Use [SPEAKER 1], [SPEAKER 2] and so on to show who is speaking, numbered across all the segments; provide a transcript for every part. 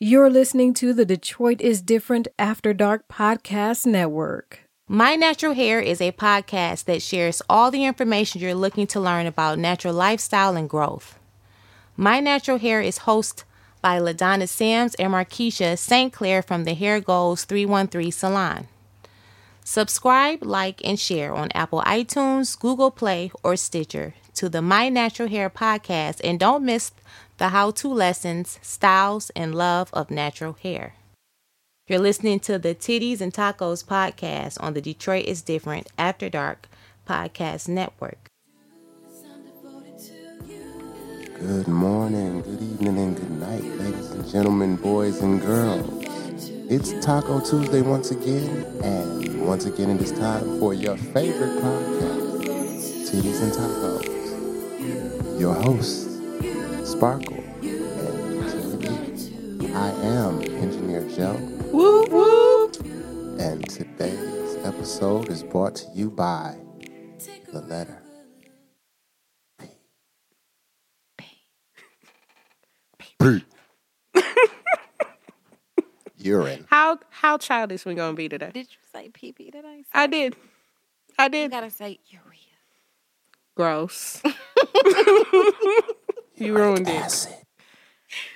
[SPEAKER 1] You're listening to the Detroit is Different After Dark Podcast Network.
[SPEAKER 2] My Natural Hair is a podcast that shares all the information you're looking to learn about natural lifestyle and growth. My Natural Hair is hosted by LaDonna Sims and Markeisha St. Clair from the Hair Goals 313 Salon. Subscribe, like, and share on Apple iTunes, Google Play, or Stitcher to the My Natural Hair podcast and don't miss the how to lessons, styles, and love of natural hair. You're listening to the Titties and Tacos podcast on the Detroit is Different After Dark Podcast Network.
[SPEAKER 3] Good morning, good evening, and good night, ladies and gentlemen, boys and girls. It's Taco Tuesday once again, and once again it is time for your favorite podcast, Titties and Tacos. Your host, Sparkle, and today I am Engineer Joe. Woo woo! And today's episode is brought to you by the letter. P. Urine.
[SPEAKER 4] How how childish we gonna be today?
[SPEAKER 5] Did you say pee pee today?
[SPEAKER 4] I did. I did.
[SPEAKER 5] You gotta say urea.
[SPEAKER 4] Gross. you ruined it.
[SPEAKER 3] Acid.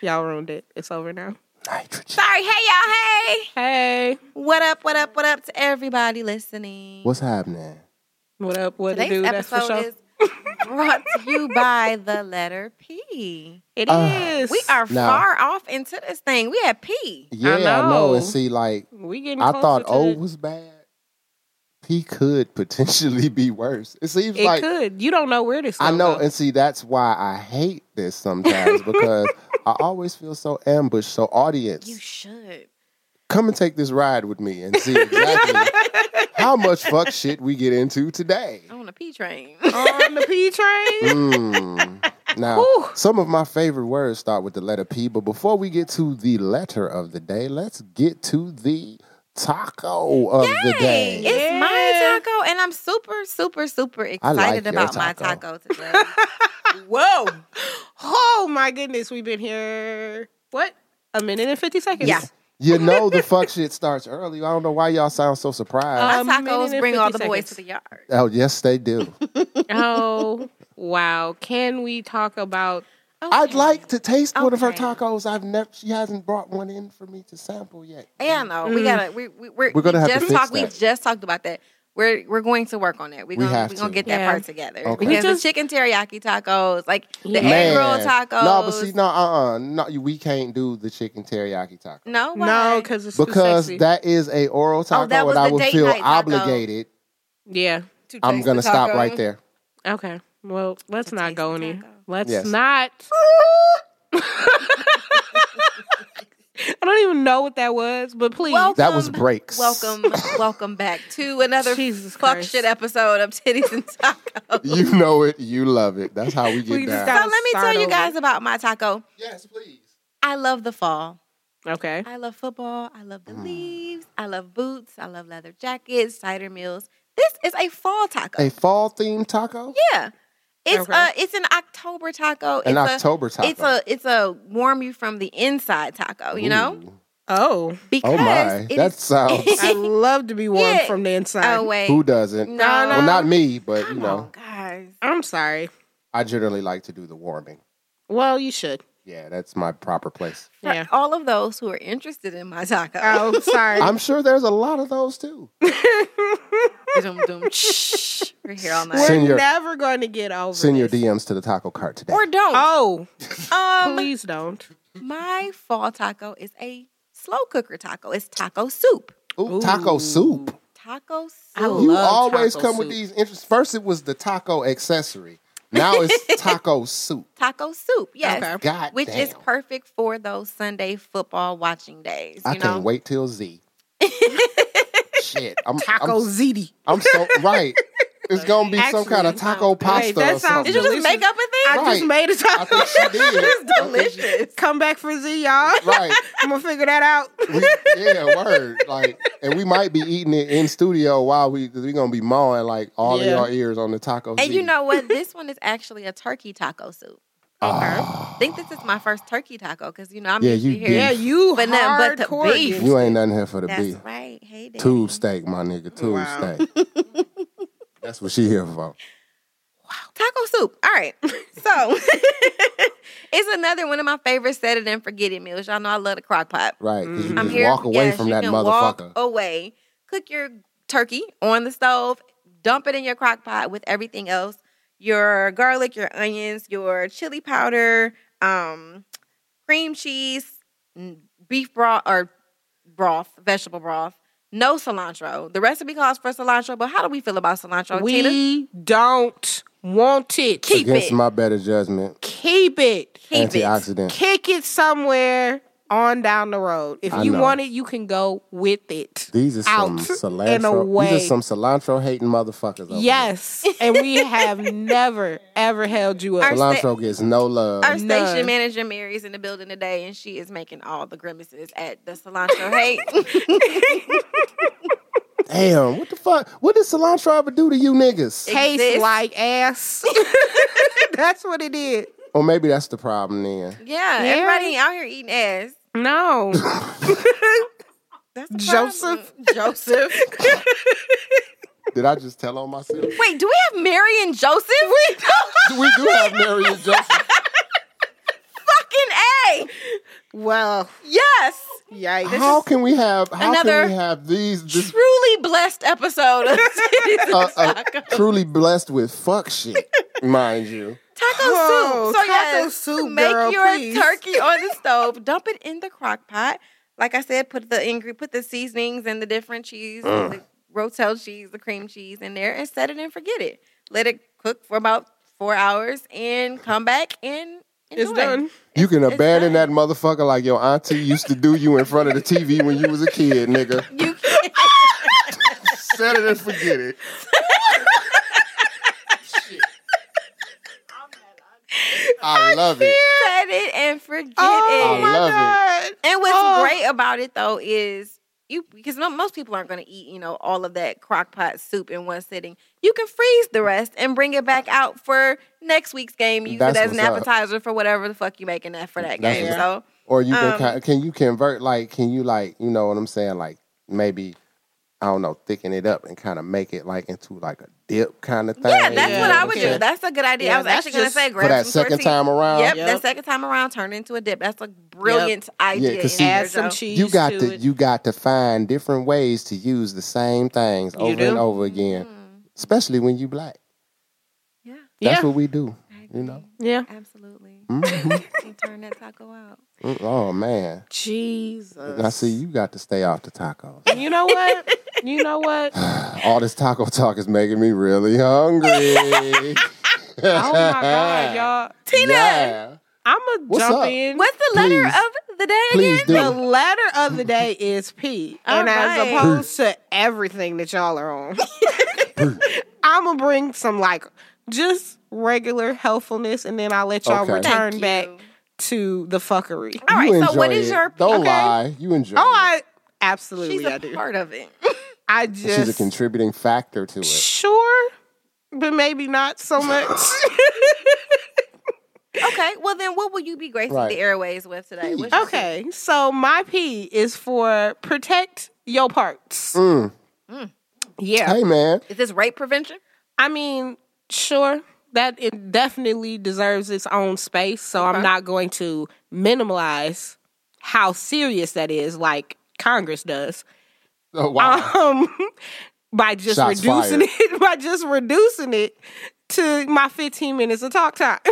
[SPEAKER 4] Y'all ruined it. It's over now.
[SPEAKER 3] Nitrogen.
[SPEAKER 5] Sorry, hey y'all, hey.
[SPEAKER 4] Hey,
[SPEAKER 5] What up, what up, what up to everybody listening.
[SPEAKER 3] What's happening?
[SPEAKER 4] what up? What to
[SPEAKER 5] Today's
[SPEAKER 4] do? That's for
[SPEAKER 5] episode
[SPEAKER 4] sure.
[SPEAKER 5] is brought to you by the letter P.
[SPEAKER 4] It
[SPEAKER 3] Uh,
[SPEAKER 4] is.
[SPEAKER 5] We are
[SPEAKER 3] Now-
[SPEAKER 5] far off into this thing. We had P.
[SPEAKER 3] Yeah, I know.
[SPEAKER 4] know.
[SPEAKER 3] And see, like,
[SPEAKER 4] We getting.
[SPEAKER 3] I
[SPEAKER 4] closer
[SPEAKER 3] thought
[SPEAKER 4] to
[SPEAKER 3] O
[SPEAKER 4] the-
[SPEAKER 3] was bad. P could potentially be worse. It seems
[SPEAKER 4] It
[SPEAKER 3] like
[SPEAKER 4] could. You don't know where this.
[SPEAKER 3] I
[SPEAKER 4] gonna
[SPEAKER 3] know,
[SPEAKER 4] go.
[SPEAKER 3] and see, that's why I hate this sometimes because I always feel so ambushed. So, audience,
[SPEAKER 5] You should.
[SPEAKER 3] come and take this ride with me and see exactly how much fuck shit we get into today.
[SPEAKER 5] On a P train.
[SPEAKER 4] on the P train.
[SPEAKER 3] Mm. Now,
[SPEAKER 4] Whew.
[SPEAKER 3] some of my favorite words start with the letter P, but before we get to the letter of the day, let's get to the taco of the day.
[SPEAKER 5] Hey, it's
[SPEAKER 4] Yeah.
[SPEAKER 5] my taco, and I'm super, super, super excited
[SPEAKER 3] like your
[SPEAKER 5] about my
[SPEAKER 3] taco.
[SPEAKER 5] taco today.
[SPEAKER 4] Whoa! Oh my goodness, we've been here. What? A minute and fifty seconds.
[SPEAKER 5] Yeah.
[SPEAKER 3] You know, the fuck shit starts early. I don't know why y'all sound so surprised.
[SPEAKER 4] A
[SPEAKER 5] My
[SPEAKER 4] minute
[SPEAKER 5] tacos
[SPEAKER 4] and
[SPEAKER 5] bring all the
[SPEAKER 4] 50
[SPEAKER 5] boys
[SPEAKER 4] seconds.
[SPEAKER 5] to the yard.
[SPEAKER 3] oh, yes, they do.
[SPEAKER 4] Oh wow! Can we talk about?
[SPEAKER 3] I'd like to taste one of her
[SPEAKER 5] Okay.
[SPEAKER 3] tacos. I've never. She hasn't brought one in for me to sample yet.
[SPEAKER 5] Yeah, no, we
[SPEAKER 4] Mm.
[SPEAKER 5] gotta. We we we're,
[SPEAKER 3] We're gonna
[SPEAKER 5] we
[SPEAKER 3] have to
[SPEAKER 5] just
[SPEAKER 3] fix
[SPEAKER 5] talked- We
[SPEAKER 3] that.
[SPEAKER 5] just talked about that. We're we're going to work on that.
[SPEAKER 3] We
[SPEAKER 5] We're gonna we
[SPEAKER 3] have
[SPEAKER 5] are going
[SPEAKER 3] to.
[SPEAKER 5] to get that
[SPEAKER 4] Yeah.
[SPEAKER 5] part together
[SPEAKER 3] Okay.
[SPEAKER 5] because
[SPEAKER 4] Just-
[SPEAKER 5] the chicken teriyaki tacos, like the
[SPEAKER 4] Man.
[SPEAKER 5] egg roll tacos.
[SPEAKER 3] No, but see, no, uh, uh no, we can't do the chicken teriyaki taco.
[SPEAKER 5] no, why?
[SPEAKER 4] No, because it's
[SPEAKER 3] because
[SPEAKER 4] too sexy.
[SPEAKER 3] that is a oral taco,
[SPEAKER 5] Oh, that was
[SPEAKER 3] and I
[SPEAKER 5] the
[SPEAKER 3] would
[SPEAKER 5] date
[SPEAKER 3] feel
[SPEAKER 5] night taco.
[SPEAKER 3] obligated.
[SPEAKER 4] yeah.
[SPEAKER 5] To
[SPEAKER 3] I'm
[SPEAKER 5] taste
[SPEAKER 3] gonna
[SPEAKER 5] the
[SPEAKER 3] stop
[SPEAKER 5] taco.
[SPEAKER 3] right there.
[SPEAKER 4] Okay. Well, let's
[SPEAKER 5] To
[SPEAKER 4] not
[SPEAKER 5] taste
[SPEAKER 4] go
[SPEAKER 5] the
[SPEAKER 4] any.
[SPEAKER 5] taco.
[SPEAKER 4] Let's
[SPEAKER 3] Yes.
[SPEAKER 4] not. I don't even know what that was, but please.
[SPEAKER 5] Welcome,
[SPEAKER 3] That was breaks.
[SPEAKER 5] Welcome, welcome back to another
[SPEAKER 4] Jesus
[SPEAKER 5] fuck
[SPEAKER 4] Christ.
[SPEAKER 5] shit episode of Titties and Tacos.
[SPEAKER 3] You know it. You love it. That's how we get
[SPEAKER 4] We just
[SPEAKER 3] down.
[SPEAKER 5] so
[SPEAKER 4] gotta
[SPEAKER 5] let me
[SPEAKER 4] start
[SPEAKER 5] tell you
[SPEAKER 4] over.
[SPEAKER 5] guys about my taco.
[SPEAKER 3] yes, please.
[SPEAKER 5] I love the fall.
[SPEAKER 4] Okay.
[SPEAKER 5] I love football. I love
[SPEAKER 3] Mm.
[SPEAKER 5] the leaves. I love boots. I love leather jackets, cider meals. This is a fall taco.
[SPEAKER 3] A fall themed taco,
[SPEAKER 5] yeah. It's
[SPEAKER 4] Okay.
[SPEAKER 5] a it's an October taco. It's
[SPEAKER 3] an
[SPEAKER 5] a,
[SPEAKER 3] October taco.
[SPEAKER 5] It's a it's a warm you from the inside taco, you know?
[SPEAKER 3] Ooh.
[SPEAKER 4] Oh,
[SPEAKER 5] Because
[SPEAKER 3] Oh my,
[SPEAKER 5] it
[SPEAKER 3] that
[SPEAKER 5] is-
[SPEAKER 3] sounds.
[SPEAKER 4] I love to be warm
[SPEAKER 5] Yeah.
[SPEAKER 4] from the inside.
[SPEAKER 5] Oh wait.
[SPEAKER 3] Who doesn't?
[SPEAKER 5] no,
[SPEAKER 3] Well,
[SPEAKER 5] no.
[SPEAKER 3] not me, but you
[SPEAKER 5] Come
[SPEAKER 3] know,
[SPEAKER 5] on, guys.
[SPEAKER 4] I'm sorry.
[SPEAKER 3] I generally like to do the warming.
[SPEAKER 4] Well, you should.
[SPEAKER 3] Yeah, that's my proper place.
[SPEAKER 5] For
[SPEAKER 4] Yeah.
[SPEAKER 5] all of those who are interested in my taco.
[SPEAKER 4] Oh, sorry.
[SPEAKER 3] I'm sure there's a lot of those too.
[SPEAKER 5] Dum, dum, shh. We're here all night.
[SPEAKER 4] We're
[SPEAKER 3] Send your-
[SPEAKER 4] never going to get over.
[SPEAKER 3] Send your
[SPEAKER 4] this.
[SPEAKER 3] DMs to the taco cart today.
[SPEAKER 5] Or don't.
[SPEAKER 4] Oh,
[SPEAKER 5] um
[SPEAKER 4] please don't.
[SPEAKER 5] my fall taco is a slow cooker taco. It's taco soup.
[SPEAKER 3] Ooh, taco
[SPEAKER 4] Ooh.
[SPEAKER 3] soup.
[SPEAKER 5] Taco soup.
[SPEAKER 4] I love
[SPEAKER 3] You always
[SPEAKER 4] taco
[SPEAKER 3] come with
[SPEAKER 4] soup.
[SPEAKER 3] these interests. First, it was the taco accessory. Now it's taco soup.
[SPEAKER 5] taco soup. Yes.
[SPEAKER 4] Okay.
[SPEAKER 3] God
[SPEAKER 5] Which is
[SPEAKER 3] damn.
[SPEAKER 5] perfect for those Sunday football watching days. You
[SPEAKER 3] I
[SPEAKER 5] know?
[SPEAKER 3] can't wait till Z. Shit, I'm,
[SPEAKER 4] Taco
[SPEAKER 3] I'm,
[SPEAKER 4] ziti.
[SPEAKER 3] I'm so right. It's gonna be some kind of
[SPEAKER 4] Actually,
[SPEAKER 3] taco
[SPEAKER 4] wait,
[SPEAKER 3] pasta.
[SPEAKER 4] that
[SPEAKER 3] or
[SPEAKER 4] sounds
[SPEAKER 3] something.
[SPEAKER 5] Did you just
[SPEAKER 4] Delicious.
[SPEAKER 5] make up a
[SPEAKER 4] I
[SPEAKER 5] thing?
[SPEAKER 4] just
[SPEAKER 3] Right.
[SPEAKER 4] made a
[SPEAKER 3] I
[SPEAKER 4] taco.
[SPEAKER 3] think she did. I think she-
[SPEAKER 5] Delicious.
[SPEAKER 4] Come back for Z, y'all.
[SPEAKER 3] Right.
[SPEAKER 4] I'm gonna figure that out.
[SPEAKER 3] We, yeah, word. Like, and we might be eating it in studio while we we gonna be mawing like all
[SPEAKER 4] Yeah.
[SPEAKER 3] of your ears on the taco.
[SPEAKER 5] And you
[SPEAKER 3] Z.
[SPEAKER 5] know what? This one is actually a turkey taco soup. I think this is my first turkey taco because you know I'm
[SPEAKER 3] Ah. Yeah,
[SPEAKER 5] usually
[SPEAKER 3] you
[SPEAKER 5] here.
[SPEAKER 3] did.
[SPEAKER 4] Yeah, you
[SPEAKER 5] But nothing but the
[SPEAKER 4] hardcore
[SPEAKER 5] beef.
[SPEAKER 4] against
[SPEAKER 3] You ain't nothing here for the
[SPEAKER 5] That's
[SPEAKER 3] beef.
[SPEAKER 5] right. Hey, Daddy.
[SPEAKER 3] Tube steak, my nigga. Tube
[SPEAKER 4] Wow.
[SPEAKER 3] steak. That's what she here for.
[SPEAKER 5] Taco soup. All right. So it's another one of my favorite set it and forget it meals. Y'all know I love the crock pot.
[SPEAKER 3] Right. Because you
[SPEAKER 5] I'm
[SPEAKER 3] just
[SPEAKER 5] here.
[SPEAKER 3] walk away
[SPEAKER 5] yes,
[SPEAKER 3] from
[SPEAKER 5] you
[SPEAKER 3] that
[SPEAKER 5] can walk
[SPEAKER 3] motherfucker.
[SPEAKER 5] away. Cook your turkey on the stove. Dump it in your crock pot with everything else. Your garlic, your onions, your chili powder, um, cream cheese, n- beef broth or broth, vegetable broth. No cilantro. The recipe calls for cilantro, but how do we feel about cilantro? Oh, Tina?
[SPEAKER 4] We don't want it. Keep
[SPEAKER 3] Against
[SPEAKER 5] it.
[SPEAKER 3] my better judgment.
[SPEAKER 4] keep it.
[SPEAKER 5] Keep it.
[SPEAKER 3] antioxidant.
[SPEAKER 4] Kick it somewhere on down the road. If
[SPEAKER 3] I
[SPEAKER 4] you
[SPEAKER 3] know.
[SPEAKER 4] want it, you can go with it.
[SPEAKER 3] These are some
[SPEAKER 4] Out and
[SPEAKER 3] cilantro.
[SPEAKER 4] away.
[SPEAKER 3] These are some cilantro hating motherfuckers. Over
[SPEAKER 4] Yes. and we have never, ever held you
[SPEAKER 3] Here.
[SPEAKER 4] up.
[SPEAKER 5] Our-
[SPEAKER 3] Cilantro gets no love.
[SPEAKER 5] Our
[SPEAKER 4] None.
[SPEAKER 5] station manager Mary's in the building today, and she is making all the grimaces at the cilantro hate.
[SPEAKER 3] Damn, what the fuck? What did cilantro ever do to you niggas?
[SPEAKER 4] Taste
[SPEAKER 5] Exist.
[SPEAKER 4] like ass. That's what it did.
[SPEAKER 3] Or maybe that's the problem then.
[SPEAKER 5] yeah, everybody out here eating ass.
[SPEAKER 4] No.
[SPEAKER 5] That's a
[SPEAKER 4] Joseph.
[SPEAKER 5] problem. Joseph.
[SPEAKER 3] Did I just tell on myself?
[SPEAKER 5] Wait, do we have Mary and Joseph? We
[SPEAKER 3] we do have Mary and Joseph.
[SPEAKER 5] fucking a.
[SPEAKER 4] Well,
[SPEAKER 5] Yes,
[SPEAKER 4] yikes.
[SPEAKER 3] How can we have? How
[SPEAKER 5] Another
[SPEAKER 3] can we have these? This,
[SPEAKER 5] truly blessed episode of Taco
[SPEAKER 3] uh, uh, truly blessed with fuck shit, mind you.
[SPEAKER 4] Oh,
[SPEAKER 5] Soup. So
[SPEAKER 4] taco
[SPEAKER 5] yes,
[SPEAKER 4] soup,
[SPEAKER 5] make
[SPEAKER 4] girl,
[SPEAKER 5] your
[SPEAKER 4] please.
[SPEAKER 5] turkey on the stove, dump it in the crock pot. Like I said, put the ingre- put the seasonings and the different cheese, the rotel cheese, the cream cheese in there, and set it and forget it. Let it cook for about four hours and come back and enjoy.
[SPEAKER 4] It's done.
[SPEAKER 3] You can abandon that
[SPEAKER 5] done.
[SPEAKER 3] motherfucker like your auntie used to do you in front of the TV when you was a kid, nigga.
[SPEAKER 5] You can
[SPEAKER 3] Set it and forget it. Shit. I love it.
[SPEAKER 5] set it and forget
[SPEAKER 4] Oh,
[SPEAKER 5] it.
[SPEAKER 3] I
[SPEAKER 4] my
[SPEAKER 3] love
[SPEAKER 4] God.
[SPEAKER 5] And what's
[SPEAKER 4] Oh.
[SPEAKER 5] great about it though is you because no, most people aren't going to eat you know all of that crock pot soup in one sitting. You can freeze the rest and bring it back out for next week's game. Use
[SPEAKER 3] That's
[SPEAKER 5] it as an
[SPEAKER 3] what's up.
[SPEAKER 5] appetizer for whatever the fuck you making that for that
[SPEAKER 3] That's
[SPEAKER 5] game.
[SPEAKER 3] what's
[SPEAKER 5] So
[SPEAKER 3] Or you can
[SPEAKER 5] Um,
[SPEAKER 3] ki- can you convert like can you like you know what I'm saying like maybe I don't know thicken it up and kind of make it like into like a dip kind of thing.
[SPEAKER 5] yeah, that's
[SPEAKER 3] you
[SPEAKER 5] what
[SPEAKER 3] know
[SPEAKER 5] I
[SPEAKER 3] I'm
[SPEAKER 5] would do.
[SPEAKER 3] saying?
[SPEAKER 5] That's a good idea.
[SPEAKER 4] Yeah,
[SPEAKER 5] I was
[SPEAKER 4] that's
[SPEAKER 5] actually going to
[SPEAKER 4] just-
[SPEAKER 5] say
[SPEAKER 3] for
[SPEAKER 5] grab
[SPEAKER 3] that
[SPEAKER 5] some
[SPEAKER 3] second
[SPEAKER 5] tortillas.
[SPEAKER 3] time around.
[SPEAKER 5] Yep,
[SPEAKER 4] Yep.
[SPEAKER 5] that second time around, turn into a dip. That's a brilliant idea.
[SPEAKER 3] Yeah, 'cause
[SPEAKER 5] in
[SPEAKER 3] see-
[SPEAKER 5] there,
[SPEAKER 4] Add some
[SPEAKER 5] Joe.
[SPEAKER 4] cheese.
[SPEAKER 3] You got to
[SPEAKER 4] it.
[SPEAKER 3] you got to find different ways to use the same things
[SPEAKER 4] You
[SPEAKER 3] over
[SPEAKER 4] do?
[SPEAKER 3] and over again, especially when you black.
[SPEAKER 5] Mm. Yeah,
[SPEAKER 3] That's
[SPEAKER 4] Yeah.
[SPEAKER 3] what we do.
[SPEAKER 5] I agree.
[SPEAKER 3] You know.
[SPEAKER 4] Yeah.
[SPEAKER 5] absolutely.
[SPEAKER 3] Mhm.
[SPEAKER 5] And turn that taco out.
[SPEAKER 3] Mm, oh man,
[SPEAKER 4] Jesus.
[SPEAKER 3] I see you got to stay off the tacos.
[SPEAKER 4] You know what? You know what?
[SPEAKER 3] All this taco talk is making me really hungry.
[SPEAKER 4] Oh my god, y'all!
[SPEAKER 5] Tina,
[SPEAKER 3] Yeah.
[SPEAKER 4] I'm gonna
[SPEAKER 3] What's
[SPEAKER 4] jump
[SPEAKER 3] up?
[SPEAKER 4] in.
[SPEAKER 5] what's the letter
[SPEAKER 3] Please.
[SPEAKER 5] of the day again?
[SPEAKER 3] Please do.
[SPEAKER 4] The letter of the day is P, and as
[SPEAKER 5] Alright.
[SPEAKER 4] opposed to everything that y'all are on, I'm gonna bring some like just regular helpfulness, and then I'll let y'all
[SPEAKER 3] Okay.
[SPEAKER 4] return
[SPEAKER 5] Thank
[SPEAKER 4] back
[SPEAKER 5] you.
[SPEAKER 4] to the fuckery.
[SPEAKER 5] All right,
[SPEAKER 3] you
[SPEAKER 5] so what
[SPEAKER 3] enjoy
[SPEAKER 5] is
[SPEAKER 3] it.
[SPEAKER 5] your
[SPEAKER 3] Don't
[SPEAKER 5] okay,
[SPEAKER 3] lie. You enjoy.
[SPEAKER 4] Oh,
[SPEAKER 3] it.
[SPEAKER 4] I absolutely
[SPEAKER 5] She's
[SPEAKER 4] I
[SPEAKER 5] a
[SPEAKER 4] do.
[SPEAKER 5] part of it.
[SPEAKER 4] I just
[SPEAKER 3] She's a contributing factor to it.
[SPEAKER 4] sure, but maybe not so much.
[SPEAKER 5] okay, well then, what will you be gracing
[SPEAKER 3] Right.
[SPEAKER 5] the airways with today?
[SPEAKER 4] Oh.
[SPEAKER 5] What's your-
[SPEAKER 4] okay, so my P is for protect your parts.
[SPEAKER 3] Mm.
[SPEAKER 4] Yeah.
[SPEAKER 3] Hey man,
[SPEAKER 5] Is this rape prevention?
[SPEAKER 4] I mean, sure, that it definitely deserves its own space. So I'm not going to minimalize how serious that is, like Congress does.
[SPEAKER 3] oh, wow.
[SPEAKER 4] Um, by just
[SPEAKER 3] Shots
[SPEAKER 4] reducing
[SPEAKER 3] fired.
[SPEAKER 4] it, by just reducing it to my 15 minutes of talk time.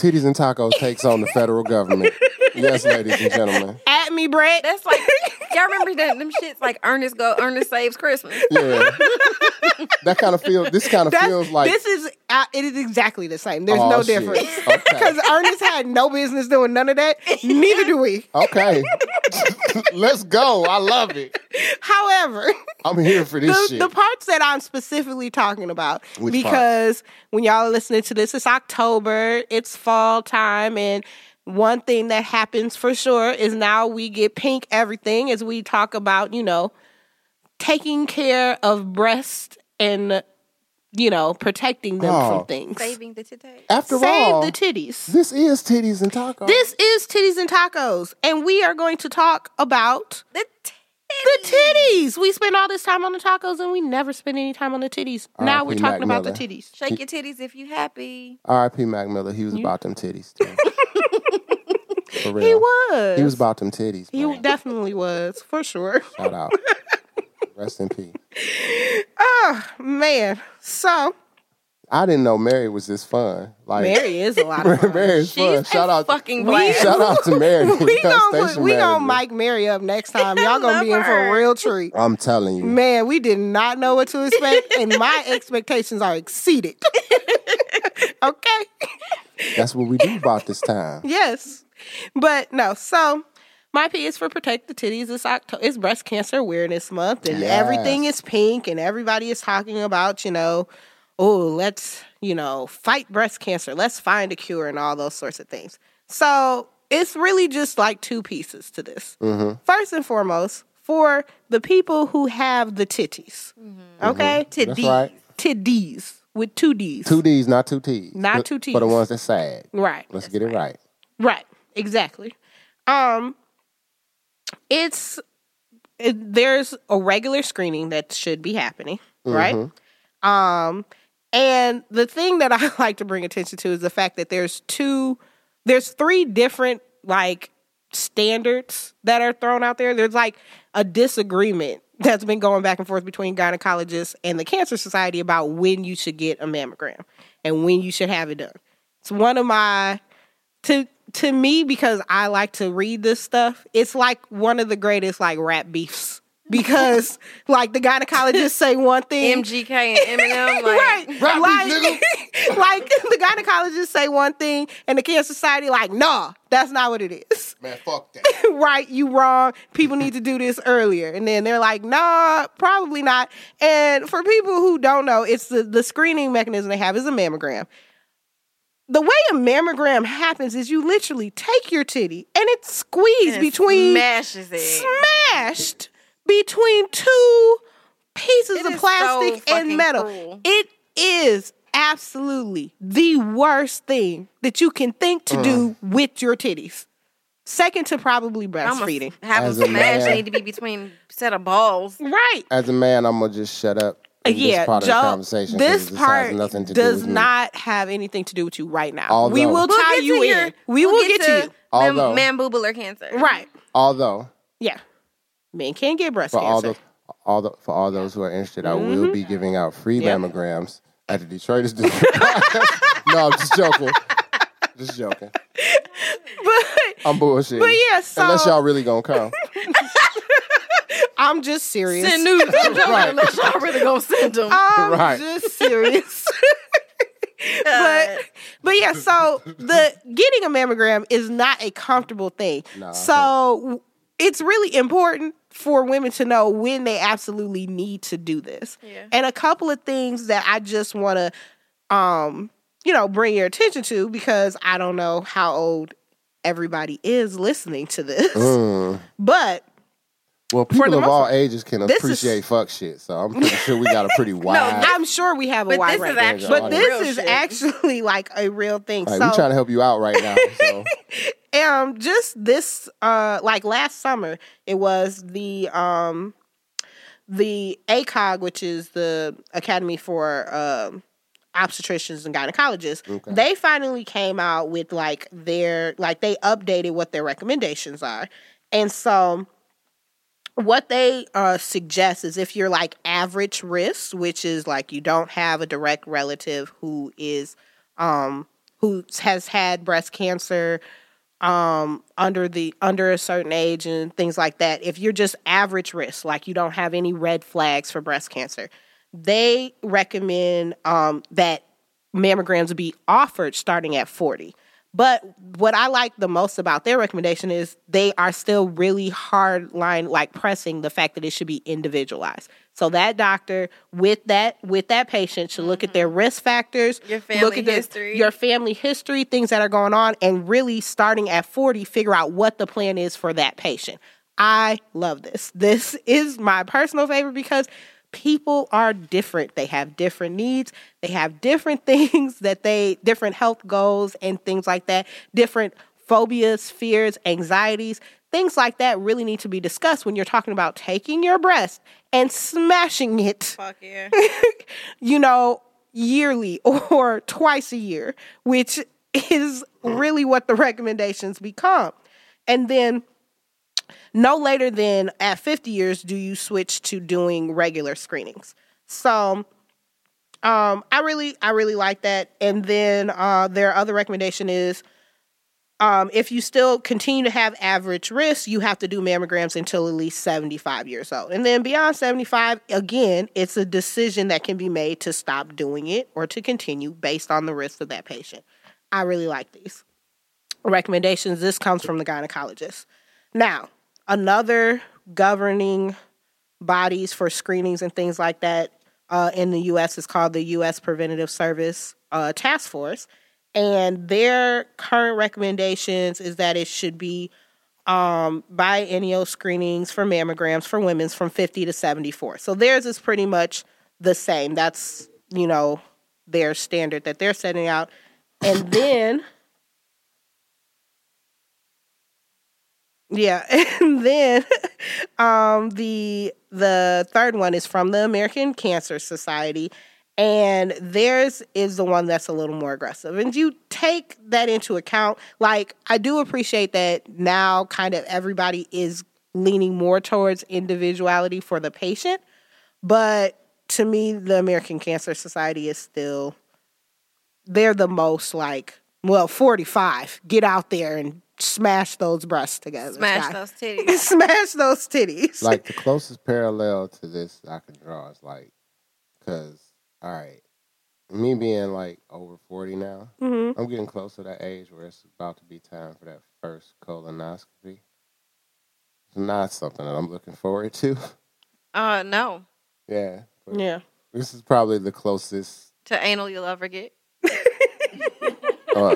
[SPEAKER 3] titties and tacos takes on the federal government. Yes, ladies and gentlemen.
[SPEAKER 4] At me, Brett.
[SPEAKER 5] That's like y'all remember that them shits like Ernest go Ernest saves Christmas.
[SPEAKER 3] Yeah, that kind of feels. This kind of
[SPEAKER 4] That's-
[SPEAKER 3] feels like
[SPEAKER 4] this is uh, it is exactly the same. There's
[SPEAKER 3] Oh,
[SPEAKER 4] no
[SPEAKER 3] shit.
[SPEAKER 4] difference because
[SPEAKER 3] Okay.
[SPEAKER 4] Ernest had no business doing none of that. Neither do we.
[SPEAKER 3] okay, let's go. I love it.
[SPEAKER 4] However,
[SPEAKER 3] I'm here for this
[SPEAKER 4] the,
[SPEAKER 3] shit.
[SPEAKER 4] the parts that I'm specifically talking about.
[SPEAKER 3] Which
[SPEAKER 4] because when y'all are listening to this, it's October, it's fall time, and one thing that happens for sure is now we get pink everything as we talk about, you know, taking care of breast and you know, protecting them
[SPEAKER 3] Oh.
[SPEAKER 4] from things.
[SPEAKER 5] Saving the today.
[SPEAKER 3] After
[SPEAKER 4] Save
[SPEAKER 3] all,
[SPEAKER 4] the titties.
[SPEAKER 3] this is titties and tacos.
[SPEAKER 4] This is Titties and Tacos, and we are going to talk about
[SPEAKER 5] The t-
[SPEAKER 4] the titties. We spend all this time on the tacos, and we never spend any time on the titties. now
[SPEAKER 3] R.I.P.
[SPEAKER 4] we're talking
[SPEAKER 3] Mac
[SPEAKER 4] about the
[SPEAKER 3] Miller.
[SPEAKER 4] titties.
[SPEAKER 5] shake your titties if you happy.
[SPEAKER 3] R.I.P. Mac Miller. He was about them titties. too. For real.
[SPEAKER 4] He was.
[SPEAKER 3] He was about them titties.
[SPEAKER 4] He
[SPEAKER 3] bro.
[SPEAKER 4] definitely was, for sure.
[SPEAKER 3] Shout out. Rest in peace.
[SPEAKER 4] Man, so
[SPEAKER 3] I didn't know Mary was this fun. Like
[SPEAKER 4] Mary is a lot of fun.
[SPEAKER 3] Mary is fun. Shout out.
[SPEAKER 5] fucking
[SPEAKER 4] We-
[SPEAKER 5] blast.
[SPEAKER 3] Shout out to Mary.
[SPEAKER 4] we gonna
[SPEAKER 3] Station
[SPEAKER 4] put, we
[SPEAKER 3] manager.
[SPEAKER 4] gonna mic Mary up next time. Y'all gonna be in for a real treat.
[SPEAKER 3] I'm telling you.
[SPEAKER 4] Man, we did not know what to expect, and my expectations are exceeded. okay.
[SPEAKER 3] That's what we do about this time.
[SPEAKER 4] Yes. But no, so my P is for protect the titties. It's October. It's breast cancer awareness month, and everything
[SPEAKER 3] Yes.
[SPEAKER 4] is pink, and everybody is talking about you know, oh, let's you know fight breast cancer, let's find a cure, and all those sorts of things. So it's really just like two pieces to this.
[SPEAKER 3] Mm-hmm.
[SPEAKER 4] First and foremost, for the people who have the titties, okay,
[SPEAKER 3] Mm-hmm. That's right.
[SPEAKER 4] titties with two D's,
[SPEAKER 3] Two D's, not two T's.
[SPEAKER 4] Not
[SPEAKER 3] For-
[SPEAKER 4] two Ts.
[SPEAKER 3] For the ones that sag.
[SPEAKER 4] right?
[SPEAKER 3] Let's get it right.
[SPEAKER 4] Right. Exactly. Um it's it, there's a regular screening that should be happening, right? Um and the thing that I like to bring attention to is the fact that there's two there's three different like standards that are thrown out there. There's like a disagreement that's been going back and forth between gynecologists and the Cancer Society about when you should get a mammogram and when you should have it done. It's one of my to to me because I like to read this stuff. It's like one of the greatest like rap beefs because like the gynecologists say one thing,
[SPEAKER 5] MGK and Eminem. Like,
[SPEAKER 4] right? like, like the gynecologists say one thing, and the Cancer Society like, nah, that's not what it is.
[SPEAKER 3] Man, fuck that.
[SPEAKER 4] right, you wrong. People need to do this earlier. And then they're like, nah, probably not. And for people who don't know, it's the, the screening mechanism they have is a mammogram. The way a mammogram happens is you literally take your titty and it's squeezed
[SPEAKER 5] and
[SPEAKER 4] between
[SPEAKER 5] smashes it.
[SPEAKER 4] smashed between two pieces
[SPEAKER 5] It
[SPEAKER 4] of
[SPEAKER 5] is
[SPEAKER 4] plastic
[SPEAKER 5] so
[SPEAKER 4] and
[SPEAKER 5] fucking
[SPEAKER 4] metal.
[SPEAKER 5] cruel.
[SPEAKER 4] It is absolutely the worst thing that you can think to do with your titties. Second to probably
[SPEAKER 5] I'm a-
[SPEAKER 4] breastfeeding.
[SPEAKER 5] Have
[SPEAKER 3] As a
[SPEAKER 5] a smash
[SPEAKER 3] man.
[SPEAKER 5] need to be between set of balls.
[SPEAKER 4] Right.
[SPEAKER 3] As a man, I'm gonna just shut up. in
[SPEAKER 4] yeah,
[SPEAKER 3] this part of
[SPEAKER 4] Joe,
[SPEAKER 3] the conversation. 'cause
[SPEAKER 4] this
[SPEAKER 3] this
[SPEAKER 4] part
[SPEAKER 3] has nothing to do
[SPEAKER 4] does
[SPEAKER 3] with me.
[SPEAKER 4] not have anything to do with you right now.
[SPEAKER 3] Although-
[SPEAKER 4] we will
[SPEAKER 5] We'll
[SPEAKER 4] tie
[SPEAKER 5] get
[SPEAKER 4] you
[SPEAKER 5] to
[SPEAKER 4] in.
[SPEAKER 5] your-
[SPEAKER 4] we will get, to you.
[SPEAKER 5] mem-
[SPEAKER 3] Although-
[SPEAKER 5] mandibular cancer.
[SPEAKER 4] Right.
[SPEAKER 3] Although
[SPEAKER 4] Yeah. Men can get breast
[SPEAKER 3] for all
[SPEAKER 4] cancer.
[SPEAKER 3] those, all the, for all those who are interested, I will be giving out free
[SPEAKER 4] Mm-hmm. Yeah.
[SPEAKER 3] mammograms at the Detroiters. no, I'm just joking. just joking.
[SPEAKER 4] but
[SPEAKER 3] I'm bullshit.
[SPEAKER 4] but yeah, so
[SPEAKER 3] Unless y'all really gonna come.
[SPEAKER 4] I'm just serious.
[SPEAKER 5] Send news.
[SPEAKER 3] Right.
[SPEAKER 5] Unless y'all really gonna send them.
[SPEAKER 4] I'm
[SPEAKER 3] Right.
[SPEAKER 4] just serious. but but yeah, so the getting a mammogram is not a comfortable thing.
[SPEAKER 3] No.
[SPEAKER 4] So it's really important for women to know when they absolutely need to do this.
[SPEAKER 5] Yeah.
[SPEAKER 4] And a couple of things that I just want to um you know, bring your attention to because I don't know how old everybody is listening to this.
[SPEAKER 3] Mm.
[SPEAKER 4] But
[SPEAKER 3] Well, people
[SPEAKER 4] the
[SPEAKER 3] of
[SPEAKER 4] most-
[SPEAKER 3] all ages can
[SPEAKER 4] This is-
[SPEAKER 3] appreciate fuck shit, so I'm pretty sure we got a pretty wide.
[SPEAKER 4] I'm sure we have a
[SPEAKER 5] but
[SPEAKER 4] wide
[SPEAKER 5] this is
[SPEAKER 4] range.
[SPEAKER 5] actually
[SPEAKER 4] But
[SPEAKER 3] audience.
[SPEAKER 4] this
[SPEAKER 5] real
[SPEAKER 4] is
[SPEAKER 5] shit.
[SPEAKER 4] actually like a real thing.
[SPEAKER 3] like,
[SPEAKER 4] so
[SPEAKER 3] we trying to help you out right now. So.
[SPEAKER 4] um just this uh like last summer it was the um the ACOG which is the Academy for um obstetricians and gynecologists
[SPEAKER 3] Okay.
[SPEAKER 4] they finally came out with like their like they updated what their recommendations are and so what they uh, suggest is if you're like average risk, which is like you don't have a direct relative who is um, who has had breast cancer um, under the under a certain age and things like that. If you're just average risk, like you don't have any red flags for breast cancer, they recommend um, that mammograms be offered starting at 40. But what I like the most about their recommendation is they are still really hard line like pressing the fact that it should be individualized. So that doctor with that with that patient should look at their risk factors,
[SPEAKER 5] Your
[SPEAKER 4] look
[SPEAKER 5] family
[SPEAKER 4] at their-
[SPEAKER 5] history.
[SPEAKER 4] your family history, things that are going on, and really starting at 40, figure out what the plan is for that patient. I love this. This is my personal favorite because people are different. They have different needs. They have different things that they, different health goals and things like that, different phobias, fears, anxieties. Things like that really need to be discussed when you're talking about taking your breast and smashing it,
[SPEAKER 5] Fuck yeah.
[SPEAKER 4] you know, yearly or twice a year, which is really what the recommendations become. And then no later than at 50 years do you switch to doing regular screenings. So um, I really, I really like that. And then uh, their other recommendation is um, if you still continue to have average risk, you have to do mammograms until at least 75 years old. And then beyond 75, again, it's a decision that can be made to stop doing it or to continue based on the risk of that patient. I really like these recommendations. This comes from the gynecologist. Now, another governing bodies for screenings and things like that uh, in the U.S. is called the U.S. Preventative Service uh, Task Force, and their current recommendations is that it should be um, biennial screenings for mammograms for women's from 50 to 74. So theirs is pretty much the same. That's you know their standard that they're setting out, and then. Yeah, and then um, the the third one is from the American Cancer Society, and theirs is the one that's a little more aggressive. And you take that into account. Like I do appreciate that now, kind of everybody is leaning more towards individuality for the patient, but to me, the American Cancer Society is still they're the most like well forty five. Get out there and smash those breasts together.
[SPEAKER 5] Smash
[SPEAKER 4] guys.
[SPEAKER 5] those titties.
[SPEAKER 4] smash those titties.
[SPEAKER 3] like the closest parallel to this I can draw is like, cause all right, me being like over forty now,
[SPEAKER 4] Mhm.
[SPEAKER 3] I'm getting close to that age where it's about to be time for that first colonoscopy. It's not something that I'm looking forward to.
[SPEAKER 5] Uh, no.
[SPEAKER 3] yeah, but
[SPEAKER 4] Yeah.
[SPEAKER 3] this is probably the closest.
[SPEAKER 5] To anal you'll ever get.
[SPEAKER 3] Uh,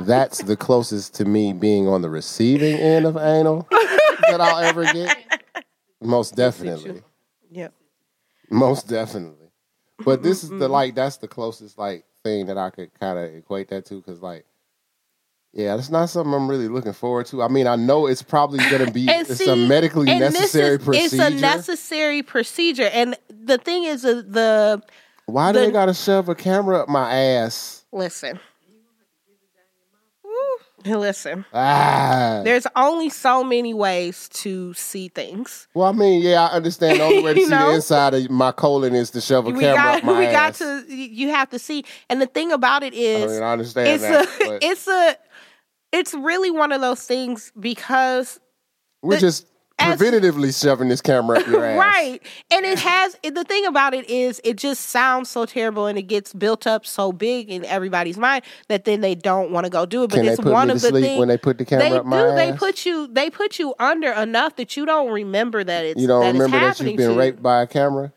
[SPEAKER 3] that's the closest to me being on the receiving end of anal that I'll ever get. Most definitely.
[SPEAKER 4] Yeah.
[SPEAKER 3] Most definitely. But this is the
[SPEAKER 4] Mm-hmm.
[SPEAKER 3] like that's the closest like thing that I could kind of equate that to because like, yeah, that's not something I'm really looking forward to. I mean, I know it's probably gonna be
[SPEAKER 4] And
[SPEAKER 3] it's a
[SPEAKER 4] see,
[SPEAKER 3] medically
[SPEAKER 4] And
[SPEAKER 3] necessary
[SPEAKER 4] this is,
[SPEAKER 3] procedure.
[SPEAKER 4] It's a necessary procedure. And the thing is, uh, the
[SPEAKER 3] Why do
[SPEAKER 4] the-
[SPEAKER 3] they gotta shove a camera up my ass?
[SPEAKER 4] listen. Woo. Listen,
[SPEAKER 3] Ah.
[SPEAKER 4] there's only so many ways to see things.
[SPEAKER 3] Well, I mean, yeah, I understand. The only way to
[SPEAKER 4] You
[SPEAKER 3] see
[SPEAKER 4] know?
[SPEAKER 3] the inside of my colon is to shove a
[SPEAKER 4] we
[SPEAKER 3] camera
[SPEAKER 4] got,
[SPEAKER 3] up my
[SPEAKER 4] we
[SPEAKER 3] ass.
[SPEAKER 4] got to. You have to see. And the thing about it
[SPEAKER 3] I
[SPEAKER 4] is,
[SPEAKER 3] mean, I understand
[SPEAKER 4] it's
[SPEAKER 3] that,
[SPEAKER 4] a,
[SPEAKER 3] but
[SPEAKER 4] it's a, it's really one of those things because
[SPEAKER 3] we're just
[SPEAKER 4] as-
[SPEAKER 3] preventatively shoving this camera up your ass.
[SPEAKER 4] Right. And it has it- the thing about it is it just sounds so terrible and it gets built up so big in everybody's mind that then they don't want to go do it. But
[SPEAKER 3] Can they
[SPEAKER 4] it's
[SPEAKER 3] put
[SPEAKER 4] one
[SPEAKER 3] me to
[SPEAKER 4] of the
[SPEAKER 3] sleep
[SPEAKER 4] things
[SPEAKER 3] when they put the camera
[SPEAKER 4] they
[SPEAKER 3] up my
[SPEAKER 4] do. They
[SPEAKER 3] ass?
[SPEAKER 4] put you they put you under enough that you don't remember that it's
[SPEAKER 3] You don't
[SPEAKER 4] that it's
[SPEAKER 3] remember that
[SPEAKER 4] happening
[SPEAKER 3] you've been
[SPEAKER 4] to you.
[SPEAKER 3] raped by a camera?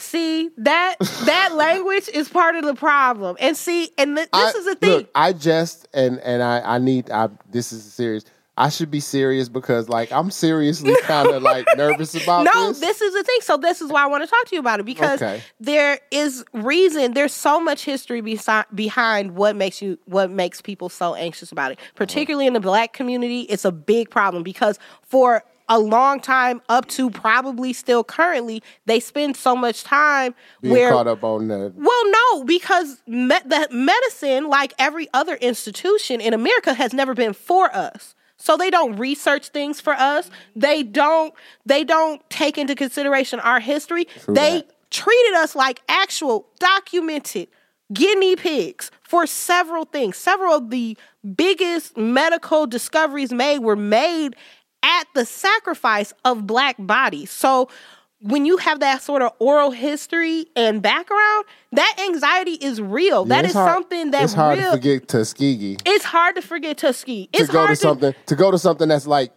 [SPEAKER 4] See that that language is part of the problem. And see, and th- this
[SPEAKER 3] I-
[SPEAKER 4] is the thing.
[SPEAKER 3] Look, I jest and and I I need I this is serious. I should be serious because like I'm seriously kind of like nervous about
[SPEAKER 4] no,
[SPEAKER 3] this.
[SPEAKER 4] this is the thing. So this is why I want to talk to you about it because
[SPEAKER 3] Okay.
[SPEAKER 4] there is reason. There's so much history besi- behind what makes you what makes people so anxious about
[SPEAKER 3] Uh-huh.
[SPEAKER 4] it. Particularly in the black community, it's a big problem because for a long time, up to probably still currently, they spend so much time
[SPEAKER 3] being
[SPEAKER 4] where
[SPEAKER 3] caught up on the
[SPEAKER 4] well, no, because me- the medicine, like every other institution in America, has never been for us. So they don't research things for us. They don't. They don't take into consideration our history. they treated us like actual documented guinea pigs for several things. Several of the biggest medical discoveries made were made at the sacrifice of black bodies. So when you have that sort of oral history and background, that anxiety is real.
[SPEAKER 3] Yeah,
[SPEAKER 4] that
[SPEAKER 3] it's
[SPEAKER 4] is
[SPEAKER 3] hard-
[SPEAKER 4] something that
[SPEAKER 3] it's hard
[SPEAKER 4] real
[SPEAKER 3] to forget Tuskegee
[SPEAKER 4] it's hard to forget Tuskegee. It's
[SPEAKER 3] to go
[SPEAKER 4] hard
[SPEAKER 3] to something to go to something that's like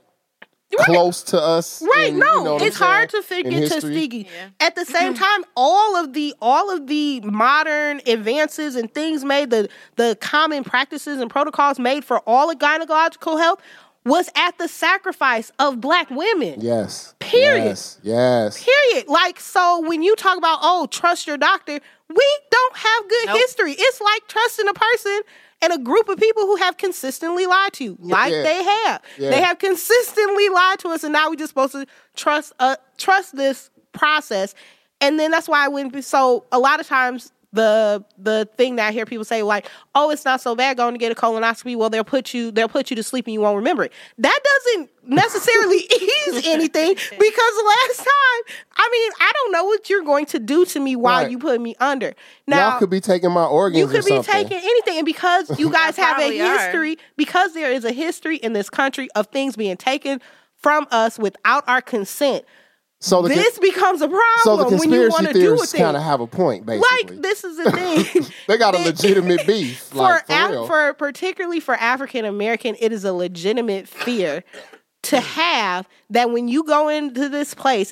[SPEAKER 3] close to us.
[SPEAKER 4] Right,
[SPEAKER 3] in- you
[SPEAKER 4] no,
[SPEAKER 3] know what I'm
[SPEAKER 4] it's hard to
[SPEAKER 3] saying, in
[SPEAKER 4] forget
[SPEAKER 3] history.
[SPEAKER 4] Tuskegee. At the same time, all of the all of the modern advances and things made the the common practices and protocols made for all of gynecological health was at the sacrifice of black women.
[SPEAKER 3] Yes.
[SPEAKER 4] Period.
[SPEAKER 3] Yes. Yes.
[SPEAKER 4] Period. Like, so when you talk about, oh, trust your doctor, we don't have good
[SPEAKER 5] Nope.
[SPEAKER 4] history. It's like trusting a person and a group of people who have consistently lied to you, like
[SPEAKER 3] Yeah.
[SPEAKER 4] they have.
[SPEAKER 3] Yeah.
[SPEAKER 4] They have consistently lied to us, and now we're just supposed to trust uh, trust this process. And then that's why I wouldn't be so a lot of times the the thing that I hear people say like, oh, it's not so bad going to get a colonoscopy. Well, they'll put you they'll put you to sleep and you won't remember it. That doesn't necessarily ease anything because last time, I mean, I don't know what you're going to do to me while
[SPEAKER 3] Right.
[SPEAKER 4] you put me under.
[SPEAKER 3] Y'all could be taking my organs
[SPEAKER 4] You could
[SPEAKER 3] or
[SPEAKER 4] be
[SPEAKER 3] something.
[SPEAKER 4] taking anything. And because you guys have a
[SPEAKER 5] probably are.
[SPEAKER 4] history, because there is a history in this country of things being taken from us without our consent,
[SPEAKER 3] so the con-
[SPEAKER 4] this becomes a problem
[SPEAKER 3] so the
[SPEAKER 4] when you
[SPEAKER 3] conspiracy
[SPEAKER 4] want to do a
[SPEAKER 3] theorists
[SPEAKER 4] thing.
[SPEAKER 3] kind of have a point, basically.
[SPEAKER 4] Like, this is the thing.
[SPEAKER 3] they got a
[SPEAKER 4] that-
[SPEAKER 3] legitimate beef,
[SPEAKER 4] for,
[SPEAKER 3] like for
[SPEAKER 4] Af-
[SPEAKER 3] real.
[SPEAKER 4] for particularly for African American, it is a legitimate fear to have that when you go into this place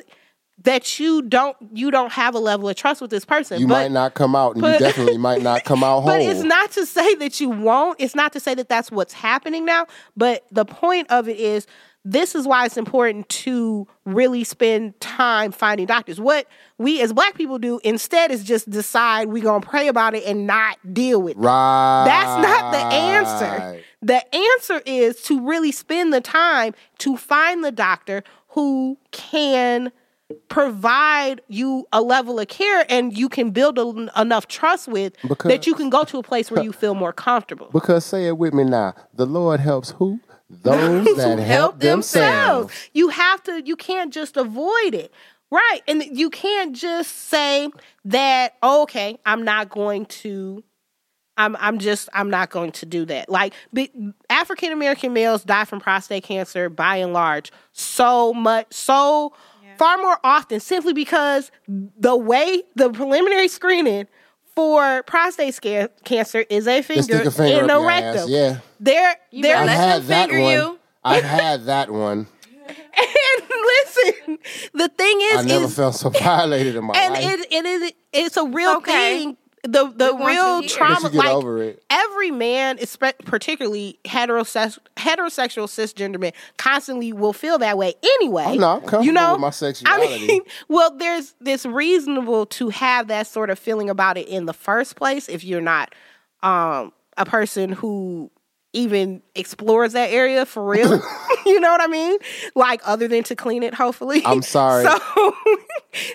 [SPEAKER 4] that you don't you don't have a level of trust with this person.
[SPEAKER 3] you
[SPEAKER 4] but
[SPEAKER 3] might not come out, and you
[SPEAKER 4] but-
[SPEAKER 3] definitely might not come out whole.
[SPEAKER 4] but it's not to say that you won't. It's not to say that that's what's happening now. But the point of it is, this is why it's important to really spend time finding doctors. What we as black people do instead is just decide we're going to pray about it and not deal with it.
[SPEAKER 3] right.
[SPEAKER 4] That's not the answer. The answer is to really spend the time to find the doctor who can provide you a level of care and you can build a, enough trust with that you can go to a place where you feel more comfortable.
[SPEAKER 3] Because say it with me now. The Lord helps who? Those that help, themselves.
[SPEAKER 4] You have to, you can't just avoid it. Right. And you can't just say that, "Oh, okay, I'm not going to, I'm, I'm just, I'm not going to do that. Like, African American males die from prostate cancer by and large so much, so far more often simply because the way the preliminary screening for prostate sca- cancer is a
[SPEAKER 3] Just
[SPEAKER 4] finger,
[SPEAKER 3] stick a finger
[SPEAKER 4] in
[SPEAKER 3] up
[SPEAKER 4] the
[SPEAKER 3] your ass.
[SPEAKER 4] rectum.
[SPEAKER 3] Yeah.
[SPEAKER 4] There, there
[SPEAKER 5] better
[SPEAKER 3] I've
[SPEAKER 5] Let
[SPEAKER 3] had
[SPEAKER 5] them
[SPEAKER 3] that
[SPEAKER 5] finger
[SPEAKER 3] one.
[SPEAKER 5] you.
[SPEAKER 3] I've had that one.
[SPEAKER 4] And listen, the thing
[SPEAKER 3] I
[SPEAKER 4] is,
[SPEAKER 3] never
[SPEAKER 4] is
[SPEAKER 3] felt so violated in my
[SPEAKER 4] and
[SPEAKER 3] life.
[SPEAKER 4] it, it is it's a real
[SPEAKER 5] Okay.
[SPEAKER 4] thing. The the
[SPEAKER 5] We want
[SPEAKER 4] real
[SPEAKER 5] to hear.
[SPEAKER 3] but
[SPEAKER 4] trauma,
[SPEAKER 3] you get
[SPEAKER 4] like
[SPEAKER 3] over it.
[SPEAKER 4] every man, espe- particularly heterosex- heterosexual cisgender men, constantly will feel that way anyway.
[SPEAKER 3] Oh, no, I'm comfortable
[SPEAKER 4] you know,
[SPEAKER 3] with my
[SPEAKER 4] I
[SPEAKER 3] sexuality.
[SPEAKER 4] mean, well, there's this reasonable to have that sort of feeling about it in the first place if you're not um, a person who even explores that area for real. you know what I mean? Like other than to clean it, hopefully.
[SPEAKER 3] I'm sorry.
[SPEAKER 4] So,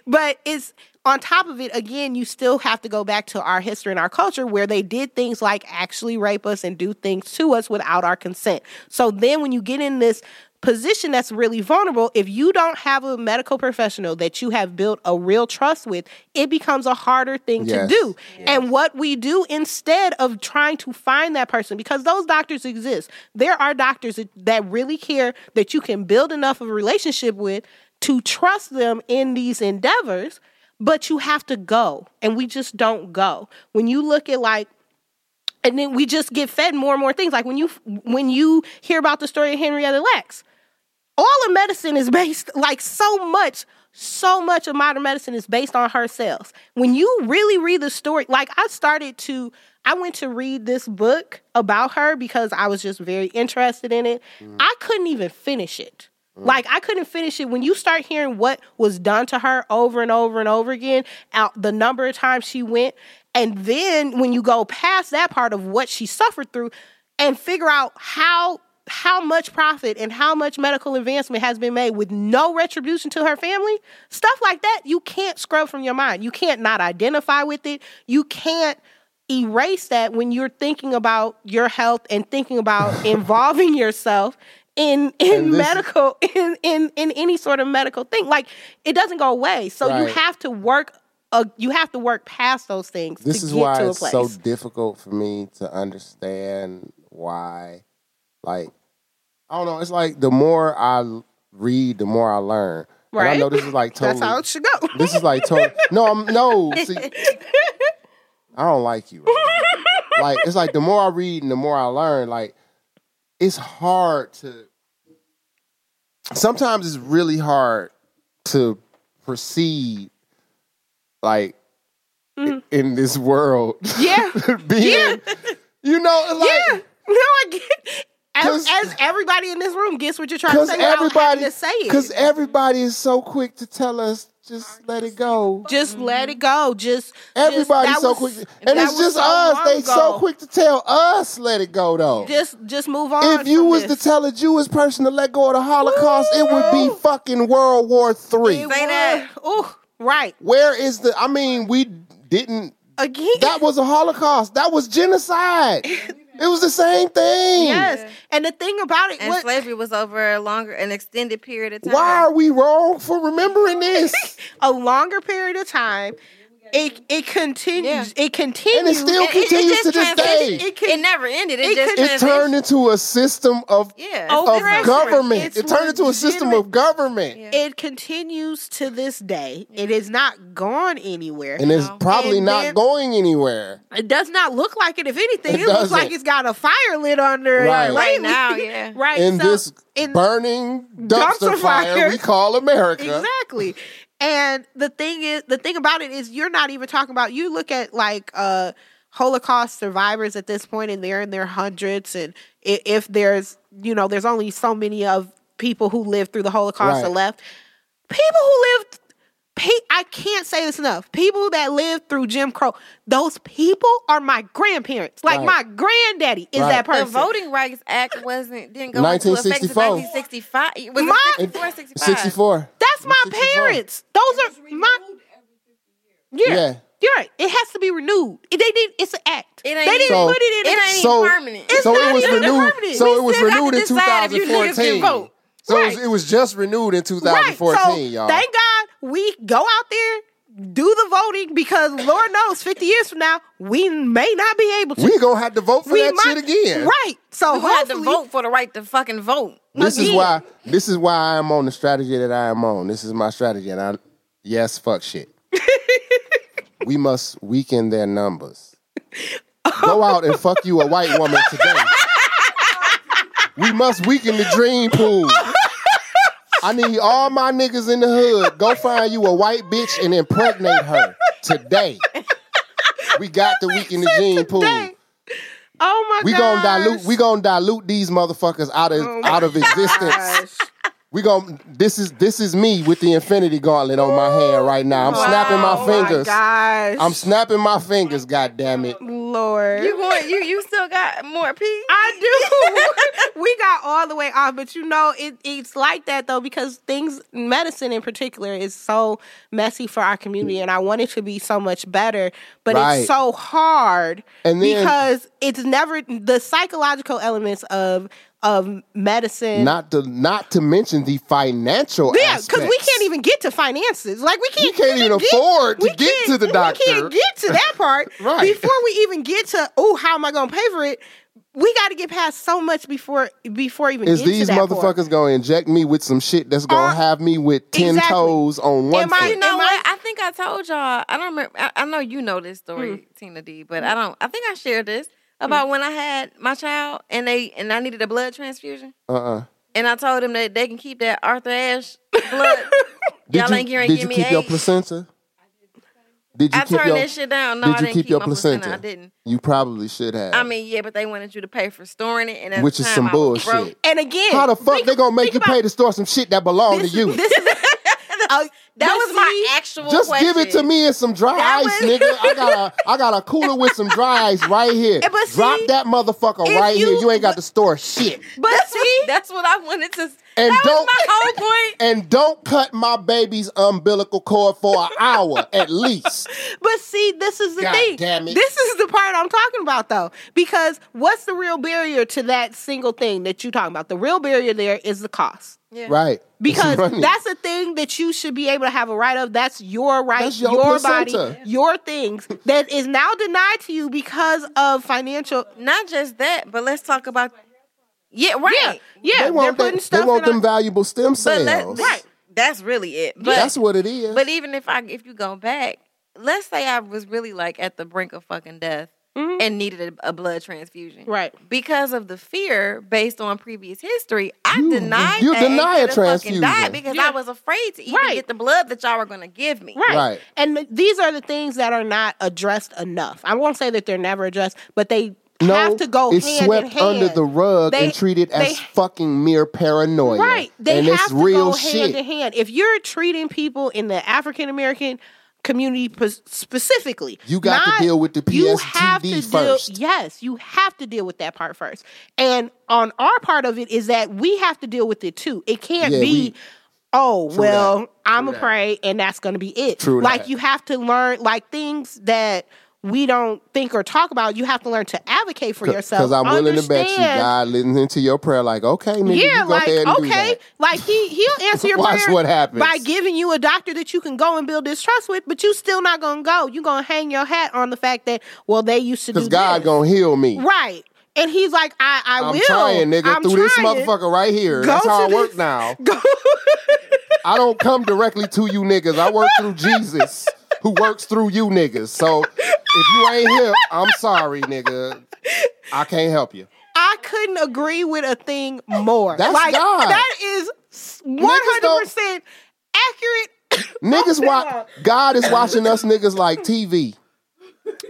[SPEAKER 4] but it's on top of it again. You still have to go back to our history and our culture where they did things like actually rape us and do things to us without our consent. So then, when you get in this position that's really vulnerable, if you don't have a medical professional that you have built a real trust with, it becomes a harder thing
[SPEAKER 3] Yes.
[SPEAKER 4] to do. And what we do instead of trying to find that person, because those doctors exist, there are doctors that- that really care that you can build enough of a relationship with to trust them in these endeavors, but you have to go. And we just don't go. When you look at like and then we just get fed more and more things. Like when you when you hear about the story of Henrietta Lacks, all of medicine is based like so much so much of modern medicine is based on her cells when you really read the story like i started to i went to read this book about her because i was just very interested in it i couldn't even finish it like i couldn't finish it when you start hearing what was done to her over and over and over again out the number of times she went and then when you go past that part of what she suffered through and figure out how how much profit and how much medical advancement has been made with no retribution to her family stuff like that you can't scrub from your mind you can't not identify with it you can't erase that when you're thinking about your health and thinking about involving yourself in in
[SPEAKER 3] And this-
[SPEAKER 4] medical in, in in any sort of medical thing like it doesn't go away so you
[SPEAKER 3] Right.
[SPEAKER 4] have to work uh, you have to work past those things
[SPEAKER 3] this
[SPEAKER 4] to
[SPEAKER 3] is
[SPEAKER 4] get
[SPEAKER 3] why
[SPEAKER 4] to a
[SPEAKER 3] it's
[SPEAKER 4] place
[SPEAKER 3] so difficult for me to understand why like i don't know it's like the more i l- read the more i learn And i
[SPEAKER 4] Right.
[SPEAKER 3] know this is like totally
[SPEAKER 4] that's how it should go
[SPEAKER 3] this is like totally no i'm no see i don't like you right now. like it's like the more i read and the more i learn like it's hard to sometimes it's really hard to proceed like i- in this world
[SPEAKER 4] Mm-hmm. yeah
[SPEAKER 3] being, you know, like
[SPEAKER 4] No, I get As,
[SPEAKER 3] 'Cause-
[SPEAKER 4] as everybody in this room gets what you're trying to
[SPEAKER 3] Because
[SPEAKER 4] say, everybody
[SPEAKER 3] everybody, e-
[SPEAKER 4] to say it.
[SPEAKER 3] because everybody is so quick to tell us just let it go.
[SPEAKER 4] just let it go. Just
[SPEAKER 3] Everybody's
[SPEAKER 4] just, that
[SPEAKER 3] so
[SPEAKER 4] was-
[SPEAKER 3] quick, to-
[SPEAKER 4] that
[SPEAKER 3] and it's
[SPEAKER 4] was
[SPEAKER 3] just
[SPEAKER 4] so
[SPEAKER 3] us.
[SPEAKER 4] long
[SPEAKER 3] They so
[SPEAKER 4] ago.
[SPEAKER 3] quick to tell us let it go though.
[SPEAKER 4] Just just move on.
[SPEAKER 3] if you
[SPEAKER 4] from
[SPEAKER 3] was
[SPEAKER 4] this.
[SPEAKER 3] to tell a Jewish person to let go of the Holocaust, it would be fucking World War Three.
[SPEAKER 4] It
[SPEAKER 5] Say
[SPEAKER 4] would-
[SPEAKER 5] that.
[SPEAKER 4] Ooh, right
[SPEAKER 3] Where is the? I mean, we didn't.
[SPEAKER 4] again.
[SPEAKER 3] That was a Holocaust. That was genocide. It was the same thing.
[SPEAKER 4] yes, and the thing about it,
[SPEAKER 5] And
[SPEAKER 4] what,
[SPEAKER 5] slavery was over a longer, an extended period of time.
[SPEAKER 3] Why are we wrong for remembering this?
[SPEAKER 4] a longer period of time, it it continues.
[SPEAKER 3] and
[SPEAKER 4] It
[SPEAKER 3] it
[SPEAKER 4] continues.
[SPEAKER 3] still
[SPEAKER 5] it- it
[SPEAKER 3] continues
[SPEAKER 5] just
[SPEAKER 3] to this
[SPEAKER 5] transitioned-
[SPEAKER 3] day.
[SPEAKER 4] it can-
[SPEAKER 5] It never ended. It,
[SPEAKER 4] It
[SPEAKER 5] just
[SPEAKER 4] could-
[SPEAKER 3] It's turned
[SPEAKER 5] transitioned.
[SPEAKER 3] into a system of
[SPEAKER 5] Yeah.
[SPEAKER 4] Oh,
[SPEAKER 3] of
[SPEAKER 4] Oppression.
[SPEAKER 3] government.
[SPEAKER 4] It's
[SPEAKER 3] it turned into a system of
[SPEAKER 4] legitimate-
[SPEAKER 3] government.
[SPEAKER 5] Yeah.
[SPEAKER 4] it continues to this day. It is not gone anywhere.
[SPEAKER 3] And it's
[SPEAKER 5] No.
[SPEAKER 3] probably
[SPEAKER 4] And
[SPEAKER 3] not
[SPEAKER 4] then-
[SPEAKER 3] going anywhere.
[SPEAKER 4] It does not look like it. If anything,
[SPEAKER 3] It
[SPEAKER 4] it, looks
[SPEAKER 3] doesn't.
[SPEAKER 4] like it's got a fire lit under
[SPEAKER 3] Right.
[SPEAKER 4] it
[SPEAKER 5] right
[SPEAKER 4] lately.
[SPEAKER 5] now, yeah.
[SPEAKER 4] Right.
[SPEAKER 3] in
[SPEAKER 4] so
[SPEAKER 3] this
[SPEAKER 4] in-
[SPEAKER 3] burning dumpster,
[SPEAKER 4] dumpster
[SPEAKER 3] fire,
[SPEAKER 4] fire.
[SPEAKER 3] we call America.
[SPEAKER 4] exactly. And the thing is, the thing about it is, you're not even talking about. You look at like uh, Holocaust survivors at this point, and they're in their hundreds. And i- if there's, you know, there's only so many of people who lived through the
[SPEAKER 3] Right.
[SPEAKER 4] Holocaust that left. People who lived, pe- I can't say this enough. People that lived through Jim Crow, those people are my grandparents. Like
[SPEAKER 3] Right.
[SPEAKER 4] my granddaddy is
[SPEAKER 3] Right.
[SPEAKER 4] that
[SPEAKER 5] The
[SPEAKER 4] person.
[SPEAKER 5] Voting Rights Act wasn't didn't go into effect until
[SPEAKER 3] 1964.
[SPEAKER 5] 1965. Was
[SPEAKER 4] My-
[SPEAKER 5] it 64, 65?
[SPEAKER 3] 64.
[SPEAKER 4] That's my
[SPEAKER 3] 64.
[SPEAKER 4] parents. Those are my. Yeah.
[SPEAKER 3] Yeah.
[SPEAKER 4] You're right. It has to be renewed. It- They did. It's an act.
[SPEAKER 5] It
[SPEAKER 4] they
[SPEAKER 5] ain't-
[SPEAKER 4] didn't
[SPEAKER 3] So-
[SPEAKER 4] put it in.
[SPEAKER 5] It
[SPEAKER 4] a-
[SPEAKER 5] ain't
[SPEAKER 3] So,
[SPEAKER 5] permanent. It's
[SPEAKER 3] so
[SPEAKER 4] not
[SPEAKER 3] it was
[SPEAKER 4] even
[SPEAKER 3] renewed.
[SPEAKER 4] permanent.
[SPEAKER 3] So
[SPEAKER 4] We
[SPEAKER 3] it was
[SPEAKER 5] still got to
[SPEAKER 3] renewed in
[SPEAKER 5] decide if you niggas can
[SPEAKER 3] 2014.
[SPEAKER 5] vote.
[SPEAKER 3] So it,
[SPEAKER 4] Right.
[SPEAKER 3] was, it was just renewed in
[SPEAKER 4] right.
[SPEAKER 3] 2014,
[SPEAKER 4] So
[SPEAKER 3] y'all.
[SPEAKER 4] thank God we go out there, do the voting because Lord knows, fifty years from now we may not be able to.
[SPEAKER 3] we gonna have to vote for that shit again.
[SPEAKER 4] Right. So
[SPEAKER 5] We had to
[SPEAKER 4] hopefully-
[SPEAKER 5] vote for the right to fucking vote.
[SPEAKER 3] This is
[SPEAKER 4] Again.
[SPEAKER 3] why. This is why I am on the strategy that I am on. This is my strategy, and I yes, fuck shit. we must weaken their numbers. Go out and fuck you a white woman today. we must weaken the dream pool. I need all my niggas in the hood. Go find you a white bitch and impregnate her today. We got to weaken the gene pool.
[SPEAKER 4] Oh my
[SPEAKER 3] We
[SPEAKER 4] god.
[SPEAKER 3] gonna dilute. We gonna dilute these motherfuckers out of out of existence. We gonna. This is this is me with the infinity gauntlet on my hand right now. I'm snapping my fingers.
[SPEAKER 4] Oh my gosh.
[SPEAKER 3] I'm snapping my fingers. God damn it.
[SPEAKER 4] Lord.
[SPEAKER 5] You going? You you still got more pee?
[SPEAKER 4] I do. we got all the way off, but you know, it, it's like that though because things, medicine in particular, is so messy for our community, and I want it to be so much better, but
[SPEAKER 3] Right.
[SPEAKER 4] it's so hard
[SPEAKER 3] And then-
[SPEAKER 4] because it's never the psychological elements of of medicine.
[SPEAKER 3] Not to not to mention the financial.
[SPEAKER 4] yeah, because we
[SPEAKER 3] aspects.
[SPEAKER 4] can't even get to finances. Like we can't.
[SPEAKER 3] You can't even afford to
[SPEAKER 4] we
[SPEAKER 3] get
[SPEAKER 4] can't-
[SPEAKER 3] to the doctor.
[SPEAKER 4] We can't get to that part
[SPEAKER 3] Right.
[SPEAKER 4] before we even get to. Oh, how am I going to pay for it? We got to get past so much before before even
[SPEAKER 3] Is
[SPEAKER 4] get to
[SPEAKER 3] these
[SPEAKER 4] that part.
[SPEAKER 3] motherfuckers gonna inject me with some shit that's gonna
[SPEAKER 4] Uh,
[SPEAKER 3] have me with ten
[SPEAKER 4] exactly.
[SPEAKER 3] toes on one
[SPEAKER 4] Am I-
[SPEAKER 5] You
[SPEAKER 3] foot?
[SPEAKER 5] know
[SPEAKER 4] Am I-
[SPEAKER 5] what? I think I told y'all. I don't remember. I, I know you know this story,
[SPEAKER 4] Hmm.
[SPEAKER 5] Tina D, but I don't. I think I shared this about when I had my child and they and I needed a blood transfusion,
[SPEAKER 3] Uh uh
[SPEAKER 5] and I told them that they can keep that Arthur Ashe blood. y'all
[SPEAKER 3] you,
[SPEAKER 5] ain't gonna
[SPEAKER 3] did
[SPEAKER 5] give
[SPEAKER 3] you
[SPEAKER 5] me
[SPEAKER 3] keep your
[SPEAKER 5] eight.
[SPEAKER 3] placenta? Did you
[SPEAKER 5] I
[SPEAKER 3] keep
[SPEAKER 5] turned
[SPEAKER 3] your?
[SPEAKER 5] that shit down. No,
[SPEAKER 3] did
[SPEAKER 5] I
[SPEAKER 3] you
[SPEAKER 5] didn't
[SPEAKER 3] keep
[SPEAKER 5] keep
[SPEAKER 3] your
[SPEAKER 5] my placenta.
[SPEAKER 3] placenta?
[SPEAKER 5] I didn't.
[SPEAKER 3] You probably should have.
[SPEAKER 5] I mean, yeah, but they wanted you to pay for storing it, and at
[SPEAKER 3] which
[SPEAKER 5] the
[SPEAKER 3] is
[SPEAKER 5] time
[SPEAKER 3] some
[SPEAKER 5] I was
[SPEAKER 3] bullshit.
[SPEAKER 5] broke.
[SPEAKER 4] And again,
[SPEAKER 3] How the fuck
[SPEAKER 4] think-
[SPEAKER 3] they gonna make you
[SPEAKER 4] think
[SPEAKER 3] pay
[SPEAKER 4] about-
[SPEAKER 3] to store some shit that belong to you?
[SPEAKER 4] This is, uh, but
[SPEAKER 5] That was my
[SPEAKER 4] see,
[SPEAKER 5] actual.
[SPEAKER 3] Just give it to
[SPEAKER 5] question.
[SPEAKER 3] me in some dry
[SPEAKER 5] That
[SPEAKER 3] ice,
[SPEAKER 5] was-
[SPEAKER 3] nigga. I got a I got a cooler with some dry ice right here.
[SPEAKER 4] Eh, but
[SPEAKER 3] Drop
[SPEAKER 4] see,
[SPEAKER 3] that motherfucker
[SPEAKER 4] if
[SPEAKER 3] right here.
[SPEAKER 4] you-
[SPEAKER 3] You ain't got to store shit.
[SPEAKER 4] But see,
[SPEAKER 5] That's what I wanted to.
[SPEAKER 3] And
[SPEAKER 5] that
[SPEAKER 3] don't-
[SPEAKER 5] was my whole point.
[SPEAKER 3] And don't cut my baby's umbilical cord for an hour at least.
[SPEAKER 4] But see, this is the
[SPEAKER 3] God
[SPEAKER 4] thing.
[SPEAKER 3] damn it.
[SPEAKER 4] This is the part I'm talking about, though, because what's the real barrier to that single thing that you're talking about? The real barrier there is the cost.
[SPEAKER 5] Yeah.
[SPEAKER 3] Right.
[SPEAKER 4] Because
[SPEAKER 3] Running.
[SPEAKER 4] that's a thing that you should be able to have a right of. That's your right,
[SPEAKER 3] That's your placenta.
[SPEAKER 4] body, your things that is now denied to you because of financial.
[SPEAKER 5] Not just that, but let's talk about. Yeah, right.
[SPEAKER 4] Yeah, yeah.
[SPEAKER 3] they want,
[SPEAKER 4] are
[SPEAKER 3] that-
[SPEAKER 4] putting stuff
[SPEAKER 3] they want
[SPEAKER 4] in
[SPEAKER 3] them
[SPEAKER 4] our-
[SPEAKER 3] valuable stem
[SPEAKER 5] But
[SPEAKER 3] cells.
[SPEAKER 5] let, right. That's really it. But
[SPEAKER 3] that's what it is.
[SPEAKER 5] but even if I if you go back, let's say I was really like at the brink of fucking death
[SPEAKER 4] Mhm.
[SPEAKER 5] and needed a, a blood transfusion.
[SPEAKER 4] Right.
[SPEAKER 5] Because of the fear based on previous history, I
[SPEAKER 3] You-
[SPEAKER 5] denied
[SPEAKER 3] you
[SPEAKER 5] that
[SPEAKER 3] deny
[SPEAKER 5] and
[SPEAKER 3] a
[SPEAKER 5] coulda fucking
[SPEAKER 3] transfusion.
[SPEAKER 5] died because
[SPEAKER 4] Yeah.
[SPEAKER 5] I was afraid to even
[SPEAKER 4] Right.
[SPEAKER 5] get the blood that y'all were gonna give me.
[SPEAKER 4] Right.
[SPEAKER 3] Right.
[SPEAKER 4] And th- these are the things that are not addressed enough. I won't say that they're never addressed, but they
[SPEAKER 3] no,
[SPEAKER 4] have to go
[SPEAKER 3] it's
[SPEAKER 4] hand
[SPEAKER 3] swept
[SPEAKER 4] in hand.
[SPEAKER 3] under the rug
[SPEAKER 4] They-
[SPEAKER 3] and treated as
[SPEAKER 4] they-
[SPEAKER 3] fucking mere paranoia.
[SPEAKER 4] Right. They
[SPEAKER 3] and
[SPEAKER 4] have
[SPEAKER 3] it's
[SPEAKER 4] to
[SPEAKER 3] real
[SPEAKER 4] go
[SPEAKER 3] shit.
[SPEAKER 4] hand in hand. If you're treating people in the African American community pos- specifically,
[SPEAKER 3] You got to
[SPEAKER 4] not-
[SPEAKER 3] deal with the
[SPEAKER 4] you have
[SPEAKER 3] PSTD
[SPEAKER 4] to
[SPEAKER 3] first.
[SPEAKER 4] Deal, yes, you have to deal with that part first. And on our part of it is that we have to deal with it too. It can't
[SPEAKER 3] Yeah,
[SPEAKER 4] be.
[SPEAKER 3] we-
[SPEAKER 4] Oh
[SPEAKER 3] True
[SPEAKER 4] well,
[SPEAKER 3] that.
[SPEAKER 4] I'm
[SPEAKER 3] True
[SPEAKER 4] a
[SPEAKER 3] that.
[SPEAKER 4] prey, and that's going to be it.
[SPEAKER 3] True
[SPEAKER 4] like
[SPEAKER 3] that.
[SPEAKER 4] you have to learn, like things that we don't think or talk about. You have to learn to advocate for yourself.
[SPEAKER 3] Because I'm willing to bet you
[SPEAKER 4] Understand-
[SPEAKER 3] God listens to your prayer like, okay, nigga, you
[SPEAKER 4] yeah,
[SPEAKER 3] go
[SPEAKER 4] like
[SPEAKER 3] there and do
[SPEAKER 4] okay,
[SPEAKER 3] that.
[SPEAKER 4] like he he'll answer your
[SPEAKER 3] Watch
[SPEAKER 4] prayer
[SPEAKER 3] what happens.
[SPEAKER 4] by giving you a doctor that you can go and build distrust with, but you still not gonna go. You gonna hang your hat on the fact that well they used to do
[SPEAKER 3] Because God
[SPEAKER 4] this.
[SPEAKER 3] gonna heal me.
[SPEAKER 4] right, and he's like I I
[SPEAKER 3] I'm
[SPEAKER 4] will
[SPEAKER 3] trying, nigga,
[SPEAKER 4] I'm
[SPEAKER 3] through this
[SPEAKER 4] trying.
[SPEAKER 3] motherfucker right here.
[SPEAKER 4] Go
[SPEAKER 3] That's how I
[SPEAKER 4] to
[SPEAKER 3] work
[SPEAKER 4] this-
[SPEAKER 3] now.
[SPEAKER 4] Go-
[SPEAKER 3] I don't come directly to you niggas. I work through Jesus, who works through you niggas. So if you ain't here, I'm sorry, nigga. I can't help you.
[SPEAKER 4] I couldn't agree with a thing more.
[SPEAKER 3] That's
[SPEAKER 4] like
[SPEAKER 3] God.
[SPEAKER 4] that is one hundred percent accurate.
[SPEAKER 3] Niggas watch. God is watching us niggas like TV.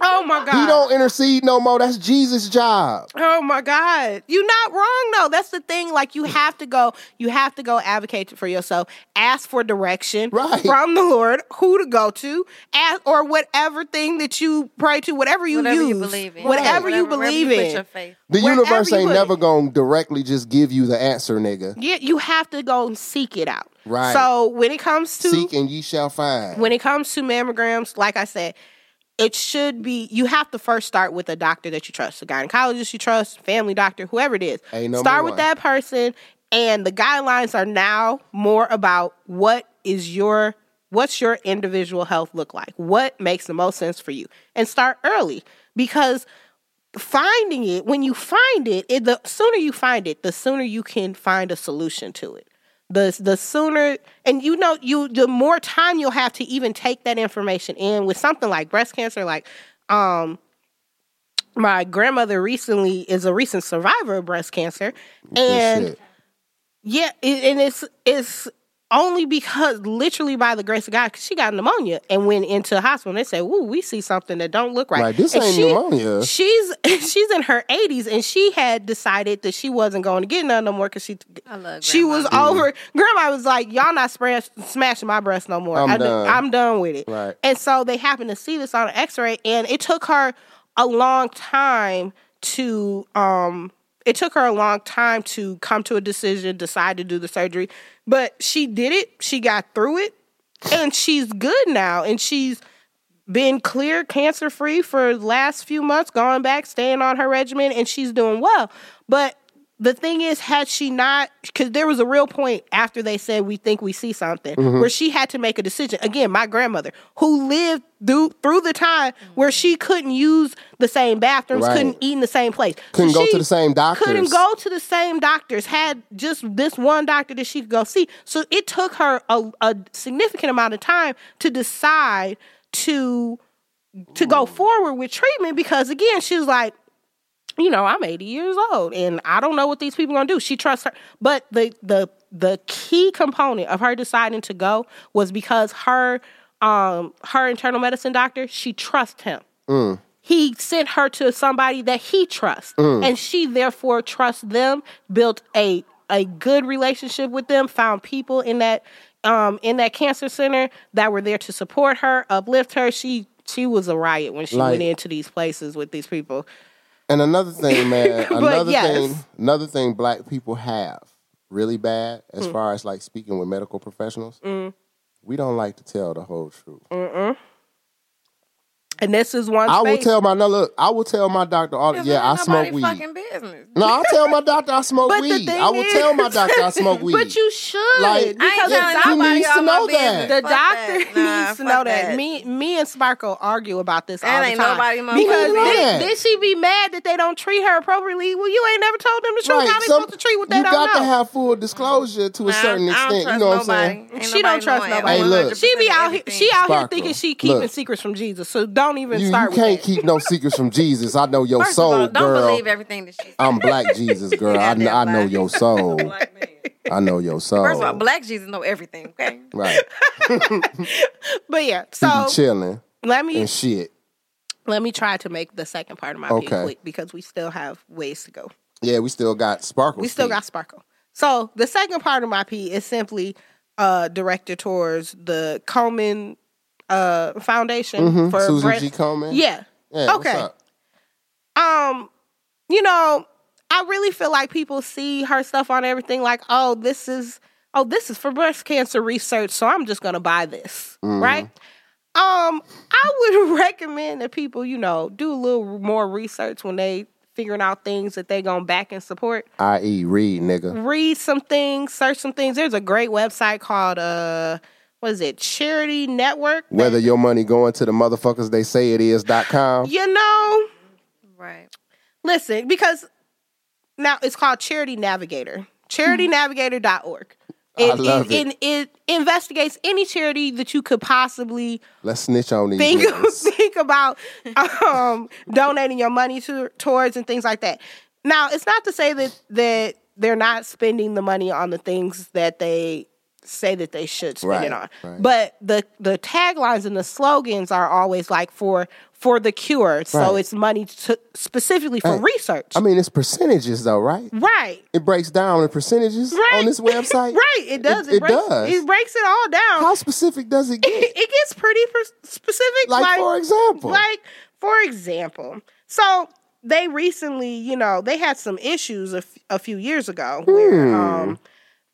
[SPEAKER 4] Oh my god!
[SPEAKER 3] He don't intercede no more. That's Jesus' job.
[SPEAKER 4] Oh my God. You're not wrong though. That's the thing. Like you have to go, you have to go advocate for yourself. Ask for direction
[SPEAKER 3] Right.
[SPEAKER 4] from the Lord, who to go to, ask, or whatever thing that you pray to, whatever you
[SPEAKER 5] whatever
[SPEAKER 4] use.
[SPEAKER 5] you believe in.
[SPEAKER 4] Whatever you
[SPEAKER 5] wherever
[SPEAKER 4] believe
[SPEAKER 5] put
[SPEAKER 4] in.
[SPEAKER 5] your faith.
[SPEAKER 3] The
[SPEAKER 4] Wherever
[SPEAKER 3] universe
[SPEAKER 4] you
[SPEAKER 3] ain't
[SPEAKER 4] put it.
[SPEAKER 3] never gonna directly just give you the answer, nigga.
[SPEAKER 4] yeah, you have to go and seek it out.
[SPEAKER 3] Right.
[SPEAKER 4] So when it comes to
[SPEAKER 3] Seek and ye shall find.
[SPEAKER 4] when it comes to mammograms, like I said, it should be you have to first start with a doctor that you trust, a gynecologist you trust, family doctor, whoever it is.
[SPEAKER 3] Ain't number
[SPEAKER 4] start
[SPEAKER 3] one.
[SPEAKER 4] with that person, and the guidelines are now more about what is your what's your individual health look like, what makes the most sense for you, and start early because finding it when you find it, it the sooner you find it the sooner you can find a solution to it the the sooner and you know you the more time you'll have to even take that information in with something like breast cancer like um my grandmother recently is a recent survivor of breast cancer
[SPEAKER 3] Good
[SPEAKER 4] and
[SPEAKER 3] shit.
[SPEAKER 4] yeah, it, and it's it's only because literally by the grace of God, 'cause she got pneumonia and went into the hospital. And they said, "Ooh, we see something that don't look right."
[SPEAKER 3] Right, this
[SPEAKER 4] And
[SPEAKER 3] ain't pneumonia.
[SPEAKER 4] She's she's in her eighties, and she had decided that she wasn't going to get none no more because she
[SPEAKER 5] I love
[SPEAKER 4] she
[SPEAKER 5] grandma.
[SPEAKER 3] Mm-hmm.
[SPEAKER 4] was over. Grandma was like, "Y'all not smash, smashing my breast no more.
[SPEAKER 3] I'm
[SPEAKER 4] I done-
[SPEAKER 3] done."
[SPEAKER 4] I'm done with it."
[SPEAKER 3] Right.
[SPEAKER 4] And so they happened to see this on an X-ray, and it took her a long time to um. It took her a long time to come to a decision, decide to do the surgery, but she did it. She got through it, and she's good now, and she's been clear cancer free for the last few months, gone back, staying on her regimen, and she's doing well. But the thing is, had she not, because there was a real point after they said we think we see something, where she had to make a decision. Again, my grandmother, who lived through through the time where she couldn't use the same bathrooms,
[SPEAKER 3] Right.
[SPEAKER 4] couldn't eat in the same place,
[SPEAKER 3] Couldn't go
[SPEAKER 4] she
[SPEAKER 3] to the same doctors.
[SPEAKER 4] couldn't go go to the same doctors, had just this one doctor that she could go see. So it took her a, a significant amount of time to decide to to go forward with treatment because again, she was like, you know, I'm 80 years old and I don't know what these people gonna do. She trusts her. But the the the key component of her deciding to go was because her um her internal medicine doctor, she trusts him he sent her to somebody that he trusts and she therefore trusts them built a a good relationship with them found people in that um in that cancer center that were there to support her uplift her she she was a riot when she
[SPEAKER 3] Like-
[SPEAKER 4] went into these places with these people
[SPEAKER 3] And another thing, man,
[SPEAKER 4] But
[SPEAKER 3] another
[SPEAKER 4] yes.
[SPEAKER 3] thing, another thing black people have really bad
[SPEAKER 4] Hmm.
[SPEAKER 3] as far as like speaking with medical professionals.
[SPEAKER 4] Mm.
[SPEAKER 3] We don't like to tell the whole truth.
[SPEAKER 4] and this is one
[SPEAKER 3] I will
[SPEAKER 4] space-
[SPEAKER 3] tell my no look, I will tell my doctor all
[SPEAKER 5] Cause
[SPEAKER 3] yeah, I
[SPEAKER 5] ain't
[SPEAKER 3] smoke
[SPEAKER 5] nobody
[SPEAKER 3] weed.
[SPEAKER 5] Fucking business.
[SPEAKER 3] No, I'll tell my doctor I smoke
[SPEAKER 4] But the
[SPEAKER 3] weed.
[SPEAKER 4] thing
[SPEAKER 3] I will
[SPEAKER 4] is-
[SPEAKER 3] tell my doctor I smoke weed.
[SPEAKER 4] but you should
[SPEAKER 3] Like,
[SPEAKER 5] I ain't
[SPEAKER 4] because
[SPEAKER 3] telling
[SPEAKER 4] the
[SPEAKER 3] you
[SPEAKER 5] telling nobody
[SPEAKER 3] needs to
[SPEAKER 5] all my
[SPEAKER 3] know that.
[SPEAKER 5] business.
[SPEAKER 4] The
[SPEAKER 5] Fuck
[SPEAKER 4] doctor
[SPEAKER 5] that. Nah,
[SPEAKER 4] needs to
[SPEAKER 5] fuck
[SPEAKER 4] know that. Me, me and Sparkle argue about this all
[SPEAKER 5] That
[SPEAKER 4] the
[SPEAKER 5] ain't
[SPEAKER 4] time.
[SPEAKER 5] nobody motherfucking
[SPEAKER 4] because
[SPEAKER 3] know that.
[SPEAKER 4] then, then she be mad that they don't treat her appropriately. Well, you ain't never told them the truth. How they
[SPEAKER 3] some-
[SPEAKER 4] supposed to treat what they
[SPEAKER 3] you
[SPEAKER 4] don't
[SPEAKER 3] got
[SPEAKER 4] know?
[SPEAKER 3] to have full disclosure to a
[SPEAKER 5] Nah,
[SPEAKER 3] certain
[SPEAKER 5] I don't
[SPEAKER 3] extent. You
[SPEAKER 5] trust
[SPEAKER 3] know what I'm
[SPEAKER 5] nobody.
[SPEAKER 3] saying?
[SPEAKER 5] Ain't
[SPEAKER 4] She don't
[SPEAKER 5] nobody
[SPEAKER 4] trust
[SPEAKER 5] knowing
[SPEAKER 4] nobody.
[SPEAKER 3] Hey, look.
[SPEAKER 5] 100%
[SPEAKER 4] she be out here.
[SPEAKER 5] everything.
[SPEAKER 4] She out
[SPEAKER 3] Sparkle,
[SPEAKER 4] here thinking she keeping
[SPEAKER 3] look.
[SPEAKER 4] secrets from Jesus. So don't even
[SPEAKER 3] You, you
[SPEAKER 4] start
[SPEAKER 3] can't
[SPEAKER 4] with that.
[SPEAKER 3] keep no secrets from Jesus. I know your
[SPEAKER 5] First
[SPEAKER 3] soul,
[SPEAKER 5] of all, don't
[SPEAKER 3] girl.
[SPEAKER 5] believe everything that she's.
[SPEAKER 3] I'm black Jesus, girl. I, kn-
[SPEAKER 5] Goddamn
[SPEAKER 3] I know
[SPEAKER 5] black.
[SPEAKER 3] your soul. Oh. I know your soul.
[SPEAKER 5] First of all, black Jesus know everything. Okay,
[SPEAKER 3] Right.
[SPEAKER 4] But yeah,
[SPEAKER 3] So,
[SPEAKER 4] so
[SPEAKER 3] be chilling
[SPEAKER 4] let me
[SPEAKER 3] and shit.
[SPEAKER 4] Let me try to make the second part of my
[SPEAKER 3] Okay.
[SPEAKER 4] pick quick because we still have ways to go.
[SPEAKER 3] Yeah, we still got sparkle.
[SPEAKER 4] We still
[SPEAKER 3] Stick.
[SPEAKER 4] got Sparkle. So the second part of my P is simply uh, directed towards the Coleman uh, Foundation
[SPEAKER 3] Mhm.
[SPEAKER 4] for
[SPEAKER 3] Susan
[SPEAKER 4] breast.
[SPEAKER 3] G. Komen.
[SPEAKER 4] Yeah.
[SPEAKER 3] Yeah, what's
[SPEAKER 4] okay.
[SPEAKER 3] up?
[SPEAKER 4] Um, you know, I really feel like people see her stuff on everything like, oh, this is oh, this is for breast cancer research, so I'm just gonna buy this.
[SPEAKER 3] Mm-hmm.
[SPEAKER 4] Right? Um, I would recommend that people, you know, do a little more research when they figuring out things that they gonna back and support
[SPEAKER 3] I.E. E Reed, nigga.
[SPEAKER 4] read some things, search some things. There's a great website called uh what is it? Charity Network. that-
[SPEAKER 3] Whether your money going to the motherfuckers they say it is dot com.
[SPEAKER 4] you know,
[SPEAKER 5] Right.
[SPEAKER 4] listen, because now it's called Charity Navigator. CharityNavigator.org.
[SPEAKER 3] Hmm. I love it.
[SPEAKER 4] it. It investigates any charity that you could possibly
[SPEAKER 3] Let's snitch on these
[SPEAKER 4] think
[SPEAKER 3] niggas.
[SPEAKER 4] think about um, donating your money to towards and things like that. Now, it's not to say that that they're not spending the money on the things that they say that they should spend it
[SPEAKER 3] Right,
[SPEAKER 4] on,
[SPEAKER 3] right.
[SPEAKER 4] but the the taglines and the slogans are always like for for the cure. So
[SPEAKER 3] Right.
[SPEAKER 4] it's money to, specifically for
[SPEAKER 3] Hey,
[SPEAKER 4] research,
[SPEAKER 3] I mean, it's percentages though, right?
[SPEAKER 4] right?
[SPEAKER 3] It breaks down in percentages
[SPEAKER 4] Mm-hmm. Right
[SPEAKER 3] on this website.
[SPEAKER 4] right? It does.
[SPEAKER 3] It- it
[SPEAKER 4] breaks,
[SPEAKER 3] does.
[SPEAKER 4] It breaks it all down.
[SPEAKER 3] How specific does it
[SPEAKER 4] it,
[SPEAKER 3] get?
[SPEAKER 4] it gets pretty per- specific.
[SPEAKER 3] Like, for example.
[SPEAKER 4] like for example, so they recently, you know, they had some issues a, f- a few years ago where
[SPEAKER 3] Hmm.
[SPEAKER 4] um,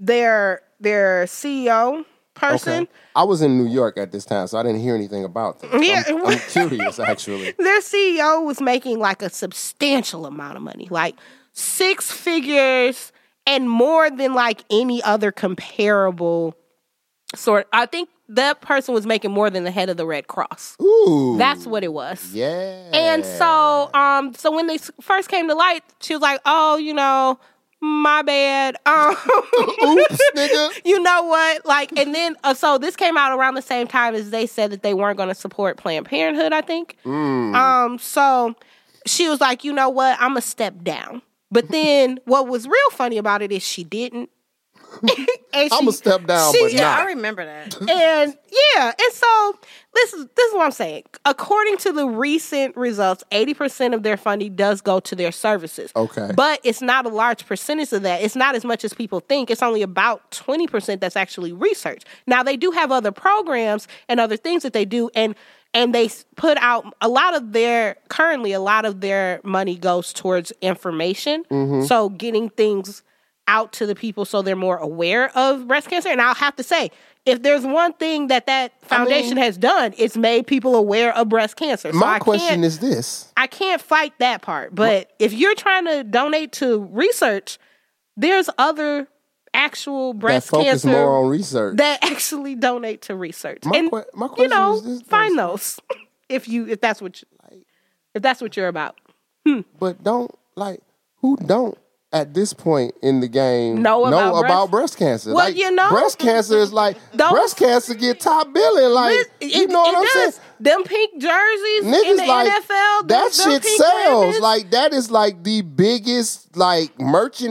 [SPEAKER 4] their their CEO person.
[SPEAKER 3] Okay. I was in New York at this time, so I didn't hear anything about this.
[SPEAKER 4] Yeah.
[SPEAKER 3] I'm, I'm curious actually.
[SPEAKER 4] Their CEO was making like a substantial amount of money, like six figures and more than like any other comparable sort. I think that person was making more than the head of the Red Cross.
[SPEAKER 3] Ooh.
[SPEAKER 4] That's what it was.
[SPEAKER 3] yeah.
[SPEAKER 4] And so, um, so when they s- first came to light, she was like, "Oh, you know, my bad. Um,
[SPEAKER 3] Oops, nigga.
[SPEAKER 4] you know what? Like, and then uh, so this came out around the same time as they said that they weren't going to support Planned Parenthood. I think. Um, so she was like, "You know what? I'm gonna step down." But then, what was real funny about it is she didn't. and
[SPEAKER 3] I'ma
[SPEAKER 4] she-
[SPEAKER 3] step down,
[SPEAKER 4] she-
[SPEAKER 3] but
[SPEAKER 5] Yeah,
[SPEAKER 3] Nah.
[SPEAKER 5] I remember that.
[SPEAKER 4] and yeah, and so this is this is what I'm saying. According to the recent results, 80% of their funding does go to their services.
[SPEAKER 3] Okay.
[SPEAKER 4] But it's not a large percentage of that. It's not as much as people think. It's only about 20% that's actually research. Now they do have other programs and other things that they do and and they s- put out a lot of their currently a lot of their money goes towards information.
[SPEAKER 3] Mm-hmm.
[SPEAKER 4] So getting things out to the people so they're more aware of breast cancer. And I'll have to say, if there's one thing that that foundation has done, it's made people aware of breast cancer. So
[SPEAKER 3] My
[SPEAKER 4] I
[SPEAKER 3] question
[SPEAKER 4] can't,
[SPEAKER 3] is this.
[SPEAKER 4] I can't fight that part. But if you're trying to donate to research, there's other actual
[SPEAKER 3] That
[SPEAKER 4] breast
[SPEAKER 3] focus
[SPEAKER 4] cancer
[SPEAKER 3] more on research.
[SPEAKER 4] that actually donate to research.
[SPEAKER 3] My
[SPEAKER 4] and
[SPEAKER 3] que- my
[SPEAKER 4] you
[SPEAKER 3] question
[SPEAKER 4] know,
[SPEAKER 3] is this, though,
[SPEAKER 4] find those if you if that's what you, if that's what you're about.
[SPEAKER 3] but don't like who don't at this point in the game
[SPEAKER 4] Know about breast-
[SPEAKER 3] breast cancer.
[SPEAKER 4] Well,
[SPEAKER 3] like,
[SPEAKER 4] you know-
[SPEAKER 3] breast cancer is like
[SPEAKER 4] Those-
[SPEAKER 3] breast cancer get top billing. Like
[SPEAKER 4] It-
[SPEAKER 3] you
[SPEAKER 4] it-
[SPEAKER 3] know what
[SPEAKER 4] it
[SPEAKER 3] I'm
[SPEAKER 4] does.
[SPEAKER 3] saying?
[SPEAKER 4] Them pink jerseys in
[SPEAKER 3] Niggas
[SPEAKER 4] the
[SPEAKER 3] like
[SPEAKER 4] NFL.
[SPEAKER 3] that
[SPEAKER 4] them- them
[SPEAKER 3] shit
[SPEAKER 4] pink
[SPEAKER 3] sells.
[SPEAKER 4] ribbons.
[SPEAKER 3] Like that is like the biggest like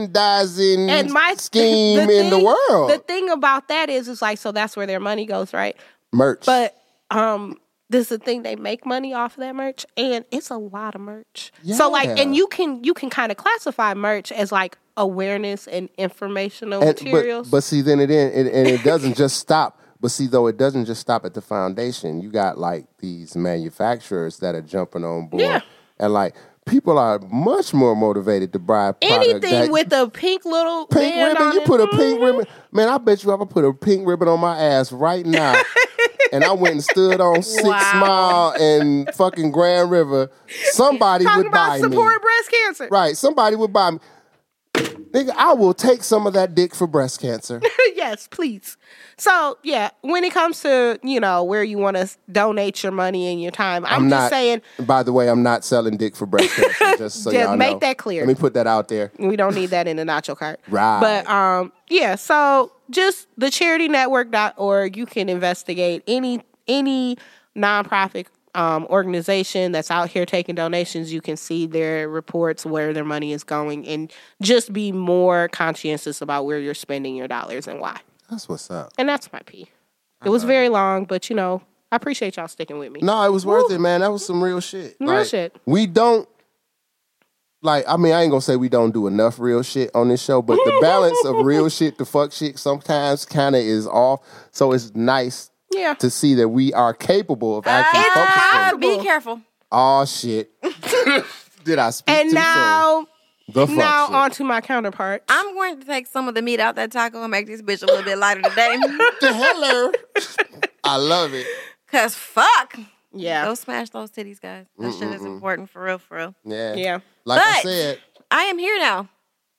[SPEAKER 3] merchandising
[SPEAKER 4] and my
[SPEAKER 3] scheme in the
[SPEAKER 4] thing-
[SPEAKER 3] world.
[SPEAKER 4] The thing about that is, it's like so that's where their money goes, right?
[SPEAKER 3] Merch.
[SPEAKER 4] But um, this is the thing they make money off of that merch, and it's a lot of merch. So like,
[SPEAKER 3] Yeah.
[SPEAKER 4] and you can you can kind of classify merch as like awareness and informational
[SPEAKER 3] And-
[SPEAKER 4] materials.
[SPEAKER 3] But, but see, then it, end- it and it doesn't just stop. But see, though, it doesn't just stop at the foundation. You got like these manufacturers that are jumping on board,
[SPEAKER 4] Yeah.
[SPEAKER 3] and like people are much more motivated to buy product
[SPEAKER 4] Anything
[SPEAKER 3] that-
[SPEAKER 4] with a pink little
[SPEAKER 3] pink
[SPEAKER 4] band
[SPEAKER 3] ribbon.
[SPEAKER 4] on
[SPEAKER 3] You
[SPEAKER 4] it,
[SPEAKER 3] put a
[SPEAKER 4] mm,
[SPEAKER 3] pink ribbon, man. I bet you if I put a pink ribbon on my ass right now, and I went and stood on Six Mile and fucking Grand River, somebody
[SPEAKER 4] talking
[SPEAKER 3] would
[SPEAKER 4] about
[SPEAKER 3] buy
[SPEAKER 4] support
[SPEAKER 3] me.
[SPEAKER 4] breast cancer.
[SPEAKER 3] Right, somebody would buy me. Nigga, I will take some of that dick for breast cancer.
[SPEAKER 4] yes, please. So yeah, when it comes to you know where you want to donate your money and your time, I'm,
[SPEAKER 3] I'm
[SPEAKER 4] just
[SPEAKER 3] not
[SPEAKER 4] saying
[SPEAKER 3] By the way, I'm not selling dick for breast cancer. Just so
[SPEAKER 4] Just
[SPEAKER 3] y'all
[SPEAKER 4] make
[SPEAKER 3] know.
[SPEAKER 4] that clear.
[SPEAKER 3] Let me put that out there.
[SPEAKER 4] we don't need that in the nacho cart.
[SPEAKER 3] Right.
[SPEAKER 4] But um, yeah. So just the charitynetwork.org. You can investigate any any nonprofit um, organization that's out here taking donations. You can see their reports where their money is going, and just be more conscientious about where you're spending your dollars and why.
[SPEAKER 3] That's what's up.
[SPEAKER 4] And that's my pee. It was very long, but you know,
[SPEAKER 6] I appreciate y'all sticking with me.
[SPEAKER 3] No, it was worth it, man. That was some real shit.
[SPEAKER 6] Real
[SPEAKER 3] Like,
[SPEAKER 6] shit.
[SPEAKER 3] We don't like. I mean, I ain't gonna say we don't do enough real shit on this show, but the balance of real shit to fuck shit sometimes kind of is off. So it's nice
[SPEAKER 6] Yeah.
[SPEAKER 3] to see that we are capable of actually
[SPEAKER 5] Ah,
[SPEAKER 3] focusing.
[SPEAKER 5] be careful.
[SPEAKER 3] Oh shit! Did I speak
[SPEAKER 6] And
[SPEAKER 3] too
[SPEAKER 6] now,
[SPEAKER 3] soon? The fuck
[SPEAKER 6] now
[SPEAKER 3] shit.
[SPEAKER 6] on to my counterpart.
[SPEAKER 5] I'm going to take some of the meat out that taco and make this bitch a little bit lighter today.
[SPEAKER 3] the heller. I love it.
[SPEAKER 5] Cause fuck,
[SPEAKER 4] Yeah.
[SPEAKER 5] go smash those titties, guys. That shit is important for real, for real.
[SPEAKER 3] Yeah.
[SPEAKER 6] yeah.
[SPEAKER 3] Like I
[SPEAKER 5] But-
[SPEAKER 3] said,
[SPEAKER 5] I am here now,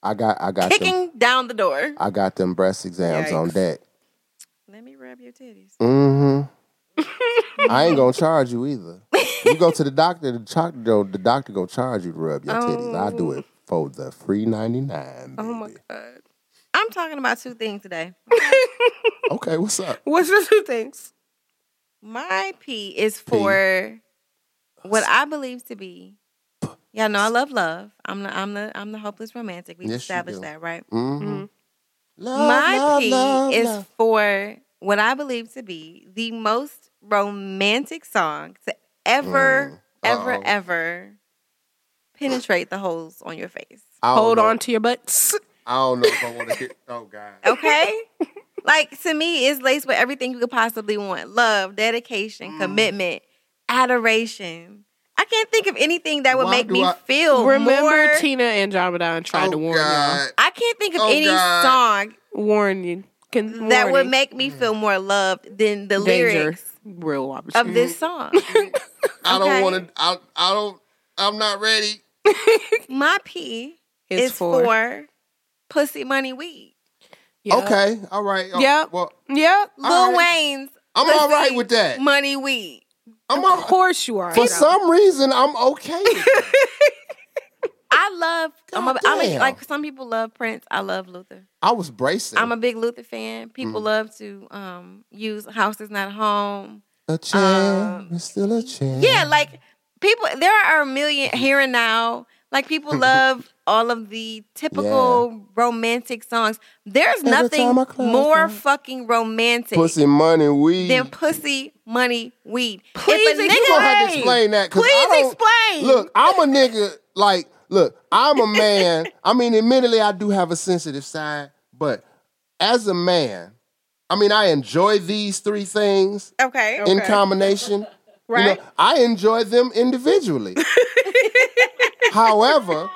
[SPEAKER 3] I got I got them,
[SPEAKER 5] kicking down the door.
[SPEAKER 3] I got them breast exams on
[SPEAKER 4] Yikes.
[SPEAKER 3] deck.
[SPEAKER 5] Let me rub your titties.
[SPEAKER 3] Mm-hmm. I ain't gonna charge you either. You go to the doctor, the doctor, the doctor go charge you to rub your titties. I do it for the free ninety nine.
[SPEAKER 5] Oh my god. I'm talking about two things today.
[SPEAKER 3] Okay, what's up?
[SPEAKER 6] What's the two things?
[SPEAKER 5] My P is for what I believe to be. Y'all know I love love. I'm the I'm the I'm the hopeless romantic. We've
[SPEAKER 3] Yes, you do.
[SPEAKER 5] established that, right?
[SPEAKER 3] Mm-hmm. Love,
[SPEAKER 5] My
[SPEAKER 3] love,
[SPEAKER 5] P
[SPEAKER 3] love,
[SPEAKER 5] is
[SPEAKER 3] love.
[SPEAKER 5] for what I believe to be the most romantic song to
[SPEAKER 3] Mm.
[SPEAKER 5] ever, ever,
[SPEAKER 3] Uh-oh.
[SPEAKER 5] ever penetrate the holes on your face.
[SPEAKER 3] I don't
[SPEAKER 6] Hold
[SPEAKER 3] know.
[SPEAKER 6] on to your butts.
[SPEAKER 3] I don't know if I want to hear. Oh God.
[SPEAKER 5] Okay? like to me, it's laced with everything you could possibly want. Love,
[SPEAKER 3] Mm.
[SPEAKER 5] dedication, commitment, adoration. I can't think of anything that would
[SPEAKER 3] Why
[SPEAKER 5] make
[SPEAKER 3] do
[SPEAKER 5] me
[SPEAKER 3] I-
[SPEAKER 5] feel
[SPEAKER 6] Remember
[SPEAKER 5] more.
[SPEAKER 6] Tina and John tried to
[SPEAKER 3] Oh,
[SPEAKER 6] warn
[SPEAKER 3] God.
[SPEAKER 5] I can't think of
[SPEAKER 3] Oh,
[SPEAKER 5] any
[SPEAKER 3] God. Mm.
[SPEAKER 5] song
[SPEAKER 6] you. Warn you. Can,
[SPEAKER 5] that would
[SPEAKER 6] warning.
[SPEAKER 5] make me feel more loved than the
[SPEAKER 6] danger
[SPEAKER 5] lyrics
[SPEAKER 6] real opportunity.
[SPEAKER 3] Mm-hmm.
[SPEAKER 5] of this song.
[SPEAKER 3] I
[SPEAKER 5] Okay.
[SPEAKER 3] don't want to. I, I don't. I'm not ready.
[SPEAKER 5] My P
[SPEAKER 6] It's
[SPEAKER 5] is for, Pussy Money Weed.
[SPEAKER 6] Yeah.
[SPEAKER 3] Okay. Uh, All right. Oh,
[SPEAKER 6] Yep.
[SPEAKER 3] Well,
[SPEAKER 6] Yep.
[SPEAKER 5] Lil
[SPEAKER 3] All right.
[SPEAKER 5] Wayne's
[SPEAKER 3] I'm
[SPEAKER 5] Pussy
[SPEAKER 3] all right with that.
[SPEAKER 5] Money Weed.
[SPEAKER 3] I'm
[SPEAKER 6] Of
[SPEAKER 3] all,
[SPEAKER 6] course you are.
[SPEAKER 3] for some reason. I'm okay. With that.
[SPEAKER 5] I love. I'm a,
[SPEAKER 3] God
[SPEAKER 5] I'm a,
[SPEAKER 3] damn.
[SPEAKER 5] like some people love Prince. I love Luther.
[SPEAKER 3] I was bracing.
[SPEAKER 5] I'm a big Luther fan.
[SPEAKER 3] Mm.
[SPEAKER 5] People love to um, use "House Is Not Home."
[SPEAKER 3] A chair, it's still a chair.
[SPEAKER 5] uh, Yeah, like people. There are a million
[SPEAKER 3] Mm-hmm.
[SPEAKER 5] here and now. Like people love all of the typical romantic songs. There's
[SPEAKER 3] Every
[SPEAKER 5] nothing
[SPEAKER 3] time I close
[SPEAKER 5] more
[SPEAKER 3] my-
[SPEAKER 5] fucking romantic
[SPEAKER 3] pussy money weed.
[SPEAKER 5] than pussy, money, weed. If a
[SPEAKER 6] Please
[SPEAKER 5] nigga-
[SPEAKER 3] you gonna have to explain that. 'cause I
[SPEAKER 6] Please
[SPEAKER 3] don't-
[SPEAKER 6] explain.
[SPEAKER 3] Look, I'm a nigga. Like, look, I'm a man. I mean, admittedly, I do have a sensitive side, but as a man, I mean, I enjoy these three things
[SPEAKER 5] Okay.
[SPEAKER 3] in combination. You know,
[SPEAKER 6] right?
[SPEAKER 3] I enjoy them individually. However,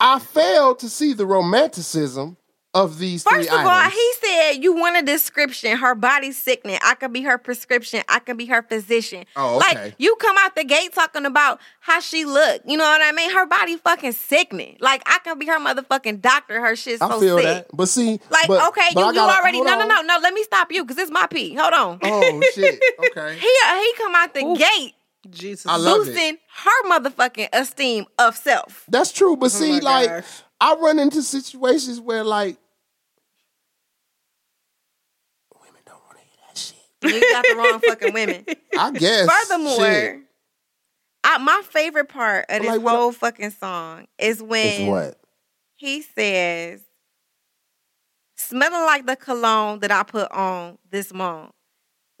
[SPEAKER 3] I fail to see the romanticism of these
[SPEAKER 5] First
[SPEAKER 3] three
[SPEAKER 5] of all,
[SPEAKER 3] items.
[SPEAKER 5] he said you want a description. Her body's sickening. I can be her prescription. I can be her physician.
[SPEAKER 3] Oh, okay.
[SPEAKER 5] Like you come out the gate talking about how she look. You know what I mean? Her body fucking sickening. Like I can be her motherfucking doctor. Her shit's
[SPEAKER 3] I
[SPEAKER 5] so
[SPEAKER 3] feel
[SPEAKER 5] sick.
[SPEAKER 3] that, but see,
[SPEAKER 5] Like
[SPEAKER 3] but-
[SPEAKER 5] okay,
[SPEAKER 3] but
[SPEAKER 5] you
[SPEAKER 3] I
[SPEAKER 5] you
[SPEAKER 3] gotta-
[SPEAKER 5] already
[SPEAKER 3] hold
[SPEAKER 5] no no
[SPEAKER 3] on.
[SPEAKER 5] no no. Let me stop you because it's my pee. Hold on.
[SPEAKER 3] Oh shit! Okay,
[SPEAKER 5] He uh, he come out the gate
[SPEAKER 4] Jesus.
[SPEAKER 3] I love it.
[SPEAKER 5] boosting her motherfucking esteem of self.
[SPEAKER 3] That's true,
[SPEAKER 5] Oh
[SPEAKER 3] but see, like
[SPEAKER 4] gosh.
[SPEAKER 3] I run into situations where like women don't want to hear that shit.
[SPEAKER 5] You got the wrong fucking women.
[SPEAKER 3] I guess. shit.
[SPEAKER 5] Furthermore, I, my favorite part of this
[SPEAKER 3] Like, what-
[SPEAKER 5] whole fucking song is
[SPEAKER 3] it's
[SPEAKER 5] when
[SPEAKER 3] what?
[SPEAKER 5] he says, "Smelling like the cologne that I put on this month."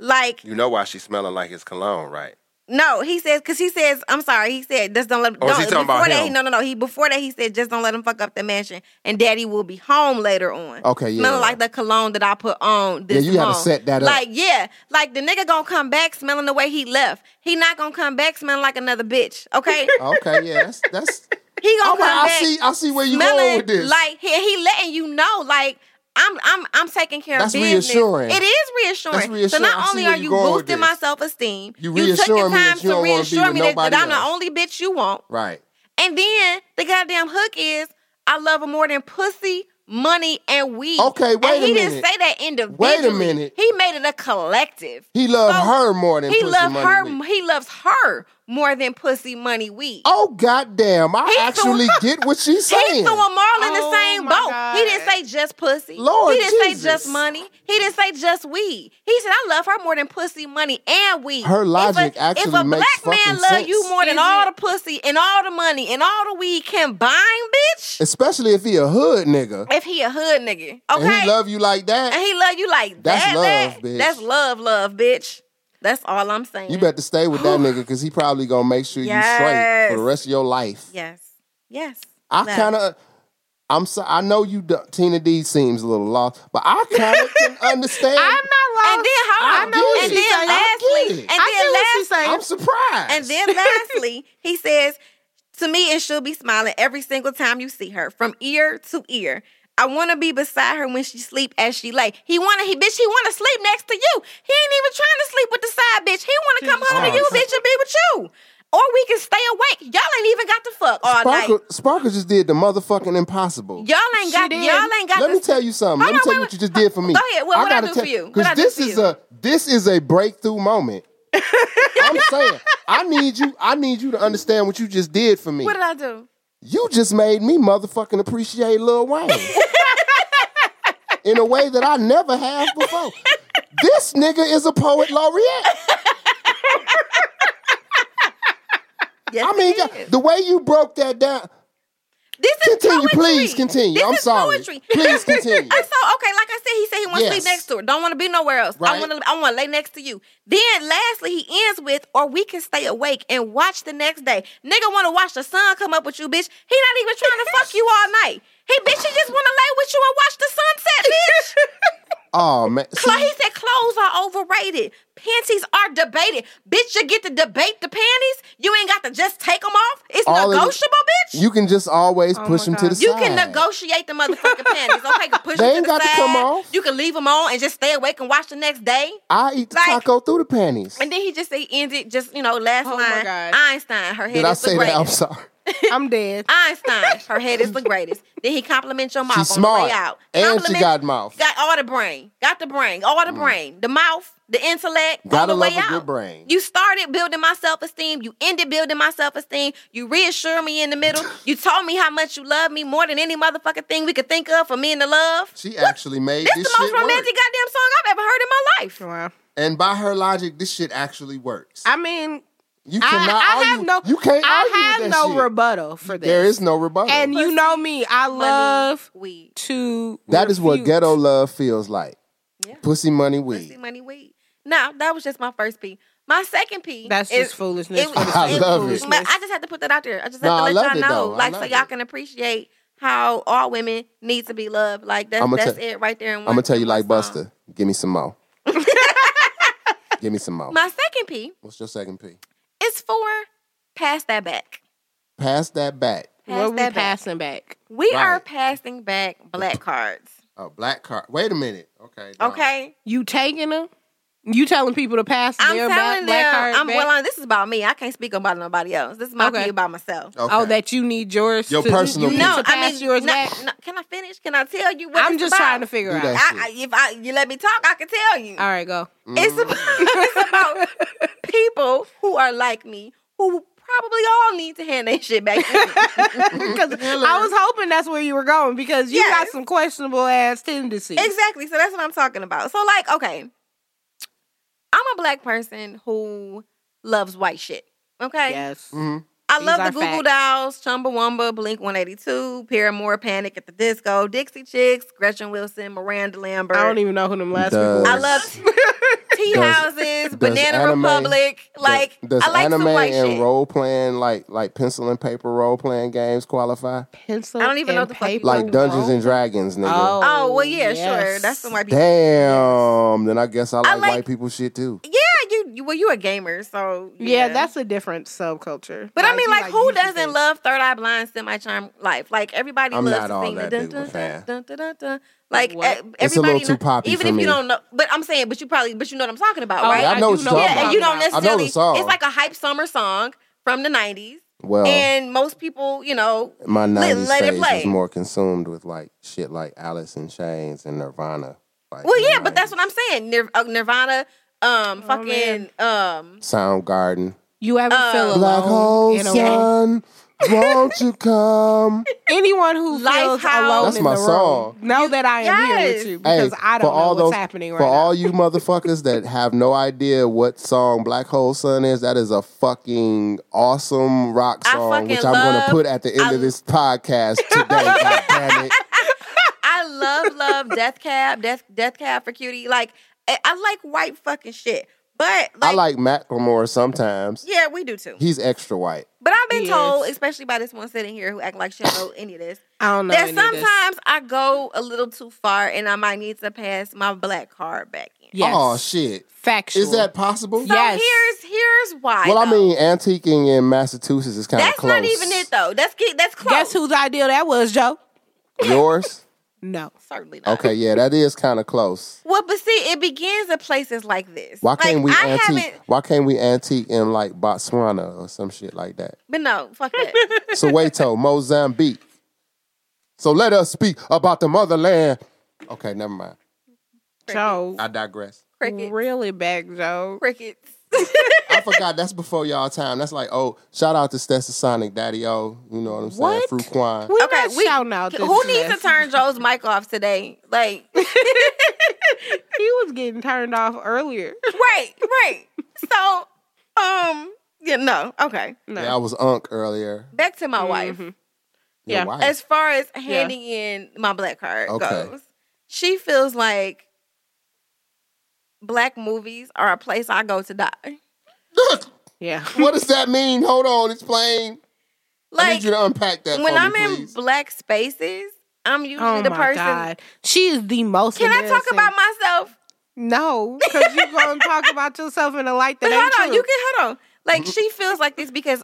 [SPEAKER 5] Like
[SPEAKER 3] You know why she's smelling like it's cologne, right?
[SPEAKER 5] no, he says because he says I'm sorry. He said just don't let him.
[SPEAKER 3] Oh, is he
[SPEAKER 5] don't-
[SPEAKER 3] talking
[SPEAKER 5] before
[SPEAKER 3] about
[SPEAKER 5] that,
[SPEAKER 3] him?
[SPEAKER 5] no, no, no. He before that he said just don't let him fuck up the mansion, and Daddy will be home later on.
[SPEAKER 3] Okay, yeah.
[SPEAKER 5] Smelling like the cologne that I put on this.
[SPEAKER 3] Yeah, you gotta
[SPEAKER 5] month.
[SPEAKER 3] set that up.
[SPEAKER 5] Like yeah, like the nigga gonna come back smelling the way he left. He not gonna come back smelling like another bitch. Okay,
[SPEAKER 3] Okay, yeah, that's that's.
[SPEAKER 5] he gonna
[SPEAKER 3] All
[SPEAKER 5] come
[SPEAKER 3] right, Oh, I
[SPEAKER 5] back
[SPEAKER 3] see. I see where you going
[SPEAKER 5] smelling
[SPEAKER 3] with this.
[SPEAKER 5] like he, he letting you know like I'm I'm I'm taking care
[SPEAKER 3] That's
[SPEAKER 5] of business.
[SPEAKER 3] reassuring.
[SPEAKER 5] It is reassuring.
[SPEAKER 3] That's reassuring.
[SPEAKER 5] So
[SPEAKER 3] I
[SPEAKER 5] not
[SPEAKER 3] see
[SPEAKER 5] only
[SPEAKER 3] where
[SPEAKER 5] are
[SPEAKER 3] you
[SPEAKER 5] you
[SPEAKER 3] going with
[SPEAKER 5] boosting
[SPEAKER 3] this.
[SPEAKER 5] my self esteem,
[SPEAKER 3] You
[SPEAKER 5] took
[SPEAKER 3] reassuring
[SPEAKER 5] the
[SPEAKER 3] me that
[SPEAKER 5] time
[SPEAKER 3] you don't
[SPEAKER 5] to
[SPEAKER 3] wanna be
[SPEAKER 5] reassure
[SPEAKER 3] with
[SPEAKER 5] me that, that
[SPEAKER 3] nobody
[SPEAKER 5] I'm the
[SPEAKER 3] else.
[SPEAKER 5] only bitch you want.
[SPEAKER 3] right.
[SPEAKER 5] And then the goddamn hook is I love her more than pussy, money, and weed.
[SPEAKER 3] Okay,
[SPEAKER 5] And
[SPEAKER 3] wait a
[SPEAKER 5] he
[SPEAKER 3] minute.
[SPEAKER 5] didn't say that individually.
[SPEAKER 3] minute.
[SPEAKER 5] He made it a collective.
[SPEAKER 3] He loved
[SPEAKER 5] So,
[SPEAKER 3] her more than
[SPEAKER 5] He
[SPEAKER 3] pussy
[SPEAKER 5] loved
[SPEAKER 3] money
[SPEAKER 5] her.
[SPEAKER 3] weed.
[SPEAKER 5] He loves her more than pussy, money, weed.
[SPEAKER 3] Oh goddamn! I
[SPEAKER 5] He threw-
[SPEAKER 3] actually get what she's
[SPEAKER 5] He
[SPEAKER 3] saying.
[SPEAKER 5] threw them all in the
[SPEAKER 6] Oh
[SPEAKER 5] same
[SPEAKER 6] my
[SPEAKER 5] boat. He
[SPEAKER 6] God.
[SPEAKER 5] didn't say just pussy.
[SPEAKER 3] Lord
[SPEAKER 5] he didn't say
[SPEAKER 3] Jesus.
[SPEAKER 5] just money. He didn't say just weed. He said, "I love her more than pussy, money, and weed."
[SPEAKER 3] Her logic
[SPEAKER 5] if a,
[SPEAKER 3] actually
[SPEAKER 5] if a
[SPEAKER 3] makes
[SPEAKER 5] black
[SPEAKER 3] fucking
[SPEAKER 5] man love you
[SPEAKER 3] sense.
[SPEAKER 5] more than
[SPEAKER 6] Is
[SPEAKER 5] all
[SPEAKER 6] it-
[SPEAKER 5] the pussy and all the money and all the weed combined, bitch,
[SPEAKER 3] Especially if he a hood nigga
[SPEAKER 5] if he a hood nigga, okay,
[SPEAKER 3] and he love you like that.
[SPEAKER 5] And he love you like
[SPEAKER 3] That's
[SPEAKER 5] that,
[SPEAKER 3] love,
[SPEAKER 5] that-
[SPEAKER 3] bitch.
[SPEAKER 5] That's love, love, bitch. That's all I'm saying.
[SPEAKER 3] You better stay with that nigga because he probably gonna make sure you straight for
[SPEAKER 5] Yes.
[SPEAKER 3] the rest of your life.
[SPEAKER 5] Yes. Yes.
[SPEAKER 3] I
[SPEAKER 5] No.
[SPEAKER 3] kind of, I'm so, I know you, do- Tina D seems a little lost, but I kind of can understand.
[SPEAKER 4] I'm not lost.
[SPEAKER 5] And then hold on.
[SPEAKER 3] I know
[SPEAKER 5] and
[SPEAKER 3] what she's
[SPEAKER 5] then
[SPEAKER 3] saying. I get
[SPEAKER 5] lastly,
[SPEAKER 3] it.
[SPEAKER 5] and
[SPEAKER 4] I get
[SPEAKER 5] then
[SPEAKER 4] what she's
[SPEAKER 5] lastly,
[SPEAKER 4] saying.
[SPEAKER 3] I'm surprised.
[SPEAKER 5] And then lastly, he says, To me, and she'll be smiling every single time you see her, from ear to ear. I want to be beside her when she sleep as she lay. He want to, he bitch, he want to sleep next to you. He ain't even trying to sleep with the side bitch. He want to come home to you, bitch, and be with you. Or we can stay awake. Y'all ain't even got to fuck all
[SPEAKER 3] Sparkle,
[SPEAKER 5] night.
[SPEAKER 3] Sparkle just did the motherfucking impossible.
[SPEAKER 5] Y'all ain't got,
[SPEAKER 2] did.
[SPEAKER 5] y'all ain't got
[SPEAKER 3] Let
[SPEAKER 5] to
[SPEAKER 3] me tell you something. Let
[SPEAKER 5] Hold
[SPEAKER 3] me
[SPEAKER 5] on,
[SPEAKER 3] tell you
[SPEAKER 5] wait,
[SPEAKER 3] what you just did for me.
[SPEAKER 5] Go ahead. What- what I
[SPEAKER 3] gotta
[SPEAKER 5] do
[SPEAKER 3] tell-
[SPEAKER 5] for you? What I
[SPEAKER 3] Cause
[SPEAKER 5] do
[SPEAKER 3] this
[SPEAKER 5] for
[SPEAKER 3] is
[SPEAKER 5] you?
[SPEAKER 3] a this is a breakthrough moment. I'm saying I need you. I need you to understand what you just did for me.
[SPEAKER 5] What did I do?
[SPEAKER 3] you just made me motherfucking appreciate Lil Wayne in a way that I never have before. This nigga is a poet laureate.
[SPEAKER 5] Yes,
[SPEAKER 3] I mean,
[SPEAKER 5] it
[SPEAKER 3] God,
[SPEAKER 5] is.
[SPEAKER 3] the way you broke that down.
[SPEAKER 5] this is
[SPEAKER 3] Continue,
[SPEAKER 5] poetry.
[SPEAKER 3] please continue.
[SPEAKER 5] This
[SPEAKER 3] I'm
[SPEAKER 5] is
[SPEAKER 3] sorry.
[SPEAKER 5] Poetry.
[SPEAKER 3] Please continue.
[SPEAKER 5] I saw okay, like I said, he said he want to
[SPEAKER 3] Yes.
[SPEAKER 5] sleep next to her. Don't want to be nowhere else.
[SPEAKER 3] Right.
[SPEAKER 5] I want to. I want to lay next to you. Then lastly, he ends with, "Or we can stay awake and watch the next day." Nigga want to watch the sun come up with you, bitch. He not even trying to fuck you all night. He bitch, he just want to lay with you and watch the sunset, bitch.
[SPEAKER 3] Oh man.
[SPEAKER 5] Cla- he said clothes are overrated. Panties are debated. Bitch, you get to debate the panties. You ain't got to just take them off. It's
[SPEAKER 3] All of it-
[SPEAKER 5] negotiable, bitch.
[SPEAKER 3] You can just always push him to the
[SPEAKER 5] You
[SPEAKER 3] side.
[SPEAKER 5] can negotiate the motherfucking panties. Okay, you can push
[SPEAKER 3] They
[SPEAKER 5] them
[SPEAKER 3] ain't
[SPEAKER 5] to the
[SPEAKER 3] got to
[SPEAKER 5] side.
[SPEAKER 3] come off.
[SPEAKER 5] You can leave them on and just stay awake and watch the next day.
[SPEAKER 3] I eat the
[SPEAKER 5] like-
[SPEAKER 3] taco through the panties.
[SPEAKER 5] And then he just he ended just you know last
[SPEAKER 6] Oh my
[SPEAKER 5] line.
[SPEAKER 6] God.
[SPEAKER 5] Einstein, her head
[SPEAKER 3] Did
[SPEAKER 5] is
[SPEAKER 3] I say that?
[SPEAKER 5] the greatest.
[SPEAKER 3] I'm sorry.
[SPEAKER 6] I'm dead.
[SPEAKER 5] Einstein, her head is the greatest. then he compliments your mouth
[SPEAKER 3] She's
[SPEAKER 5] on the
[SPEAKER 3] smart.
[SPEAKER 5] way out.
[SPEAKER 3] And she
[SPEAKER 5] Compliment-
[SPEAKER 3] got mouth. Mm.
[SPEAKER 5] Got all the brain. Got the brain. All the brain. The mouth. The intellect.
[SPEAKER 3] Gotta
[SPEAKER 5] all the way
[SPEAKER 3] love a
[SPEAKER 5] out.
[SPEAKER 3] good brain.
[SPEAKER 5] You started building my self esteem. You ended building my self esteem. You reassure me in the middle. you told me how much you love me more than any motherfucking thing we could think of for me and the love.
[SPEAKER 3] She actually made
[SPEAKER 5] That's
[SPEAKER 3] this,
[SPEAKER 5] the most
[SPEAKER 3] shit work.
[SPEAKER 5] romantic goddamn song I've ever heard in my life.
[SPEAKER 6] Wow.
[SPEAKER 3] And by her logic, this shit actually works.
[SPEAKER 6] I mean,
[SPEAKER 3] you
[SPEAKER 6] I,
[SPEAKER 3] cannot
[SPEAKER 6] I have
[SPEAKER 3] argue-
[SPEAKER 6] no.
[SPEAKER 3] You can't argue
[SPEAKER 6] I have
[SPEAKER 3] with that
[SPEAKER 6] no
[SPEAKER 3] shit.
[SPEAKER 6] rebuttal for this.
[SPEAKER 3] There is no rebuttal.
[SPEAKER 6] and you know me. I love
[SPEAKER 5] Weed.
[SPEAKER 6] to.
[SPEAKER 3] that is what
[SPEAKER 6] refute.
[SPEAKER 3] ghetto love feels like. Pussy money weed.
[SPEAKER 5] Pussy money weed. Now that was just my first P. My second P.
[SPEAKER 6] That's
[SPEAKER 5] is-
[SPEAKER 6] just foolishness.
[SPEAKER 5] it-
[SPEAKER 6] for the
[SPEAKER 3] I
[SPEAKER 6] sake of
[SPEAKER 3] love it.
[SPEAKER 5] But
[SPEAKER 6] foolishness.
[SPEAKER 5] I just had to put that out there. I just
[SPEAKER 3] No, I
[SPEAKER 5] had
[SPEAKER 3] love
[SPEAKER 5] to let
[SPEAKER 3] it,
[SPEAKER 5] y'all know,
[SPEAKER 3] though. I
[SPEAKER 5] like, so
[SPEAKER 3] love
[SPEAKER 5] y'all
[SPEAKER 3] it.
[SPEAKER 5] can appreciate how all women need to be loved. Like that's
[SPEAKER 3] I'ma
[SPEAKER 5] that's
[SPEAKER 3] tell-
[SPEAKER 5] it right there. In one,
[SPEAKER 3] I'm gonna tell you
[SPEAKER 5] in one
[SPEAKER 3] like
[SPEAKER 5] song.
[SPEAKER 3] Buster. Give me some more. Give me some more.
[SPEAKER 5] My second P
[SPEAKER 3] What's your second P?
[SPEAKER 5] is for pass that back.
[SPEAKER 3] Pass that back.
[SPEAKER 5] Pass
[SPEAKER 6] what we
[SPEAKER 5] that back.
[SPEAKER 6] passing back?
[SPEAKER 5] We are
[SPEAKER 3] Right.
[SPEAKER 5] passing back black cards.
[SPEAKER 3] Oh, black card. Wait a minute. Okay. no.
[SPEAKER 5] Okay.
[SPEAKER 6] You taking them? You telling people to pass
[SPEAKER 5] I'm
[SPEAKER 6] their back,
[SPEAKER 5] telling
[SPEAKER 6] black
[SPEAKER 5] them.
[SPEAKER 6] card
[SPEAKER 5] I'm
[SPEAKER 6] back?
[SPEAKER 5] well. This is about me. I can't speak about nobody else. This is my
[SPEAKER 6] Okay.
[SPEAKER 5] P about myself.
[SPEAKER 3] Okay.
[SPEAKER 6] Oh, that you need yours.
[SPEAKER 3] Your
[SPEAKER 6] to,
[SPEAKER 3] personal
[SPEAKER 6] You
[SPEAKER 3] piece.
[SPEAKER 6] need
[SPEAKER 5] No,
[SPEAKER 6] to
[SPEAKER 5] I
[SPEAKER 6] pass
[SPEAKER 5] mean,
[SPEAKER 6] yours
[SPEAKER 5] no,
[SPEAKER 6] back.
[SPEAKER 5] no, can I finish? Can I tell you what
[SPEAKER 6] I'm
[SPEAKER 5] it's
[SPEAKER 6] just
[SPEAKER 5] about?
[SPEAKER 6] trying to figure
[SPEAKER 3] Do
[SPEAKER 6] out.
[SPEAKER 3] that.
[SPEAKER 5] I, I, if I you let me talk, I can tell you.
[SPEAKER 6] All right, go.
[SPEAKER 5] It's about, it's about people who are like me who probably all need to hand their shit back. to me.
[SPEAKER 6] Because I was hoping that's where you were going because you got
[SPEAKER 5] Yes.
[SPEAKER 6] some questionable ass tendencies.
[SPEAKER 5] exactly. So that's what I'm talking about. So like, okay, I'm a black person who loves white shit. Okay.
[SPEAKER 6] Yes.
[SPEAKER 3] Mhm.
[SPEAKER 5] I
[SPEAKER 6] These
[SPEAKER 5] love the
[SPEAKER 6] are
[SPEAKER 5] Google Dolls, Chumbawamba, Blink 182, Paramore, Panic at the Disco, Dixie Chicks, Gretchen Wilson, Miranda Lambert.
[SPEAKER 6] I don't even know who them last
[SPEAKER 3] Does-
[SPEAKER 6] people were.
[SPEAKER 5] I love tea
[SPEAKER 3] Does-
[SPEAKER 5] houses,
[SPEAKER 3] does
[SPEAKER 5] Banana
[SPEAKER 3] anime-
[SPEAKER 5] Republic. Like
[SPEAKER 3] does, does
[SPEAKER 5] I like
[SPEAKER 3] anime
[SPEAKER 5] some white
[SPEAKER 3] and
[SPEAKER 5] shit.
[SPEAKER 3] role playing like like pencil and paper role playing games qualify?
[SPEAKER 6] pencil.
[SPEAKER 5] I don't even know
[SPEAKER 6] and
[SPEAKER 5] the fuck you
[SPEAKER 6] paper.
[SPEAKER 3] Like Dungeons and Dragons, nigga.
[SPEAKER 5] oh well, yeah, sure.
[SPEAKER 6] yes.
[SPEAKER 5] That's some white people.
[SPEAKER 3] Damn. Then I guess I like,
[SPEAKER 5] like-
[SPEAKER 3] white people shit too.
[SPEAKER 5] Yeah, you, you well, you a gamer, so
[SPEAKER 6] Yeah, that's a different subculture.
[SPEAKER 5] But I mean,
[SPEAKER 6] you
[SPEAKER 5] like, who
[SPEAKER 6] YouTube
[SPEAKER 5] doesn't
[SPEAKER 6] things.
[SPEAKER 5] love Third Eye Blind, Semi Charm Life? Like everybody
[SPEAKER 3] I'm
[SPEAKER 5] loves
[SPEAKER 3] not
[SPEAKER 5] to
[SPEAKER 3] all
[SPEAKER 5] sing the
[SPEAKER 3] that
[SPEAKER 5] dun,
[SPEAKER 3] big of a
[SPEAKER 5] dun,
[SPEAKER 3] fan.
[SPEAKER 5] dun, dun, dun, dun. Like
[SPEAKER 6] What?
[SPEAKER 5] e-
[SPEAKER 6] It's
[SPEAKER 5] everybody,
[SPEAKER 3] a little too
[SPEAKER 5] kno-
[SPEAKER 3] poppy
[SPEAKER 5] even
[SPEAKER 3] for
[SPEAKER 5] if
[SPEAKER 3] me.
[SPEAKER 5] you don't know. But I'm saying, but you probably, but you know what I'm talking about,
[SPEAKER 6] Oh,
[SPEAKER 5] right?
[SPEAKER 3] Yeah, I know
[SPEAKER 6] do
[SPEAKER 3] what you're
[SPEAKER 6] what
[SPEAKER 3] talking
[SPEAKER 5] yeah,
[SPEAKER 3] about.
[SPEAKER 5] and you don't
[SPEAKER 6] about.
[SPEAKER 3] I know
[SPEAKER 5] necessarily.
[SPEAKER 3] the song. Oh.
[SPEAKER 5] It's like a hype summer song from the '90s,
[SPEAKER 3] Well,
[SPEAKER 5] and most people, you know,
[SPEAKER 3] my
[SPEAKER 5] let-
[SPEAKER 3] 90s
[SPEAKER 5] let it
[SPEAKER 3] phase was
[SPEAKER 5] play.
[SPEAKER 3] more consumed with like shit like Alice in Chains and Nirvana. Like, Oh,
[SPEAKER 5] Well,
[SPEAKER 3] in
[SPEAKER 5] yeah,
[SPEAKER 3] the
[SPEAKER 5] but that's what I'm saying. Nir- uh, Nirvana, um, fucking, um,
[SPEAKER 3] 90s. Soundgarden.
[SPEAKER 6] You ever feel
[SPEAKER 5] uh,
[SPEAKER 6] alone?
[SPEAKER 3] Black hole
[SPEAKER 6] uh, in a room?
[SPEAKER 3] sun, won't you come?
[SPEAKER 6] Anyone who feels
[SPEAKER 5] Lifehouse.
[SPEAKER 6] alone
[SPEAKER 3] That's
[SPEAKER 6] in
[SPEAKER 3] my
[SPEAKER 6] the
[SPEAKER 3] song.
[SPEAKER 6] room, know that I am here
[SPEAKER 5] Yes.
[SPEAKER 6] with you because
[SPEAKER 3] Hey,
[SPEAKER 6] I
[SPEAKER 3] for
[SPEAKER 6] don't know
[SPEAKER 3] all
[SPEAKER 6] what's
[SPEAKER 3] those-
[SPEAKER 6] happening right
[SPEAKER 3] For
[SPEAKER 6] now.
[SPEAKER 3] all you motherfuckers that have no idea what song Black Hole Sun is, that is a fucking awesome rock
[SPEAKER 5] I
[SPEAKER 3] song,
[SPEAKER 5] fucking
[SPEAKER 3] which I'm gonna
[SPEAKER 5] love-
[SPEAKER 3] put at the end
[SPEAKER 5] I-
[SPEAKER 3] of this podcast today. God damn it.
[SPEAKER 5] I love love Death Cab, Death Death Cab for Cutie. Like I, I like white fucking shit. But
[SPEAKER 3] I like
[SPEAKER 5] like,
[SPEAKER 3] Macklemore sometimes.
[SPEAKER 5] yeah, we do too.
[SPEAKER 3] He's extra white.
[SPEAKER 5] But I've been
[SPEAKER 4] Yes.
[SPEAKER 5] told, especially by this one sitting here who act like she don't know any of this,
[SPEAKER 4] I don't know.
[SPEAKER 5] that
[SPEAKER 4] any of this.
[SPEAKER 5] sometimes I go a little too far and I might need to pass my black card back in.
[SPEAKER 2] Yes.
[SPEAKER 3] Oh shit!
[SPEAKER 2] Factual.
[SPEAKER 3] Is that possible?
[SPEAKER 5] So
[SPEAKER 2] Yes.
[SPEAKER 5] here's here's why.
[SPEAKER 3] well, I
[SPEAKER 5] though.
[SPEAKER 3] mean, antiquing in Massachusetts is kind of
[SPEAKER 5] that's
[SPEAKER 3] close.
[SPEAKER 5] not even it though. That's get- that's close.
[SPEAKER 6] Guess whose idea that was, Joe?
[SPEAKER 3] Yours?
[SPEAKER 6] No.
[SPEAKER 5] Certainly not.
[SPEAKER 3] Okay, yeah, that is kind of close.
[SPEAKER 5] Well, but see, it begins at places like this.
[SPEAKER 3] Why can't
[SPEAKER 5] like,
[SPEAKER 3] we
[SPEAKER 5] I
[SPEAKER 3] antique?
[SPEAKER 5] haven't.
[SPEAKER 3] Why can't we antique in like Botswana or some shit like that?
[SPEAKER 5] But no, fuck that.
[SPEAKER 3] Soweto, Mozambique. So let us speak about the motherland. Okay, never mind.
[SPEAKER 6] Joe.
[SPEAKER 3] I digress.
[SPEAKER 5] Cricket.
[SPEAKER 6] Really back, Joe.
[SPEAKER 5] Crickets.
[SPEAKER 3] I forgot that's before y'all time. That's like, oh, shout out to Stetsasonic Daddy O. You know what I'm saying?
[SPEAKER 6] What?
[SPEAKER 3] Fruit Quine.
[SPEAKER 6] We
[SPEAKER 5] Okay,
[SPEAKER 6] okay, not
[SPEAKER 5] we-
[SPEAKER 6] shouting out this
[SPEAKER 5] Who needs to
[SPEAKER 6] mess.
[SPEAKER 5] turn Joe's mic off today? Like,
[SPEAKER 6] He was getting turned off earlier.
[SPEAKER 5] right, right. So, um, yeah, no, okay.
[SPEAKER 6] No.
[SPEAKER 3] Yeah, I was unk earlier.
[SPEAKER 5] Back to my wife.
[SPEAKER 6] Mhm.
[SPEAKER 3] Your
[SPEAKER 6] Yeah.
[SPEAKER 3] wife.
[SPEAKER 5] As far as handing in my black card
[SPEAKER 3] Okay.
[SPEAKER 5] goes, she feels like black movies are a place I go to die.
[SPEAKER 6] Yeah.
[SPEAKER 3] what does that mean? Hold on, explain. I
[SPEAKER 5] Like,
[SPEAKER 3] need you to unpack that
[SPEAKER 5] when
[SPEAKER 3] for
[SPEAKER 5] I'm
[SPEAKER 3] me,
[SPEAKER 5] in
[SPEAKER 3] please.
[SPEAKER 5] black spaces, I'm usually
[SPEAKER 6] Oh
[SPEAKER 5] the
[SPEAKER 6] my
[SPEAKER 5] person.
[SPEAKER 6] God. She is the most.
[SPEAKER 5] Can I talk
[SPEAKER 6] embarrassing-
[SPEAKER 5] about myself?
[SPEAKER 6] No, because you're gonna talk about yourself in a light that
[SPEAKER 5] But
[SPEAKER 6] ain't
[SPEAKER 5] hold on,
[SPEAKER 6] true.
[SPEAKER 5] you can hold on. Like she feels like this because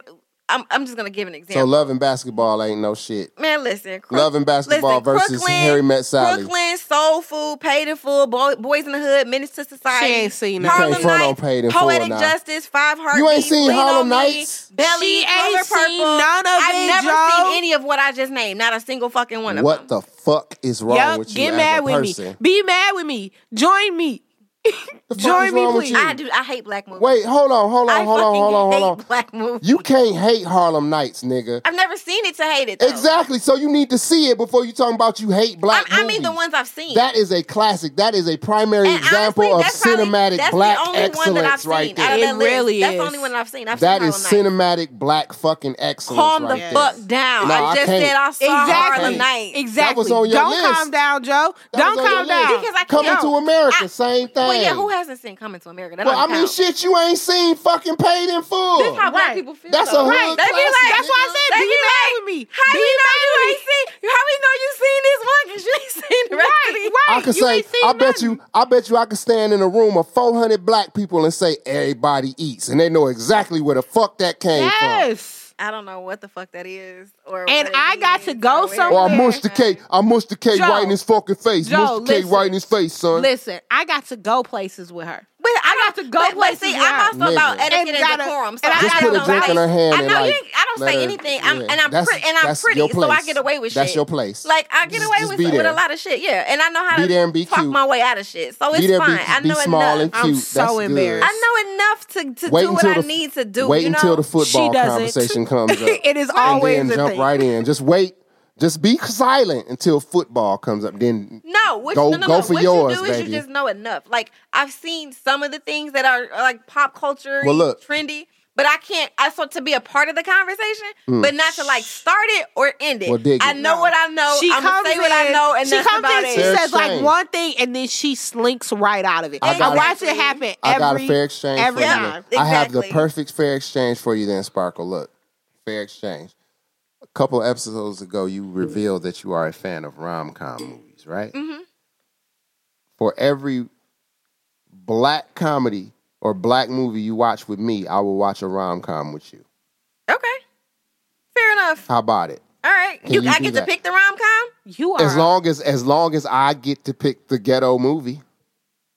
[SPEAKER 5] I'm. I'm just gonna give an
[SPEAKER 3] Mm-hmm. so
[SPEAKER 5] example.
[SPEAKER 3] love and basketball ain't no shit.
[SPEAKER 5] Man, listen, Crook-
[SPEAKER 3] Love and basketball
[SPEAKER 5] listen,
[SPEAKER 3] versus
[SPEAKER 5] Crooklyn-
[SPEAKER 3] Harry Met Sally.
[SPEAKER 5] Brooklyn soul food, paid in full, boy, boys in the hood, menace to
[SPEAKER 6] she
[SPEAKER 5] society.
[SPEAKER 6] ain't seen
[SPEAKER 3] You
[SPEAKER 6] nothing.
[SPEAKER 3] can't front on
[SPEAKER 5] Nights,
[SPEAKER 3] paid in full
[SPEAKER 5] Poetic
[SPEAKER 3] now.
[SPEAKER 5] Justice, Five Heartbeats.
[SPEAKER 3] seen
[SPEAKER 5] Lean
[SPEAKER 3] Harlem
[SPEAKER 5] on Me,
[SPEAKER 3] Nights?
[SPEAKER 5] Belly,
[SPEAKER 6] She
[SPEAKER 5] Color
[SPEAKER 6] ain't
[SPEAKER 5] Purple.
[SPEAKER 6] seen none of
[SPEAKER 5] I've
[SPEAKER 6] it,
[SPEAKER 5] never
[SPEAKER 6] Joe.
[SPEAKER 5] seen any of what I just named. Not a single fucking one of
[SPEAKER 3] What the
[SPEAKER 5] them.
[SPEAKER 3] fuck is wrong
[SPEAKER 6] Yup,
[SPEAKER 3] with you?
[SPEAKER 6] get
[SPEAKER 3] as
[SPEAKER 6] mad
[SPEAKER 3] a
[SPEAKER 6] with me.
[SPEAKER 3] person?
[SPEAKER 6] Be mad with me. Join me.
[SPEAKER 3] The fuck
[SPEAKER 6] Join
[SPEAKER 3] is
[SPEAKER 6] me,
[SPEAKER 3] wrong with
[SPEAKER 6] please.
[SPEAKER 3] you?
[SPEAKER 5] I do. I hate black movies.
[SPEAKER 3] Wait, hold on, hold on,
[SPEAKER 5] I
[SPEAKER 3] hold on,
[SPEAKER 5] fucking
[SPEAKER 3] hold on,
[SPEAKER 5] hate
[SPEAKER 3] hold on.
[SPEAKER 5] Black movies.
[SPEAKER 3] You can't hate Harlem Nights, nigga.
[SPEAKER 5] I've never seen it to hate it. Though.
[SPEAKER 3] Exactly. So you need to see it before you talking about you hate
[SPEAKER 5] I,
[SPEAKER 3] black
[SPEAKER 5] I mean the
[SPEAKER 3] movies.
[SPEAKER 5] ones I've seen.
[SPEAKER 3] That is a classic. That is a primary
[SPEAKER 5] And
[SPEAKER 3] example
[SPEAKER 5] honestly,
[SPEAKER 3] of
[SPEAKER 5] that's probably-
[SPEAKER 3] cinematic
[SPEAKER 5] that's
[SPEAKER 3] black
[SPEAKER 5] the only
[SPEAKER 3] excellence
[SPEAKER 5] one that I've seen
[SPEAKER 3] right
[SPEAKER 5] out
[SPEAKER 3] there.
[SPEAKER 6] It
[SPEAKER 5] of that list.
[SPEAKER 6] really
[SPEAKER 5] That's the
[SPEAKER 6] is.
[SPEAKER 5] only one I've seen. I've
[SPEAKER 3] That
[SPEAKER 5] seen
[SPEAKER 3] is
[SPEAKER 5] Harlem Nights.
[SPEAKER 3] cinematic black fucking excellence.
[SPEAKER 5] Calm the
[SPEAKER 3] right there.
[SPEAKER 5] fuck down.
[SPEAKER 3] No, I
[SPEAKER 5] I just
[SPEAKER 3] can't.
[SPEAKER 5] said I saw
[SPEAKER 6] Exactly.
[SPEAKER 5] Harlem Nights.
[SPEAKER 6] Exactly.
[SPEAKER 3] That was on your
[SPEAKER 6] Don't
[SPEAKER 3] list.
[SPEAKER 6] calm down, Joe.
[SPEAKER 3] That was
[SPEAKER 6] Don't
[SPEAKER 3] on your
[SPEAKER 6] calm
[SPEAKER 3] list.
[SPEAKER 6] down.
[SPEAKER 5] Because I
[SPEAKER 3] Coming
[SPEAKER 5] can't.
[SPEAKER 3] to America,
[SPEAKER 5] I-
[SPEAKER 3] same thing.
[SPEAKER 5] Well, yeah, who hasn't seen Coming to America? That
[SPEAKER 3] Well, I
[SPEAKER 5] don't
[SPEAKER 3] mean,
[SPEAKER 5] count.
[SPEAKER 3] shit, you ain't seen fucking paid in full.
[SPEAKER 5] That's how black
[SPEAKER 6] Right.
[SPEAKER 5] people feel.
[SPEAKER 3] That's
[SPEAKER 5] though.
[SPEAKER 3] a hood
[SPEAKER 5] Right. They be
[SPEAKER 3] classic,
[SPEAKER 5] like,
[SPEAKER 6] That's why I said
[SPEAKER 5] They
[SPEAKER 6] be
[SPEAKER 5] be
[SPEAKER 6] mad
[SPEAKER 5] like,
[SPEAKER 6] with me.
[SPEAKER 5] How
[SPEAKER 6] be
[SPEAKER 5] do you know
[SPEAKER 6] mad
[SPEAKER 5] you
[SPEAKER 6] with me.
[SPEAKER 5] ain't seen? How we know you seen this one? Cause you ain't seen the rest of these.
[SPEAKER 3] I could
[SPEAKER 6] You
[SPEAKER 3] say,
[SPEAKER 6] ain't seen
[SPEAKER 3] I bet you, I bet you, I could stand in a room of four hundred black people and say everybody eats, and they know exactly where the fuck that came
[SPEAKER 6] Yes.
[SPEAKER 5] I don't know what the fuck that is. Or
[SPEAKER 6] And
[SPEAKER 5] what it
[SPEAKER 6] I got
[SPEAKER 5] means
[SPEAKER 6] to go
[SPEAKER 5] or where-
[SPEAKER 3] from. Or I
[SPEAKER 6] somewhere.
[SPEAKER 3] mushed the cake, I mushed the cake
[SPEAKER 6] Joe.
[SPEAKER 3] right in his fucking face,
[SPEAKER 6] Joe,
[SPEAKER 3] mushed the cake
[SPEAKER 6] listen.
[SPEAKER 3] right in his face, son.
[SPEAKER 6] Listen, I got to go places with her.
[SPEAKER 5] But I
[SPEAKER 6] got to go
[SPEAKER 5] But, but
[SPEAKER 6] places
[SPEAKER 5] see,
[SPEAKER 6] you
[SPEAKER 5] I'm
[SPEAKER 6] are.
[SPEAKER 5] also about
[SPEAKER 3] Nigga.
[SPEAKER 5] etiquette and,
[SPEAKER 6] And gotta-
[SPEAKER 5] decorum. So
[SPEAKER 6] and I
[SPEAKER 3] Just
[SPEAKER 5] I
[SPEAKER 3] put
[SPEAKER 5] don't
[SPEAKER 3] a drink
[SPEAKER 5] say,
[SPEAKER 3] in her hand
[SPEAKER 5] I
[SPEAKER 3] and,
[SPEAKER 5] know
[SPEAKER 3] like,
[SPEAKER 5] you ain't- I don't
[SPEAKER 3] let
[SPEAKER 5] say
[SPEAKER 3] her-
[SPEAKER 5] anything. I'm,
[SPEAKER 3] yeah.
[SPEAKER 5] and I'm
[SPEAKER 3] That's-
[SPEAKER 5] pretty, and I'm
[SPEAKER 3] that's your
[SPEAKER 5] pretty, so I
[SPEAKER 3] place.
[SPEAKER 5] get away with
[SPEAKER 3] That's
[SPEAKER 5] shit.
[SPEAKER 3] your place.
[SPEAKER 5] Like I get
[SPEAKER 3] Just-
[SPEAKER 5] away
[SPEAKER 3] just
[SPEAKER 5] with,
[SPEAKER 3] be
[SPEAKER 5] with
[SPEAKER 3] there.
[SPEAKER 5] a lot of shit. Yeah, and I know how
[SPEAKER 3] Be
[SPEAKER 5] to
[SPEAKER 3] there and be
[SPEAKER 5] talk
[SPEAKER 3] cute.
[SPEAKER 5] my way out of shit. So it's
[SPEAKER 3] be there,
[SPEAKER 5] fine.
[SPEAKER 3] be,
[SPEAKER 5] I
[SPEAKER 3] be
[SPEAKER 5] know
[SPEAKER 3] small
[SPEAKER 5] enough.
[SPEAKER 3] and
[SPEAKER 6] I'm
[SPEAKER 3] cute.
[SPEAKER 6] so
[SPEAKER 3] That's good.
[SPEAKER 6] embarrassed.
[SPEAKER 5] I know enough to, to
[SPEAKER 3] Wait
[SPEAKER 5] do what
[SPEAKER 3] until
[SPEAKER 5] I
[SPEAKER 3] the-
[SPEAKER 5] need to do.
[SPEAKER 3] Wait
[SPEAKER 5] you know?
[SPEAKER 3] until the football
[SPEAKER 6] She doesn't.
[SPEAKER 3] conversation comes up.
[SPEAKER 6] it is
[SPEAKER 3] and
[SPEAKER 6] always
[SPEAKER 3] then
[SPEAKER 6] a
[SPEAKER 3] jump
[SPEAKER 6] thing.
[SPEAKER 3] right in. Just wait. Just be silent until football comes up. Then
[SPEAKER 5] No, what,
[SPEAKER 3] Go-
[SPEAKER 5] no, no,
[SPEAKER 3] go
[SPEAKER 5] no.
[SPEAKER 3] for
[SPEAKER 5] what
[SPEAKER 3] yours,
[SPEAKER 5] you do is
[SPEAKER 3] baby.
[SPEAKER 5] you just know enough. Like I've seen some of the things that are, are like pop culture,
[SPEAKER 3] Well, look.
[SPEAKER 5] trendy, but I can't. I so to be a part of the conversation, but not to like start it or end it.
[SPEAKER 3] Mm. Well, dig
[SPEAKER 5] I
[SPEAKER 3] it.
[SPEAKER 5] know what I know.
[SPEAKER 6] She
[SPEAKER 5] I'm
[SPEAKER 6] comes
[SPEAKER 5] gonna say
[SPEAKER 6] in,
[SPEAKER 5] what I know, and
[SPEAKER 6] she
[SPEAKER 5] that's
[SPEAKER 6] comes
[SPEAKER 5] about
[SPEAKER 6] in,
[SPEAKER 5] it.
[SPEAKER 6] she
[SPEAKER 3] Fair
[SPEAKER 6] says like
[SPEAKER 3] exchange.
[SPEAKER 6] one thing, and then she slinks right out of it.
[SPEAKER 3] I
[SPEAKER 6] I,
[SPEAKER 3] got-
[SPEAKER 6] watch it happen.
[SPEAKER 3] I
[SPEAKER 6] every,
[SPEAKER 3] got a fair exchange
[SPEAKER 6] every
[SPEAKER 3] for you.
[SPEAKER 6] time.
[SPEAKER 5] Yeah,
[SPEAKER 3] I have the
[SPEAKER 5] exactly.
[SPEAKER 3] perfect fair exchange for you then, Sparkle. Look, fair exchange. A couple episodes ago, you revealed that you are a fan of rom com movies, right? Mm-hmm. For every black comedy or black movie you watch with me, I will watch a rom com with you.
[SPEAKER 5] Okay, fair enough.
[SPEAKER 3] How about it?
[SPEAKER 5] All right,
[SPEAKER 3] Can
[SPEAKER 5] you,
[SPEAKER 3] you
[SPEAKER 5] I
[SPEAKER 3] do
[SPEAKER 5] get
[SPEAKER 3] that?
[SPEAKER 5] to pick the rom com.
[SPEAKER 6] You are.
[SPEAKER 3] As long as as long as I get to pick the ghetto movie,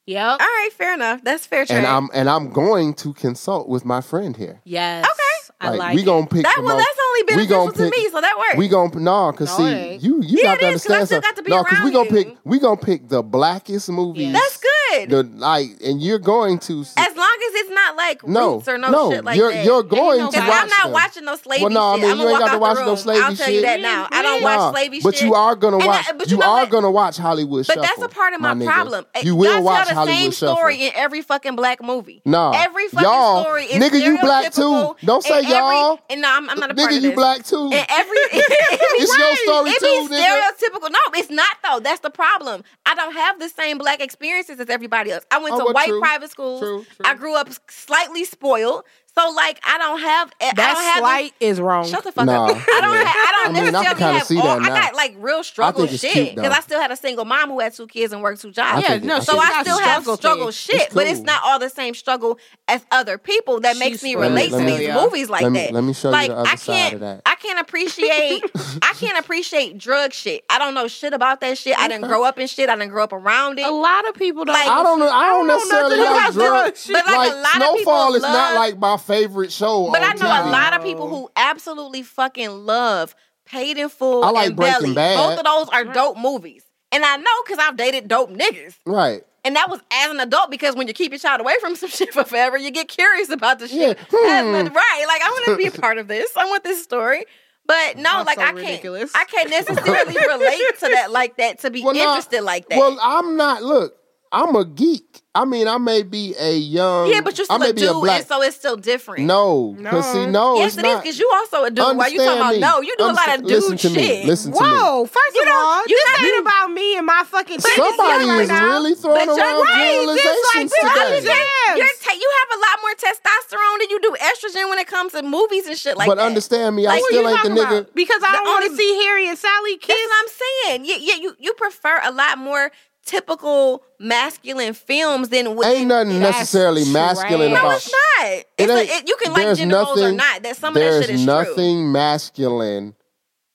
[SPEAKER 6] yep.
[SPEAKER 5] All right, fair enough. That's fair trade.
[SPEAKER 3] and I'm and I'm going to consult with my friend here.
[SPEAKER 6] Yes.
[SPEAKER 5] Okay.
[SPEAKER 6] I like,
[SPEAKER 3] we
[SPEAKER 6] it.
[SPEAKER 3] gonna pick
[SPEAKER 5] that
[SPEAKER 3] the
[SPEAKER 5] well,
[SPEAKER 3] most-
[SPEAKER 5] that's only
[SPEAKER 3] we
[SPEAKER 5] beneficial
[SPEAKER 3] gonna
[SPEAKER 5] to
[SPEAKER 3] pick-
[SPEAKER 5] me, so that works.
[SPEAKER 3] We gonna no, cause
[SPEAKER 6] No, it
[SPEAKER 3] see
[SPEAKER 6] ain't.
[SPEAKER 3] you you
[SPEAKER 5] Yeah,
[SPEAKER 3] got to
[SPEAKER 5] it is, 'cause I
[SPEAKER 3] understand something.
[SPEAKER 5] still got to be
[SPEAKER 3] no, cause we
[SPEAKER 5] around
[SPEAKER 3] gonna
[SPEAKER 5] you.
[SPEAKER 3] pick we gonna pick the blackest movies.
[SPEAKER 5] that's good.
[SPEAKER 3] The like, and you're going to s-
[SPEAKER 5] as long as it's not like
[SPEAKER 3] no
[SPEAKER 5] roots or no,
[SPEAKER 3] no
[SPEAKER 5] shit like
[SPEAKER 3] you're
[SPEAKER 5] that.
[SPEAKER 3] you're going to
[SPEAKER 5] Because
[SPEAKER 3] watch
[SPEAKER 5] I'm not
[SPEAKER 3] them.
[SPEAKER 5] watching no slavey
[SPEAKER 3] Well, no, I
[SPEAKER 5] shit.
[SPEAKER 3] mean,
[SPEAKER 5] I'm
[SPEAKER 3] you ain't
[SPEAKER 5] gonna walk
[SPEAKER 3] got to
[SPEAKER 5] out
[SPEAKER 3] watch
[SPEAKER 5] the
[SPEAKER 3] no
[SPEAKER 5] room. I'll
[SPEAKER 3] slavey
[SPEAKER 5] tell you
[SPEAKER 3] shit.
[SPEAKER 5] that now. I don't
[SPEAKER 3] Nah,
[SPEAKER 5] watch slavey
[SPEAKER 3] but
[SPEAKER 5] shit.
[SPEAKER 3] you are gonna
[SPEAKER 5] And
[SPEAKER 3] watch.
[SPEAKER 5] I- but
[SPEAKER 3] you,
[SPEAKER 5] you know
[SPEAKER 3] are
[SPEAKER 5] what?
[SPEAKER 3] gonna watch Hollywood
[SPEAKER 5] But
[SPEAKER 3] Shuffle.
[SPEAKER 5] that's a part of my,
[SPEAKER 3] nigga.
[SPEAKER 5] problem. Eh,
[SPEAKER 3] You will
[SPEAKER 5] all
[SPEAKER 3] watch
[SPEAKER 5] tell the
[SPEAKER 3] Hollywood
[SPEAKER 5] same
[SPEAKER 3] Shuffle.
[SPEAKER 5] story in every fucking black movie.
[SPEAKER 3] Nah.
[SPEAKER 5] every fucking
[SPEAKER 3] Y'all,
[SPEAKER 5] story is
[SPEAKER 3] nigga, you black
[SPEAKER 5] stereotypical
[SPEAKER 3] too. Don't say
[SPEAKER 5] and every-
[SPEAKER 3] y'all.
[SPEAKER 5] And no, I'm, I'm not a part
[SPEAKER 3] nigga,
[SPEAKER 5] of
[SPEAKER 3] you
[SPEAKER 5] this.
[SPEAKER 3] black too.
[SPEAKER 5] And every it's
[SPEAKER 3] It's your story
[SPEAKER 5] it
[SPEAKER 3] too,
[SPEAKER 5] be
[SPEAKER 3] nigga.
[SPEAKER 5] stereotypical. No, it's not though. That's the problem. I don't have the same black experiences as everybody else. I went
[SPEAKER 3] Oh,
[SPEAKER 5] to
[SPEAKER 3] well,
[SPEAKER 5] white
[SPEAKER 3] true.
[SPEAKER 5] private schools.
[SPEAKER 3] True, true.
[SPEAKER 5] I grew up up slightly spoiled. So like I don't have I
[SPEAKER 4] That
[SPEAKER 5] don't have
[SPEAKER 4] slight is wrong.
[SPEAKER 5] Shut the fuck
[SPEAKER 3] Nah.
[SPEAKER 5] up. I don't.
[SPEAKER 3] Yeah.
[SPEAKER 5] Have, I
[SPEAKER 3] I
[SPEAKER 5] don't
[SPEAKER 3] mean, I can
[SPEAKER 5] necessarily
[SPEAKER 3] kinda
[SPEAKER 5] have
[SPEAKER 3] see
[SPEAKER 5] all.
[SPEAKER 3] that
[SPEAKER 5] I
[SPEAKER 3] now.
[SPEAKER 5] got like real struggle
[SPEAKER 3] think it's
[SPEAKER 5] shit
[SPEAKER 3] cute, though.
[SPEAKER 5] because I still had a single mom who had two kids and worked two
[SPEAKER 3] I
[SPEAKER 5] jobs.
[SPEAKER 3] think
[SPEAKER 4] Yeah,
[SPEAKER 3] it-
[SPEAKER 4] no,
[SPEAKER 3] I
[SPEAKER 4] she
[SPEAKER 5] So
[SPEAKER 3] think
[SPEAKER 5] I
[SPEAKER 3] it's
[SPEAKER 5] still
[SPEAKER 3] cute.
[SPEAKER 5] have
[SPEAKER 4] struggle
[SPEAKER 5] struggle
[SPEAKER 4] things.
[SPEAKER 5] shit,
[SPEAKER 3] It's
[SPEAKER 5] but it's
[SPEAKER 3] cool.
[SPEAKER 5] not all the same struggle as other people that makes me
[SPEAKER 4] She's right.
[SPEAKER 5] relate
[SPEAKER 3] Let
[SPEAKER 5] to
[SPEAKER 3] me-
[SPEAKER 5] these
[SPEAKER 4] let me-
[SPEAKER 5] movies like
[SPEAKER 3] let me
[SPEAKER 5] that.
[SPEAKER 3] let me show
[SPEAKER 5] like
[SPEAKER 3] you the other
[SPEAKER 5] I
[SPEAKER 3] side
[SPEAKER 5] can't,
[SPEAKER 3] of that.
[SPEAKER 5] I can't appreciate, I can't appreciate drug shit. I don't know shit about that shit. I didn't grow up in shit. I didn't grow up around it.
[SPEAKER 4] a lot of people don't.
[SPEAKER 5] Like-
[SPEAKER 3] I don't know. I don't
[SPEAKER 4] know
[SPEAKER 3] necessarily
[SPEAKER 4] nothing
[SPEAKER 3] like
[SPEAKER 4] about
[SPEAKER 3] drugs.
[SPEAKER 5] drugs. But, like, a lot of people
[SPEAKER 3] Snowfall is not
[SPEAKER 5] love-
[SPEAKER 3] like my favorite show.
[SPEAKER 5] But
[SPEAKER 3] on
[SPEAKER 5] I know a
[SPEAKER 3] TV.
[SPEAKER 5] lot of people who absolutely fucking love Paid in Full
[SPEAKER 3] I like
[SPEAKER 5] and
[SPEAKER 3] Breaking
[SPEAKER 5] Belly.
[SPEAKER 3] Bad.
[SPEAKER 5] Both of those are
[SPEAKER 7] Mm.
[SPEAKER 5] dope movies. And I know because I've dated dope niggas.
[SPEAKER 3] Right.
[SPEAKER 5] And that was as an adult because when you keep your child away from some shit for forever, you get curious about the
[SPEAKER 3] Yeah.
[SPEAKER 5] shit. That's
[SPEAKER 3] Hmm.
[SPEAKER 5] not- right. Like, I want to be a part of this. I want this story. But no,
[SPEAKER 7] That's
[SPEAKER 5] like
[SPEAKER 7] so
[SPEAKER 5] I can't
[SPEAKER 7] ridiculous.
[SPEAKER 5] I can't necessarily relate to that like that, to be
[SPEAKER 3] Well, nah.
[SPEAKER 5] interested like that.
[SPEAKER 3] Well, I'm not. Look, I'm a geek. I mean, I may be a young.
[SPEAKER 5] yeah, but you're
[SPEAKER 3] um, I may
[SPEAKER 5] still a
[SPEAKER 3] be a
[SPEAKER 5] dude,
[SPEAKER 3] black.
[SPEAKER 5] and so it's still different.
[SPEAKER 3] no, because see, no,
[SPEAKER 5] yes,
[SPEAKER 3] it's
[SPEAKER 5] it is,
[SPEAKER 3] not.
[SPEAKER 5] because you also a dude. Why you
[SPEAKER 3] Understand
[SPEAKER 5] talking about
[SPEAKER 3] me.
[SPEAKER 5] no? You do a lot
[SPEAKER 3] Understand-
[SPEAKER 5] of dude
[SPEAKER 3] listen to
[SPEAKER 5] shit.
[SPEAKER 3] Me. Listen to me.
[SPEAKER 4] Whoa! First of all,
[SPEAKER 5] you
[SPEAKER 4] this
[SPEAKER 5] not-
[SPEAKER 4] ain't about me and my fucking.
[SPEAKER 3] Somebody
[SPEAKER 5] young
[SPEAKER 3] is
[SPEAKER 5] right now,
[SPEAKER 3] really throwing
[SPEAKER 5] but you're
[SPEAKER 3] around
[SPEAKER 5] right,
[SPEAKER 4] just
[SPEAKER 3] generalizations
[SPEAKER 4] like this. I'm
[SPEAKER 3] today.
[SPEAKER 4] just-
[SPEAKER 5] You're ta- you have a lot more testosterone than you do estrogen when it comes to movies and shit like
[SPEAKER 3] but
[SPEAKER 5] that.
[SPEAKER 3] understand me, I
[SPEAKER 5] Like, who
[SPEAKER 3] still
[SPEAKER 5] you
[SPEAKER 3] ain't the
[SPEAKER 5] talking
[SPEAKER 3] nigga.
[SPEAKER 5] about?
[SPEAKER 4] because I
[SPEAKER 5] The
[SPEAKER 4] don't want to
[SPEAKER 5] only-
[SPEAKER 4] see Harry and Sally
[SPEAKER 5] That's
[SPEAKER 4] kiss.
[SPEAKER 5] what I'm saying. Yeah, yeah, you you prefer a lot more typical masculine films than what
[SPEAKER 3] Ain't nothing
[SPEAKER 5] That's-
[SPEAKER 3] necessarily masculine
[SPEAKER 5] No,
[SPEAKER 3] about.
[SPEAKER 5] it's not. It's a-
[SPEAKER 3] ain't-
[SPEAKER 5] it- you can like
[SPEAKER 3] there's
[SPEAKER 5] gender roles or
[SPEAKER 3] nothing-
[SPEAKER 5] not. That some of that
[SPEAKER 3] There's
[SPEAKER 5] shit is
[SPEAKER 3] nothing
[SPEAKER 5] true.
[SPEAKER 3] masculine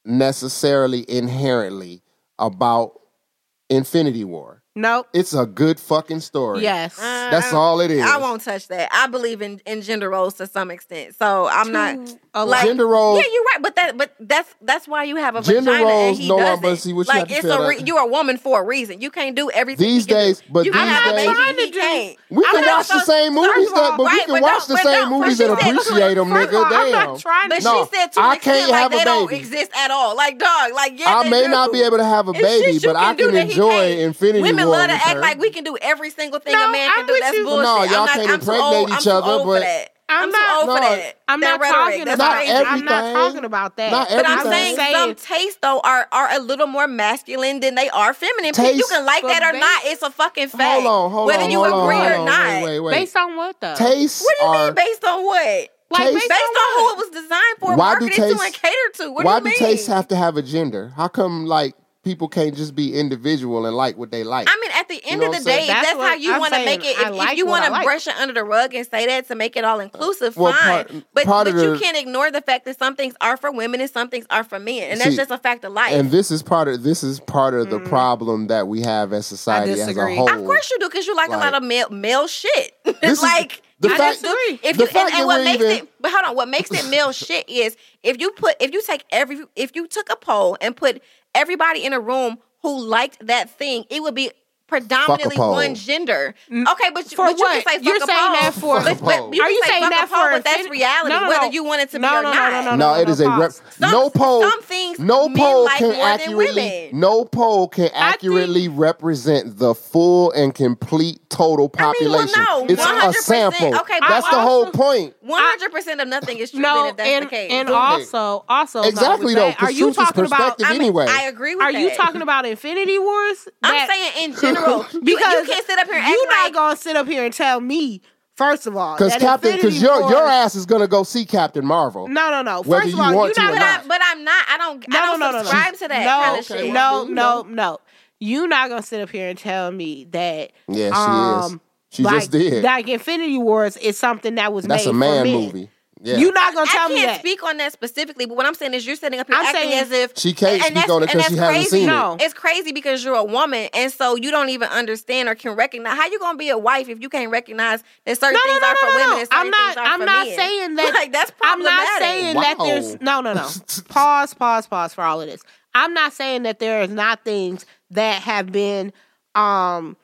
[SPEAKER 3] necessarily inherently about Infinity War.
[SPEAKER 4] Nope.
[SPEAKER 3] It's a good fucking story.
[SPEAKER 4] Yes.
[SPEAKER 5] Uh,
[SPEAKER 3] That's all it is.
[SPEAKER 5] Uh-huh. I won't touch that. I believe in, in gender roles to some extent, so I'm not.
[SPEAKER 4] a
[SPEAKER 5] like-
[SPEAKER 3] gender roles.
[SPEAKER 5] Yeah, you're right, but that but that's that's why you have a
[SPEAKER 3] Gender
[SPEAKER 5] vagina
[SPEAKER 3] roles,
[SPEAKER 5] and he
[SPEAKER 3] no, I-
[SPEAKER 5] doesn't.
[SPEAKER 3] but see, what you have
[SPEAKER 5] like
[SPEAKER 3] to
[SPEAKER 5] it's
[SPEAKER 3] tell
[SPEAKER 5] a
[SPEAKER 3] that-
[SPEAKER 5] re- you're a woman for a reason. You can't do everything
[SPEAKER 3] These
[SPEAKER 5] you can do.
[SPEAKER 3] days- but
[SPEAKER 5] you can
[SPEAKER 3] these
[SPEAKER 5] have a
[SPEAKER 3] days-
[SPEAKER 5] baby,
[SPEAKER 4] Trying to
[SPEAKER 5] he
[SPEAKER 4] drink.
[SPEAKER 5] can't.
[SPEAKER 3] we
[SPEAKER 5] I'm
[SPEAKER 3] can
[SPEAKER 5] not
[SPEAKER 3] watch the
[SPEAKER 5] so-
[SPEAKER 3] same movies, that,
[SPEAKER 4] of
[SPEAKER 3] but
[SPEAKER 5] all-
[SPEAKER 3] we
[SPEAKER 5] right,
[SPEAKER 3] can
[SPEAKER 5] but
[SPEAKER 3] watch the
[SPEAKER 5] don't- but
[SPEAKER 3] same
[SPEAKER 5] don't- but
[SPEAKER 3] movies
[SPEAKER 5] she
[SPEAKER 3] and
[SPEAKER 5] said-
[SPEAKER 3] appreciate them,
[SPEAKER 4] First of
[SPEAKER 3] nigga.
[SPEAKER 4] all, I'm
[SPEAKER 3] Damn.
[SPEAKER 4] not trying
[SPEAKER 5] But
[SPEAKER 4] to.
[SPEAKER 3] No.
[SPEAKER 5] she said to
[SPEAKER 3] I
[SPEAKER 5] an extent
[SPEAKER 3] can't have
[SPEAKER 5] like
[SPEAKER 3] a
[SPEAKER 5] they don't
[SPEAKER 3] baby.
[SPEAKER 5] exist at all. Like dog, like yeah,
[SPEAKER 3] I
[SPEAKER 5] they
[SPEAKER 3] may
[SPEAKER 5] do.
[SPEAKER 3] not be able to have a
[SPEAKER 5] It's shit
[SPEAKER 3] baby,
[SPEAKER 5] you
[SPEAKER 3] but I
[SPEAKER 5] do
[SPEAKER 3] can
[SPEAKER 5] that he
[SPEAKER 3] enjoy
[SPEAKER 5] can't.
[SPEAKER 3] Infinity
[SPEAKER 5] Women
[SPEAKER 3] War.
[SPEAKER 5] love to
[SPEAKER 3] with
[SPEAKER 5] act
[SPEAKER 3] her.
[SPEAKER 5] like we can do every single thing a
[SPEAKER 4] No,
[SPEAKER 5] man
[SPEAKER 4] I'm
[SPEAKER 5] can do.
[SPEAKER 4] with
[SPEAKER 5] That's
[SPEAKER 4] you.
[SPEAKER 5] bullshit.
[SPEAKER 3] No, y'all
[SPEAKER 5] I'm not,
[SPEAKER 3] can't
[SPEAKER 5] I'm too
[SPEAKER 3] impregnate
[SPEAKER 5] old,
[SPEAKER 3] each
[SPEAKER 5] I'm too
[SPEAKER 3] other,
[SPEAKER 5] old
[SPEAKER 3] but-
[SPEAKER 5] for that.
[SPEAKER 4] I'm
[SPEAKER 5] too
[SPEAKER 4] not-
[SPEAKER 5] old for
[SPEAKER 3] No,
[SPEAKER 5] that.
[SPEAKER 4] I'm
[SPEAKER 5] That
[SPEAKER 4] not
[SPEAKER 5] rhetoric.
[SPEAKER 4] talking
[SPEAKER 5] That's
[SPEAKER 3] Not
[SPEAKER 5] crazy.
[SPEAKER 3] every-
[SPEAKER 4] I'm not
[SPEAKER 3] everything.
[SPEAKER 4] talking about that.
[SPEAKER 3] Not
[SPEAKER 5] But I'm
[SPEAKER 3] everything.
[SPEAKER 5] saying some tastes though are are a little more masculine than they are feminine. Pe- you
[SPEAKER 3] Taste-
[SPEAKER 5] can like that or not. It's a fucking fact.
[SPEAKER 3] Hold on, hold
[SPEAKER 5] Whether
[SPEAKER 3] on,
[SPEAKER 5] you
[SPEAKER 3] hold
[SPEAKER 5] agree
[SPEAKER 3] on,
[SPEAKER 5] or
[SPEAKER 3] hold on.
[SPEAKER 5] not.
[SPEAKER 3] Wait, wait, wait.
[SPEAKER 4] Based on what though?
[SPEAKER 3] Tastes
[SPEAKER 5] What do you
[SPEAKER 3] are
[SPEAKER 5] mean based on what?
[SPEAKER 4] Like
[SPEAKER 3] taste-
[SPEAKER 4] based,
[SPEAKER 5] Based on who it was designed
[SPEAKER 3] Why
[SPEAKER 5] for,
[SPEAKER 3] do
[SPEAKER 5] marketed
[SPEAKER 3] tastes-
[SPEAKER 5] to, and catered to. What
[SPEAKER 3] Why
[SPEAKER 5] do you mean?
[SPEAKER 3] tastes have to have a gender? How come like people can't just be individual and like what they like?
[SPEAKER 5] I mean, at the end
[SPEAKER 3] know what
[SPEAKER 5] of the
[SPEAKER 3] I'm saying?
[SPEAKER 5] day,
[SPEAKER 4] That's
[SPEAKER 5] that's,
[SPEAKER 4] what
[SPEAKER 5] how you
[SPEAKER 4] I'm
[SPEAKER 5] want to
[SPEAKER 4] saying.
[SPEAKER 5] make it. If,
[SPEAKER 4] I
[SPEAKER 5] if
[SPEAKER 4] like
[SPEAKER 5] you
[SPEAKER 4] what
[SPEAKER 5] want
[SPEAKER 4] I
[SPEAKER 5] to
[SPEAKER 4] like.
[SPEAKER 5] brush it under the rug and say that to make it all inclusive,
[SPEAKER 3] Uh, Well,
[SPEAKER 5] fine.
[SPEAKER 3] part-
[SPEAKER 5] but
[SPEAKER 3] part
[SPEAKER 5] but
[SPEAKER 3] of
[SPEAKER 5] you
[SPEAKER 3] the-
[SPEAKER 5] can't ignore the fact that some things are for women and some things are for men, and that's
[SPEAKER 3] See,
[SPEAKER 5] just a fact of life.
[SPEAKER 3] and this is part of this is part of the problem that we have as society as a
[SPEAKER 4] disagree.
[SPEAKER 3] whole.
[SPEAKER 5] Mm-hmm. Of course you do, because you like, a
[SPEAKER 3] Like-
[SPEAKER 5] lot of male male shit.
[SPEAKER 3] This
[SPEAKER 5] It's
[SPEAKER 3] is-
[SPEAKER 5] like
[SPEAKER 3] the
[SPEAKER 5] I
[SPEAKER 3] fact-
[SPEAKER 5] disagree. if
[SPEAKER 3] the
[SPEAKER 5] you
[SPEAKER 3] fact
[SPEAKER 5] and,
[SPEAKER 3] that
[SPEAKER 5] and what
[SPEAKER 3] we're
[SPEAKER 5] makes
[SPEAKER 3] even-
[SPEAKER 5] it but hold on, what makes it male shit is if you put if you take every if you took a poll and put everybody in a room who liked that thing, it would be predominantly
[SPEAKER 3] poll.
[SPEAKER 5] one gender. Okay, but,
[SPEAKER 4] Mm.
[SPEAKER 5] you-
[SPEAKER 4] For
[SPEAKER 5] but you
[SPEAKER 4] what?
[SPEAKER 5] can say fuck
[SPEAKER 4] You're
[SPEAKER 5] a
[SPEAKER 4] saying
[SPEAKER 5] poll.
[SPEAKER 4] that for-
[SPEAKER 5] but, but you
[SPEAKER 4] Are
[SPEAKER 5] can
[SPEAKER 4] you
[SPEAKER 5] say
[SPEAKER 4] saying
[SPEAKER 5] fuck
[SPEAKER 4] that
[SPEAKER 5] a poll,
[SPEAKER 4] for
[SPEAKER 5] but that's
[SPEAKER 4] infin-
[SPEAKER 5] reality,
[SPEAKER 4] No, no,
[SPEAKER 5] whether
[SPEAKER 4] no.
[SPEAKER 5] you want it to
[SPEAKER 4] No,
[SPEAKER 5] be or
[SPEAKER 4] no, no,
[SPEAKER 5] not.
[SPEAKER 4] no, no,
[SPEAKER 3] No, it
[SPEAKER 4] no,
[SPEAKER 3] is a rep-
[SPEAKER 4] pause.
[SPEAKER 5] Some-
[SPEAKER 3] no poll.
[SPEAKER 5] some things
[SPEAKER 3] no
[SPEAKER 5] men
[SPEAKER 3] poll
[SPEAKER 5] like
[SPEAKER 3] can
[SPEAKER 5] more than
[SPEAKER 3] accurately.
[SPEAKER 5] women.
[SPEAKER 3] No poll can
[SPEAKER 4] think-
[SPEAKER 3] accurately represent the full and complete total
[SPEAKER 5] I mean, well,
[SPEAKER 3] population.
[SPEAKER 5] no,
[SPEAKER 3] it's a
[SPEAKER 5] 100%.
[SPEAKER 3] sample.
[SPEAKER 5] Okay, but
[SPEAKER 3] that's the
[SPEAKER 4] I
[SPEAKER 3] whole
[SPEAKER 4] also-
[SPEAKER 3] point.
[SPEAKER 5] One hundred percent of nothing is true. then
[SPEAKER 4] No,
[SPEAKER 5] if that's
[SPEAKER 4] and
[SPEAKER 5] the case.
[SPEAKER 4] and
[SPEAKER 3] Okay.
[SPEAKER 4] also also
[SPEAKER 3] Exactly
[SPEAKER 4] though,
[SPEAKER 3] though,
[SPEAKER 4] with that, are
[SPEAKER 3] because
[SPEAKER 4] you
[SPEAKER 3] truth is
[SPEAKER 4] talking about?
[SPEAKER 3] perspective
[SPEAKER 5] I mean,
[SPEAKER 3] anyway.
[SPEAKER 5] I agree with
[SPEAKER 4] Are
[SPEAKER 5] that.
[SPEAKER 4] you talking about Infinity Wars?
[SPEAKER 5] I'm
[SPEAKER 4] That-
[SPEAKER 5] saying in general. because you,
[SPEAKER 4] Because
[SPEAKER 5] can't sit up here and act
[SPEAKER 4] You're not
[SPEAKER 5] like
[SPEAKER 4] gonna sit up here and tell me. First of all,
[SPEAKER 3] Because
[SPEAKER 4] that
[SPEAKER 3] Captain,
[SPEAKER 4] Infinity
[SPEAKER 3] because your
[SPEAKER 4] War-
[SPEAKER 3] your ass is gonna go see Captain Marvel.
[SPEAKER 4] No, no, no.
[SPEAKER 3] Whether
[SPEAKER 4] First of
[SPEAKER 3] you
[SPEAKER 4] all,
[SPEAKER 3] want
[SPEAKER 4] you're
[SPEAKER 3] to
[SPEAKER 4] not
[SPEAKER 3] or
[SPEAKER 5] but,
[SPEAKER 4] gonna
[SPEAKER 5] I, but I'm not. I don't. I don't subscribe to that
[SPEAKER 4] no,
[SPEAKER 5] kind of
[SPEAKER 3] okay.
[SPEAKER 5] shit.
[SPEAKER 4] No,
[SPEAKER 3] Okay.
[SPEAKER 4] no, no. You're not gonna sit up here and tell me that.
[SPEAKER 3] Yeah, she is.
[SPEAKER 4] um,
[SPEAKER 3] She
[SPEAKER 4] like,
[SPEAKER 3] just did.
[SPEAKER 4] Like Infinity Wars is something that was
[SPEAKER 3] That's
[SPEAKER 4] made
[SPEAKER 3] a man
[SPEAKER 4] for men.
[SPEAKER 3] movie. Yeah.
[SPEAKER 4] You're not gonna
[SPEAKER 5] I
[SPEAKER 4] tell
[SPEAKER 5] can't
[SPEAKER 4] me that.
[SPEAKER 5] speak on that specifically, but what I'm saying is you're sitting up here
[SPEAKER 4] I'm
[SPEAKER 5] acting
[SPEAKER 4] saying-
[SPEAKER 5] as if
[SPEAKER 3] She can't
[SPEAKER 5] and
[SPEAKER 3] speak
[SPEAKER 5] that's-
[SPEAKER 3] on it 'cause
[SPEAKER 5] and
[SPEAKER 3] she
[SPEAKER 5] that's
[SPEAKER 3] hasn't
[SPEAKER 5] crazy.
[SPEAKER 3] seen it.
[SPEAKER 4] No.
[SPEAKER 5] It's crazy because you're a woman, and so you don't even understand or can recognize how you gonna be a wife if you can't recognize that certain
[SPEAKER 4] No, no,
[SPEAKER 5] things
[SPEAKER 4] no,
[SPEAKER 5] are
[SPEAKER 4] no,
[SPEAKER 5] for
[SPEAKER 4] no,
[SPEAKER 5] women
[SPEAKER 4] no.
[SPEAKER 5] and certain
[SPEAKER 4] I'm not.
[SPEAKER 5] things are
[SPEAKER 4] I'm
[SPEAKER 5] for
[SPEAKER 4] not
[SPEAKER 5] men.
[SPEAKER 4] saying that.
[SPEAKER 5] Like that's
[SPEAKER 4] I'm
[SPEAKER 5] problematic.
[SPEAKER 4] not saying that
[SPEAKER 3] Wow.
[SPEAKER 4] there's no, no, no. pause, pause, pause for all of this. I'm not saying that there is not things that have been um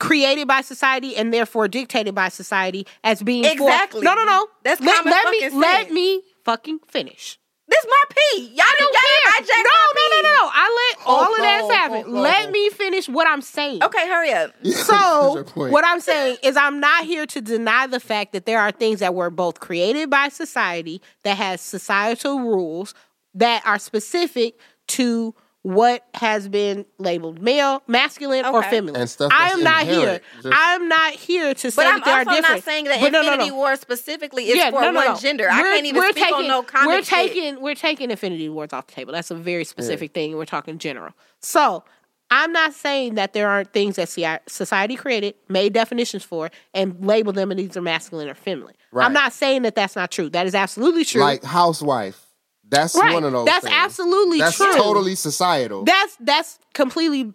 [SPEAKER 4] created by society and therefore dictated by society as being for-
[SPEAKER 5] Exactly.
[SPEAKER 4] no, no, no.
[SPEAKER 5] That's
[SPEAKER 4] let,
[SPEAKER 5] common
[SPEAKER 4] let me
[SPEAKER 5] fucking
[SPEAKER 4] let
[SPEAKER 5] sense.
[SPEAKER 4] me fucking finish.
[SPEAKER 5] This my pee. Y'all don't
[SPEAKER 4] Here.
[SPEAKER 5] y'all
[SPEAKER 4] No,
[SPEAKER 5] hijacked
[SPEAKER 4] no, no, no. I let all of
[SPEAKER 3] no,
[SPEAKER 4] that happen.
[SPEAKER 3] hold
[SPEAKER 4] Let
[SPEAKER 3] on.
[SPEAKER 4] me finish what I'm saying.
[SPEAKER 5] Okay, hurry up.
[SPEAKER 3] That's
[SPEAKER 4] So
[SPEAKER 3] your point.
[SPEAKER 4] what I'm saying is I'm not here to deny the fact that there are things that were both created by society that has societal rules that are specific to what has been labeled male, masculine, or
[SPEAKER 5] Okay.
[SPEAKER 4] feminine.
[SPEAKER 3] And stuff
[SPEAKER 4] I
[SPEAKER 3] that's
[SPEAKER 4] am not here.
[SPEAKER 3] inherent, just-
[SPEAKER 4] I am not here to say
[SPEAKER 5] But I'm
[SPEAKER 4] that they are
[SPEAKER 5] also
[SPEAKER 4] different.
[SPEAKER 5] not saying that
[SPEAKER 4] But no, no,
[SPEAKER 5] Infinity
[SPEAKER 4] no.
[SPEAKER 5] War specifically is
[SPEAKER 4] Yeah,
[SPEAKER 5] for
[SPEAKER 4] no, no,
[SPEAKER 5] one
[SPEAKER 4] no.
[SPEAKER 5] gender. I
[SPEAKER 4] We're-
[SPEAKER 5] can't even
[SPEAKER 4] we're
[SPEAKER 5] speak
[SPEAKER 4] taking,
[SPEAKER 5] on no comic
[SPEAKER 4] We're
[SPEAKER 5] shit.
[SPEAKER 4] taking we're taking Infinity Wars off the table. That's a very specific thing, and we're talking general. So I'm not saying that there aren't things that CI society created, made definitions for, and labeled them and these are masculine or feminine.
[SPEAKER 3] Right.
[SPEAKER 4] I'm not saying that that's not true. That is absolutely true.
[SPEAKER 3] Like housewife. That's
[SPEAKER 4] Right.
[SPEAKER 3] one of those.
[SPEAKER 4] That's
[SPEAKER 3] things.
[SPEAKER 4] absolutely
[SPEAKER 3] That's
[SPEAKER 4] true.
[SPEAKER 3] totally societal.
[SPEAKER 4] That's that's completely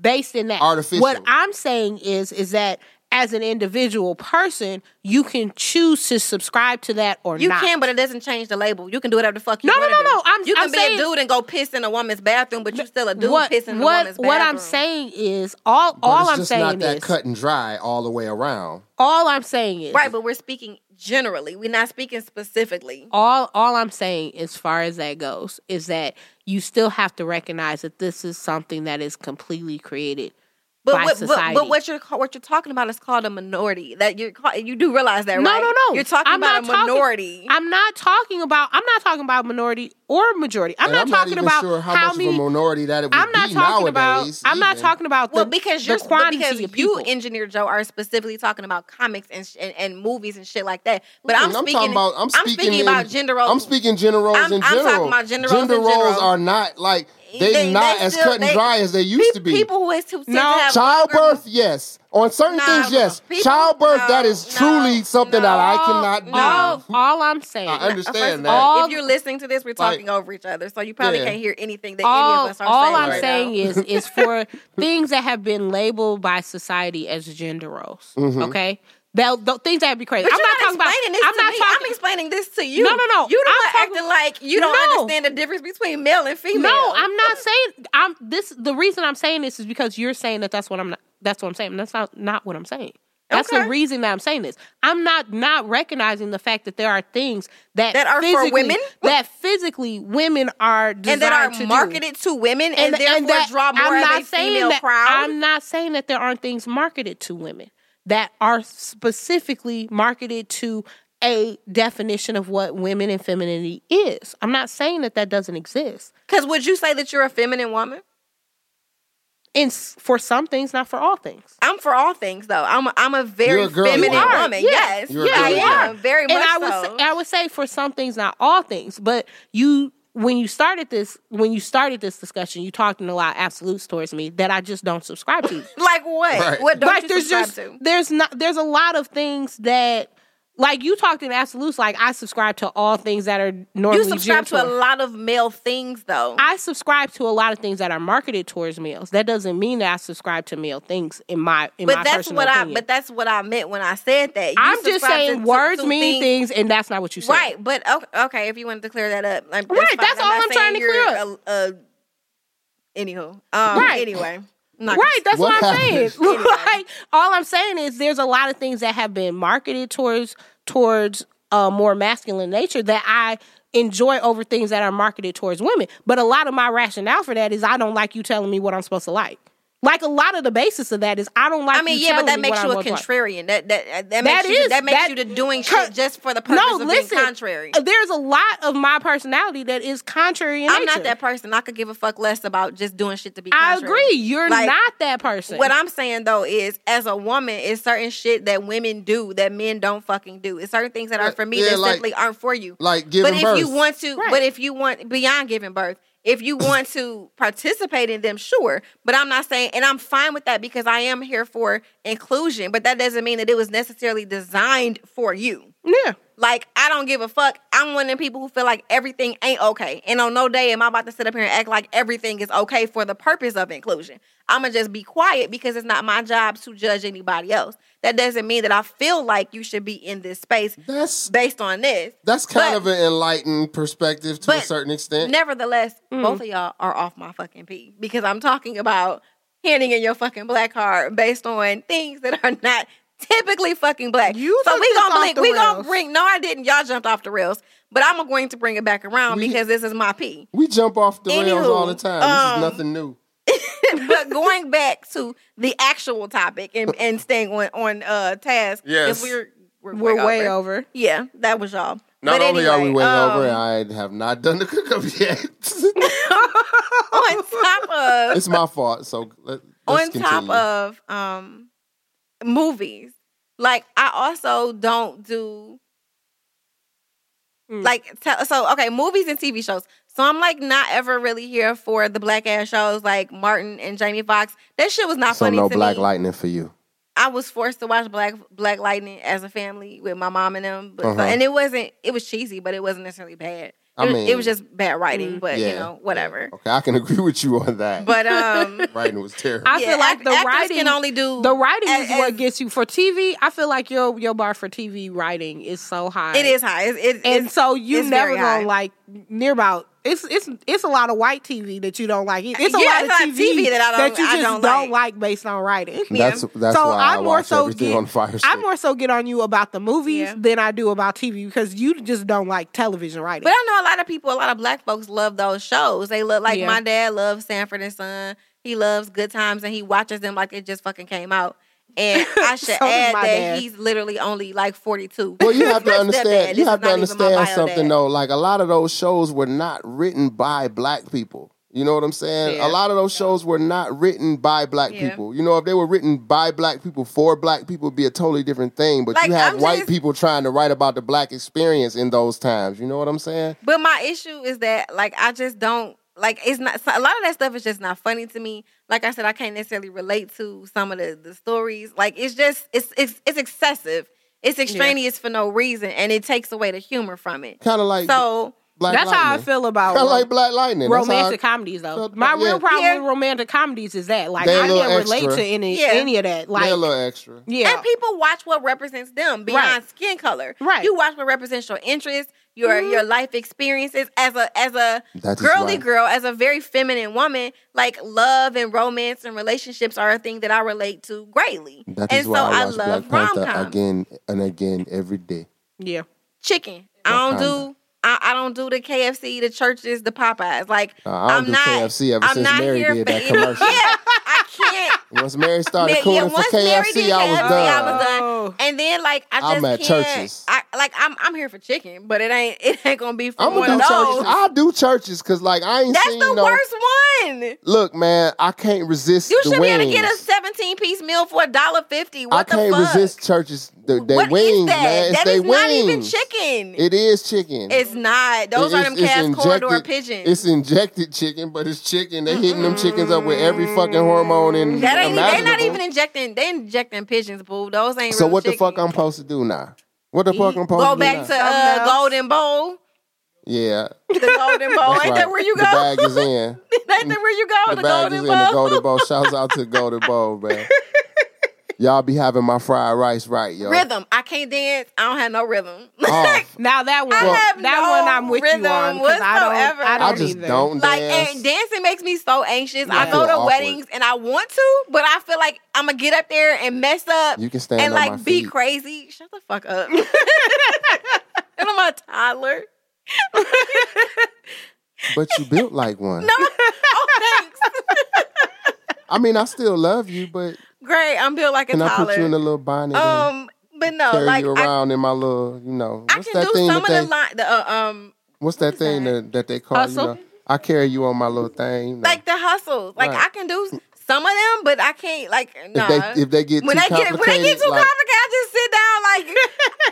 [SPEAKER 4] based in that.
[SPEAKER 3] Artificial.
[SPEAKER 4] What I'm saying is is that as an individual person, you can choose to subscribe to that or
[SPEAKER 5] You
[SPEAKER 4] not.
[SPEAKER 5] can, but it doesn't change the label. You can do whatever the fuck you
[SPEAKER 4] No, no,
[SPEAKER 5] want.
[SPEAKER 4] no, no. I'm-
[SPEAKER 5] you can
[SPEAKER 4] I'm
[SPEAKER 5] be
[SPEAKER 4] saying-
[SPEAKER 5] a dude and go piss in a woman's bathroom, but you still a dude
[SPEAKER 4] what
[SPEAKER 5] pissing in a
[SPEAKER 4] what
[SPEAKER 5] woman's bathroom.
[SPEAKER 4] what I'm saying is all
[SPEAKER 3] But
[SPEAKER 4] all
[SPEAKER 3] it's
[SPEAKER 4] I'm
[SPEAKER 3] just
[SPEAKER 4] saying
[SPEAKER 3] not that
[SPEAKER 4] is
[SPEAKER 3] cut and dry all the way around.
[SPEAKER 4] all I'm saying is
[SPEAKER 5] Right, but we're speaking generally. We're not speaking specifically.
[SPEAKER 4] all all I'm saying as far as that goes is that you still have to recognize that this is something that is completely created
[SPEAKER 5] But
[SPEAKER 4] by
[SPEAKER 5] what, but,
[SPEAKER 4] society.
[SPEAKER 5] but what you're ca- what you're talking about is called a minority. That you're call, you do realize that,
[SPEAKER 4] No,
[SPEAKER 5] right?
[SPEAKER 4] no, no.
[SPEAKER 5] You're talking
[SPEAKER 4] I'm
[SPEAKER 5] about a
[SPEAKER 4] not talking-
[SPEAKER 5] minority.
[SPEAKER 4] I'm not talking about I'm not talking about minority or majority. I'm
[SPEAKER 3] And
[SPEAKER 4] not talking
[SPEAKER 3] even
[SPEAKER 4] about
[SPEAKER 3] sure how, much
[SPEAKER 4] many
[SPEAKER 3] of a minority that it would
[SPEAKER 4] I'm not
[SPEAKER 3] be
[SPEAKER 4] talking
[SPEAKER 3] nowadays.
[SPEAKER 4] about I'm not
[SPEAKER 3] even.
[SPEAKER 4] talking about the,
[SPEAKER 5] well, because
[SPEAKER 4] the
[SPEAKER 5] you're but
[SPEAKER 4] quantity
[SPEAKER 5] because
[SPEAKER 4] of
[SPEAKER 5] you,
[SPEAKER 4] people.
[SPEAKER 5] engineer Joe, are specifically talking about comics and, sh- and and movies and shit like that. But
[SPEAKER 3] Mm,
[SPEAKER 5] I'm, speaking
[SPEAKER 3] talking about I'm speaking,
[SPEAKER 5] speaking
[SPEAKER 3] in-
[SPEAKER 5] about gender roles.
[SPEAKER 3] I'm speaking gender roles
[SPEAKER 5] I'm-
[SPEAKER 3] in
[SPEAKER 5] I'm talking
[SPEAKER 3] general.
[SPEAKER 5] about gender roles
[SPEAKER 3] gender
[SPEAKER 5] in
[SPEAKER 3] roles
[SPEAKER 5] general.
[SPEAKER 3] are not like they,
[SPEAKER 5] They-
[SPEAKER 3] not
[SPEAKER 5] they
[SPEAKER 3] as
[SPEAKER 5] still-
[SPEAKER 3] cut and
[SPEAKER 5] they-
[SPEAKER 3] dry as they used to be.
[SPEAKER 5] People who is who seem
[SPEAKER 4] No.
[SPEAKER 5] to have
[SPEAKER 3] Childbirth, yes. On certain
[SPEAKER 5] Nah,
[SPEAKER 3] things, yes.
[SPEAKER 5] people-
[SPEAKER 3] Childbirth,
[SPEAKER 5] no,
[SPEAKER 3] that is
[SPEAKER 5] no,
[SPEAKER 3] truly something that I
[SPEAKER 5] no,
[SPEAKER 3] cannot do.
[SPEAKER 5] no.
[SPEAKER 4] all, all I'm saying
[SPEAKER 3] I understand that.
[SPEAKER 4] all-
[SPEAKER 5] if you're listening to this, we're
[SPEAKER 3] Like-
[SPEAKER 5] talking over each other, so you probably
[SPEAKER 3] Yeah.
[SPEAKER 5] can't hear anything that
[SPEAKER 4] all,
[SPEAKER 5] any of us are
[SPEAKER 4] all
[SPEAKER 5] saying.
[SPEAKER 4] I'm
[SPEAKER 5] right
[SPEAKER 4] saying
[SPEAKER 5] now.
[SPEAKER 4] is is for things that have been labeled by society as gender roles. Okay, that the things that would be crazy.
[SPEAKER 5] Mm-hmm. But
[SPEAKER 4] I'm
[SPEAKER 5] you're
[SPEAKER 4] not, talking
[SPEAKER 5] not,
[SPEAKER 4] about.
[SPEAKER 5] explaining this
[SPEAKER 4] I'm
[SPEAKER 5] to
[SPEAKER 4] not
[SPEAKER 5] me.
[SPEAKER 4] talking.
[SPEAKER 5] I'm explaining this to you.
[SPEAKER 4] No, no, no.
[SPEAKER 5] You
[SPEAKER 4] I'm
[SPEAKER 5] don't
[SPEAKER 4] talking-
[SPEAKER 5] acting like you don't
[SPEAKER 4] No.
[SPEAKER 5] understand the difference between male and female.
[SPEAKER 4] no, I'm not saying. I'm this. The reason I'm saying this is because you're saying that that's what I'm not. That's what I'm saying. That's not not what I'm saying. That's
[SPEAKER 5] Okay.
[SPEAKER 4] the reason that I'm saying this. I'm not not recognizing the fact that there are things that
[SPEAKER 5] That are for
[SPEAKER 4] physically-
[SPEAKER 5] women?
[SPEAKER 4] that physically women are
[SPEAKER 5] and that
[SPEAKER 4] desired to
[SPEAKER 5] are
[SPEAKER 4] do.
[SPEAKER 5] marketed to women and, therefore
[SPEAKER 4] that-
[SPEAKER 5] draw more of a female
[SPEAKER 4] that,
[SPEAKER 5] crowd.
[SPEAKER 4] I'm not saying that there aren't things marketed to women that are specifically marketed to a definition of what women and femininity is. I'm not saying that that doesn't exist.
[SPEAKER 5] Because would you say that you're a feminine woman?
[SPEAKER 4] And s- for some things, not for all things.
[SPEAKER 5] I'm for all things though. I'm a, I'm a very
[SPEAKER 3] You're a girl, you
[SPEAKER 5] feminine
[SPEAKER 3] are.
[SPEAKER 5] woman.
[SPEAKER 4] Yeah.
[SPEAKER 5] Yes,
[SPEAKER 3] You're a
[SPEAKER 5] yeah, I
[SPEAKER 3] girl, you
[SPEAKER 5] am
[SPEAKER 3] are.
[SPEAKER 5] very
[SPEAKER 4] and
[SPEAKER 5] much
[SPEAKER 4] I would
[SPEAKER 5] so.
[SPEAKER 4] say, I would say for some things, not all things. But you, when you started this, when you started this discussion, you talked in a lot of absolutes towards me that I just don't subscribe to.
[SPEAKER 5] like what?
[SPEAKER 3] Right.
[SPEAKER 5] What don't
[SPEAKER 4] like
[SPEAKER 5] you
[SPEAKER 4] there's
[SPEAKER 5] subscribe
[SPEAKER 4] just
[SPEAKER 5] to?
[SPEAKER 4] there's not there's a lot of things that like you talked in absolutes like I subscribe to all things that are normally
[SPEAKER 5] You
[SPEAKER 4] geared
[SPEAKER 5] subscribe to a
[SPEAKER 4] toward-
[SPEAKER 5] lot of male things though.
[SPEAKER 4] I subscribe to a lot of things that are marketed towards males. That doesn't mean that I subscribe to male things in my in my
[SPEAKER 5] but that's
[SPEAKER 4] personal
[SPEAKER 5] what I
[SPEAKER 4] opinion.
[SPEAKER 5] but that's what I meant when I said that. You
[SPEAKER 4] I'm just
[SPEAKER 5] subscribe to-
[SPEAKER 4] saying
[SPEAKER 5] to-
[SPEAKER 4] words
[SPEAKER 5] to
[SPEAKER 4] mean things, and that's not what you said.
[SPEAKER 5] Right, but okay, okay, if you wanted to clear that up, like,
[SPEAKER 4] Right,
[SPEAKER 5] fine.
[SPEAKER 4] that's all
[SPEAKER 5] not
[SPEAKER 4] I'm trying to
[SPEAKER 5] saying
[SPEAKER 4] clear
[SPEAKER 5] you're
[SPEAKER 4] up.
[SPEAKER 5] A, a, anywho, um,
[SPEAKER 4] Right.
[SPEAKER 5] Anyway, I'm not
[SPEAKER 4] Right, that's what,
[SPEAKER 3] What
[SPEAKER 4] I'm
[SPEAKER 3] happened?
[SPEAKER 4] saying. like all I'm saying is there's a lot of things that have been marketed towards towards a more masculine nature that I enjoy over things that are marketed towards women. But a lot of my rationale for that is I don't like you telling me what I'm supposed to like. Like a lot of the basis of that is I don't like.
[SPEAKER 5] I mean,
[SPEAKER 4] you
[SPEAKER 5] yeah,
[SPEAKER 4] telling
[SPEAKER 5] but that
[SPEAKER 4] me
[SPEAKER 5] makes
[SPEAKER 4] what
[SPEAKER 5] you
[SPEAKER 4] I'm
[SPEAKER 5] a
[SPEAKER 4] supposed to like.
[SPEAKER 5] contrarian. That that that
[SPEAKER 4] That
[SPEAKER 5] makes you
[SPEAKER 4] is-
[SPEAKER 5] that makes
[SPEAKER 4] that-
[SPEAKER 5] you to doing
[SPEAKER 4] Cur-
[SPEAKER 5] shit just for the purpose
[SPEAKER 4] no,
[SPEAKER 5] of
[SPEAKER 4] listen. Uh,
[SPEAKER 5] being contrary.
[SPEAKER 4] There's a lot of my personality that is contrary. In
[SPEAKER 5] I'm
[SPEAKER 4] nature.
[SPEAKER 5] not that person. I could give a fuck less about just doing shit to be.
[SPEAKER 4] I
[SPEAKER 5] contrary.
[SPEAKER 4] agree. You're
[SPEAKER 5] Like,
[SPEAKER 4] not that person.
[SPEAKER 5] What I'm saying though is, as a woman, it's certain shit that women do that men don't fucking do. It's certain things that are for me
[SPEAKER 3] Yeah,
[SPEAKER 5] that
[SPEAKER 3] like-
[SPEAKER 5] simply aren't for you.
[SPEAKER 3] like giving
[SPEAKER 5] but
[SPEAKER 3] birth.
[SPEAKER 5] if you want to,
[SPEAKER 4] Right.
[SPEAKER 5] but if you want beyond giving birth, if you want to participate in them, sure. But I'm not saying, and I'm fine with that because I am here for inclusion. But that doesn't mean that it was necessarily designed for you.
[SPEAKER 4] yeah.
[SPEAKER 5] Like I don't give a fuck. I'm one of them people who feel like everything ain't okay, and on no day am I about to sit up here and act like everything is okay for the purpose of inclusion. I'm gonna just be quiet because it's not my job to judge anybody else. That doesn't mean that I feel like you should be in this space
[SPEAKER 3] That's
[SPEAKER 5] based on this.
[SPEAKER 3] that's kind
[SPEAKER 5] But-
[SPEAKER 3] of an enlightened perspective to a
[SPEAKER 5] but
[SPEAKER 3] certain extent.
[SPEAKER 5] Nevertheless,
[SPEAKER 4] Mm.
[SPEAKER 5] both of y'all are off my fucking pee because I'm talking about handing in your fucking black card based on things that are not typically fucking black.
[SPEAKER 4] You
[SPEAKER 5] so
[SPEAKER 4] took
[SPEAKER 5] we
[SPEAKER 4] this
[SPEAKER 5] gonna
[SPEAKER 4] off
[SPEAKER 5] blink,
[SPEAKER 4] the
[SPEAKER 5] we gonna
[SPEAKER 4] rails.
[SPEAKER 5] bring. No, I didn't. Y'all jumped off the rails, but I'm going to bring it back around
[SPEAKER 3] We-
[SPEAKER 5] because this is my pee.
[SPEAKER 3] we jump off the rails
[SPEAKER 5] Anywho,
[SPEAKER 3] all the time.
[SPEAKER 5] um,
[SPEAKER 3] this is nothing new.
[SPEAKER 5] but going back to the actual topic and, and staying on on uh, task, 'cause
[SPEAKER 3] Yes.
[SPEAKER 5] we're we're,
[SPEAKER 4] We're way
[SPEAKER 5] over.
[SPEAKER 4] over.
[SPEAKER 5] Yeah, that was y'all.
[SPEAKER 3] Not
[SPEAKER 5] But
[SPEAKER 3] only are we
[SPEAKER 5] anyway,
[SPEAKER 3] way
[SPEAKER 5] um,
[SPEAKER 3] over, I have not done the cook up yet.
[SPEAKER 5] on top of
[SPEAKER 3] it's my fault. So let,
[SPEAKER 5] on
[SPEAKER 3] let's
[SPEAKER 5] top
[SPEAKER 3] continue.
[SPEAKER 5] of um movies. Like I also don't do
[SPEAKER 4] Mm.
[SPEAKER 5] like tell, so okay movies and TV shows. So I'm like not ever really here for the black ass shows like Martin and Jamie Foxx. That shit was not
[SPEAKER 3] so
[SPEAKER 5] funny
[SPEAKER 3] no
[SPEAKER 5] to
[SPEAKER 3] black
[SPEAKER 5] me.
[SPEAKER 3] lightning for you.
[SPEAKER 5] I was forced to watch Black Black Lightning as a family with my mom and them, but
[SPEAKER 3] Uh-huh.
[SPEAKER 5] and it wasn't it was cheesy, but it wasn't necessarily bad. It,
[SPEAKER 3] I
[SPEAKER 5] was-
[SPEAKER 3] mean-
[SPEAKER 5] it was just bad writing, but
[SPEAKER 3] Yeah.
[SPEAKER 5] you know whatever.
[SPEAKER 3] Okay, I can agree with you on that.
[SPEAKER 5] But um,
[SPEAKER 3] writing was terrible.
[SPEAKER 6] I feel like
[SPEAKER 5] act-
[SPEAKER 6] the
[SPEAKER 5] actors
[SPEAKER 6] writing
[SPEAKER 5] can only do
[SPEAKER 6] the writing is
[SPEAKER 5] as-
[SPEAKER 6] what gets you for TV. I feel like your your bar for TV writing is so high.
[SPEAKER 5] it is high. It's, it's,
[SPEAKER 6] and
[SPEAKER 5] it's-
[SPEAKER 6] so you
[SPEAKER 5] it's
[SPEAKER 6] never
[SPEAKER 5] very
[SPEAKER 6] gonna
[SPEAKER 5] high.
[SPEAKER 6] like near about. It's it's it's a lot of white TV that you don't like. It's a
[SPEAKER 5] Yeah,
[SPEAKER 6] lot
[SPEAKER 5] it's
[SPEAKER 6] of TV, that,
[SPEAKER 5] I don't-
[SPEAKER 6] you
[SPEAKER 5] I
[SPEAKER 6] just
[SPEAKER 5] don't
[SPEAKER 6] don't,
[SPEAKER 5] like.
[SPEAKER 6] like. based on writing.
[SPEAKER 3] That's that's
[SPEAKER 6] So
[SPEAKER 3] why
[SPEAKER 6] I
[SPEAKER 3] I,
[SPEAKER 6] more
[SPEAKER 3] watch
[SPEAKER 6] so
[SPEAKER 3] everything
[SPEAKER 6] get-
[SPEAKER 3] on fire.
[SPEAKER 6] I
[SPEAKER 3] Stick.
[SPEAKER 6] more so get on you about the movies
[SPEAKER 5] Yeah.
[SPEAKER 6] than I do about TV because you just don't like television writing.
[SPEAKER 5] but I know a lot of people, a lot of black folks love those shows. They look like
[SPEAKER 6] Yeah.
[SPEAKER 5] my dad loves Sanford and Son. He loves Good Times, and he watches them like it just fucking came out. And I should
[SPEAKER 6] So does
[SPEAKER 5] add
[SPEAKER 6] my
[SPEAKER 5] that
[SPEAKER 6] dad.
[SPEAKER 5] he's literally only like forty two.
[SPEAKER 3] Well, you have to understand. You have to understand
[SPEAKER 5] though.
[SPEAKER 3] something though. Like a lot of those shows were not written by black people. You know what I'm saying?
[SPEAKER 6] Yeah.
[SPEAKER 3] A lot of those shows were not written by black
[SPEAKER 5] Yeah.
[SPEAKER 3] people. You know, if they were written by black people for black people, it'd be a totally different thing. But
[SPEAKER 5] Like,
[SPEAKER 3] you have
[SPEAKER 5] I'm
[SPEAKER 3] white
[SPEAKER 5] just-
[SPEAKER 3] people trying to write about the black experience in those times. You know what I'm saying?
[SPEAKER 5] But my issue is that like I just don't like it's not so- a lot of that stuff is just not funny to me. Like I said, I can't necessarily relate to some of the, the stories. Like it's just it's it's it's excessive. It's extraneous for no reason, and it takes away the humor from it.
[SPEAKER 3] Kind of like
[SPEAKER 5] So
[SPEAKER 3] Black
[SPEAKER 6] that's how I
[SPEAKER 3] Lightning.
[SPEAKER 6] feel about
[SPEAKER 3] Kind of like Black Lightning. That's how I-
[SPEAKER 6] romantic comedies though.
[SPEAKER 3] felt
[SPEAKER 6] My
[SPEAKER 3] about-
[SPEAKER 6] real
[SPEAKER 3] yeah.
[SPEAKER 6] problem
[SPEAKER 5] Yeah.
[SPEAKER 6] with romantic comedies is that like
[SPEAKER 3] They're a
[SPEAKER 6] I
[SPEAKER 3] little
[SPEAKER 6] can't relate
[SPEAKER 3] extra.
[SPEAKER 6] to any
[SPEAKER 5] Yeah.
[SPEAKER 6] any of that.
[SPEAKER 3] they're a
[SPEAKER 6] Like
[SPEAKER 3] little extra.
[SPEAKER 6] yeah,
[SPEAKER 5] and people watch what represents them beyond
[SPEAKER 6] Right.
[SPEAKER 5] skin color.
[SPEAKER 6] Right. Mm-hmm.
[SPEAKER 5] You watch what represents your interests, your your life experiences as a as a
[SPEAKER 3] That is
[SPEAKER 5] girly
[SPEAKER 3] right.
[SPEAKER 5] girl, as a very feminine woman. Like love and romance and relationships are a thing that I relate to greatly.
[SPEAKER 3] That
[SPEAKER 5] and
[SPEAKER 3] is why
[SPEAKER 5] so
[SPEAKER 3] I,
[SPEAKER 5] I,
[SPEAKER 3] watch
[SPEAKER 5] love
[SPEAKER 3] Black
[SPEAKER 5] rom
[SPEAKER 3] Panther
[SPEAKER 5] com.
[SPEAKER 3] again and again every day.
[SPEAKER 6] yeah.
[SPEAKER 5] Chicken. I don't
[SPEAKER 3] Wakanda.
[SPEAKER 5] do I, I don't do the KFC, the churches, the Popeyes. Like
[SPEAKER 3] Uh, I don't
[SPEAKER 5] am
[SPEAKER 3] do
[SPEAKER 5] not
[SPEAKER 3] KFC ever
[SPEAKER 5] I'm
[SPEAKER 3] since
[SPEAKER 5] not
[SPEAKER 3] Mary
[SPEAKER 5] here
[SPEAKER 3] did
[SPEAKER 5] for
[SPEAKER 3] that
[SPEAKER 5] eat-
[SPEAKER 3] commercial.
[SPEAKER 5] Yeah, I can't.
[SPEAKER 3] Once Mary started
[SPEAKER 5] Yeah,
[SPEAKER 3] cooling
[SPEAKER 5] yeah,
[SPEAKER 3] for
[SPEAKER 5] once Mary
[SPEAKER 3] KFC,
[SPEAKER 5] did
[SPEAKER 3] I was
[SPEAKER 5] KFC,
[SPEAKER 3] done.
[SPEAKER 5] I was done.
[SPEAKER 6] Oh.
[SPEAKER 5] And then like I just
[SPEAKER 3] I'm at
[SPEAKER 5] can't,
[SPEAKER 3] churches.
[SPEAKER 5] I like I'm I'm here for chicken, but it ain't it ain't gonna be for
[SPEAKER 3] I'm
[SPEAKER 5] one
[SPEAKER 3] gonna do
[SPEAKER 5] of
[SPEAKER 3] churches.
[SPEAKER 5] those.
[SPEAKER 3] I'll do churches because, like, I ain't
[SPEAKER 5] That's
[SPEAKER 3] seen
[SPEAKER 5] the
[SPEAKER 3] no.
[SPEAKER 5] worst one.
[SPEAKER 3] Look, man, I can't resist
[SPEAKER 5] You
[SPEAKER 3] the
[SPEAKER 5] should be
[SPEAKER 3] wings.
[SPEAKER 5] able to get a 17 piece meal for a dollar fifty.
[SPEAKER 3] I
[SPEAKER 5] What the
[SPEAKER 3] can't
[SPEAKER 5] fuck?
[SPEAKER 3] resist churches. The, they
[SPEAKER 5] What is
[SPEAKER 3] wings,
[SPEAKER 5] that?
[SPEAKER 3] man. It's
[SPEAKER 5] That
[SPEAKER 3] they
[SPEAKER 5] is not
[SPEAKER 3] wings.
[SPEAKER 5] even chicken.
[SPEAKER 3] It is chicken.
[SPEAKER 5] it's not. Those
[SPEAKER 3] It-
[SPEAKER 5] are
[SPEAKER 3] it's-
[SPEAKER 5] them
[SPEAKER 3] it's
[SPEAKER 5] cast corridor
[SPEAKER 3] injected-
[SPEAKER 5] pigeons.
[SPEAKER 3] It's injected chicken, but it's chicken. They hitting them chickens up with every fucking hormone and
[SPEAKER 5] that ain't they're not
[SPEAKER 3] imaginable.
[SPEAKER 5] even injecting they injecting pigeons, boo. Those ain't
[SPEAKER 3] So
[SPEAKER 5] real
[SPEAKER 3] what the
[SPEAKER 5] chicken.
[SPEAKER 3] fuck I'm supposed to do now? What the fuck I'm supposed
[SPEAKER 5] Go
[SPEAKER 3] to do now?
[SPEAKER 5] back to uh,
[SPEAKER 6] Something else.
[SPEAKER 5] Golden Bowl.
[SPEAKER 3] yeah,
[SPEAKER 5] The
[SPEAKER 3] that's
[SPEAKER 5] Golden Bowl. Oh, ain't
[SPEAKER 3] right.
[SPEAKER 5] that where you
[SPEAKER 3] The
[SPEAKER 5] go?
[SPEAKER 3] bag is in.
[SPEAKER 5] ain't that where you go?
[SPEAKER 3] Mm. the bag is in the golden bowl. Shouts out to Golden Bowl, man. Y'all be having my fried rice right, yo.
[SPEAKER 5] rhythm. I can't dance. I don't have no rhythm.
[SPEAKER 3] Oh,
[SPEAKER 6] Now that one,
[SPEAKER 5] have
[SPEAKER 6] that
[SPEAKER 5] no
[SPEAKER 6] one I'm with you
[SPEAKER 5] rhythm
[SPEAKER 6] on because I
[SPEAKER 5] whatsoever.
[SPEAKER 6] don't, I don't
[SPEAKER 3] I just
[SPEAKER 6] either.
[SPEAKER 3] don't
[SPEAKER 5] like
[SPEAKER 3] dance.
[SPEAKER 5] and dancing makes me so anxious.
[SPEAKER 3] I
[SPEAKER 5] I go
[SPEAKER 3] feel
[SPEAKER 5] to
[SPEAKER 3] awkward.
[SPEAKER 5] weddings and I want to, but I feel like I'm gonna get up there and mess up
[SPEAKER 3] You can stand
[SPEAKER 5] and
[SPEAKER 3] on
[SPEAKER 5] like
[SPEAKER 3] my
[SPEAKER 5] be
[SPEAKER 3] feet.
[SPEAKER 5] crazy. Shut the fuck up. and I'm a toddler.
[SPEAKER 3] but you built like one.
[SPEAKER 5] Oh, thanks.
[SPEAKER 3] I mean, I still love you, but
[SPEAKER 5] Great. I'm built like a
[SPEAKER 3] can I
[SPEAKER 5] toddler.
[SPEAKER 3] put you in a little bonnet and
[SPEAKER 5] um, but no,
[SPEAKER 3] carry
[SPEAKER 5] like
[SPEAKER 3] you
[SPEAKER 5] I,
[SPEAKER 3] around in my little, you know,
[SPEAKER 5] I
[SPEAKER 3] what's
[SPEAKER 5] can
[SPEAKER 3] that
[SPEAKER 5] do
[SPEAKER 3] thing that
[SPEAKER 5] some of
[SPEAKER 3] they,
[SPEAKER 5] the line. The, uh, um,
[SPEAKER 3] what's that thing that, that they call, you
[SPEAKER 6] Hustle?
[SPEAKER 3] know, I carry you on my little thing. You know.
[SPEAKER 5] like the hustles. Like
[SPEAKER 3] Right.
[SPEAKER 5] I can do some of them, but I can't. Like no.
[SPEAKER 3] if they if they get
[SPEAKER 5] when
[SPEAKER 3] too
[SPEAKER 5] I get
[SPEAKER 3] complicated,
[SPEAKER 5] when I get too
[SPEAKER 3] like,
[SPEAKER 5] complicated, I just sit down like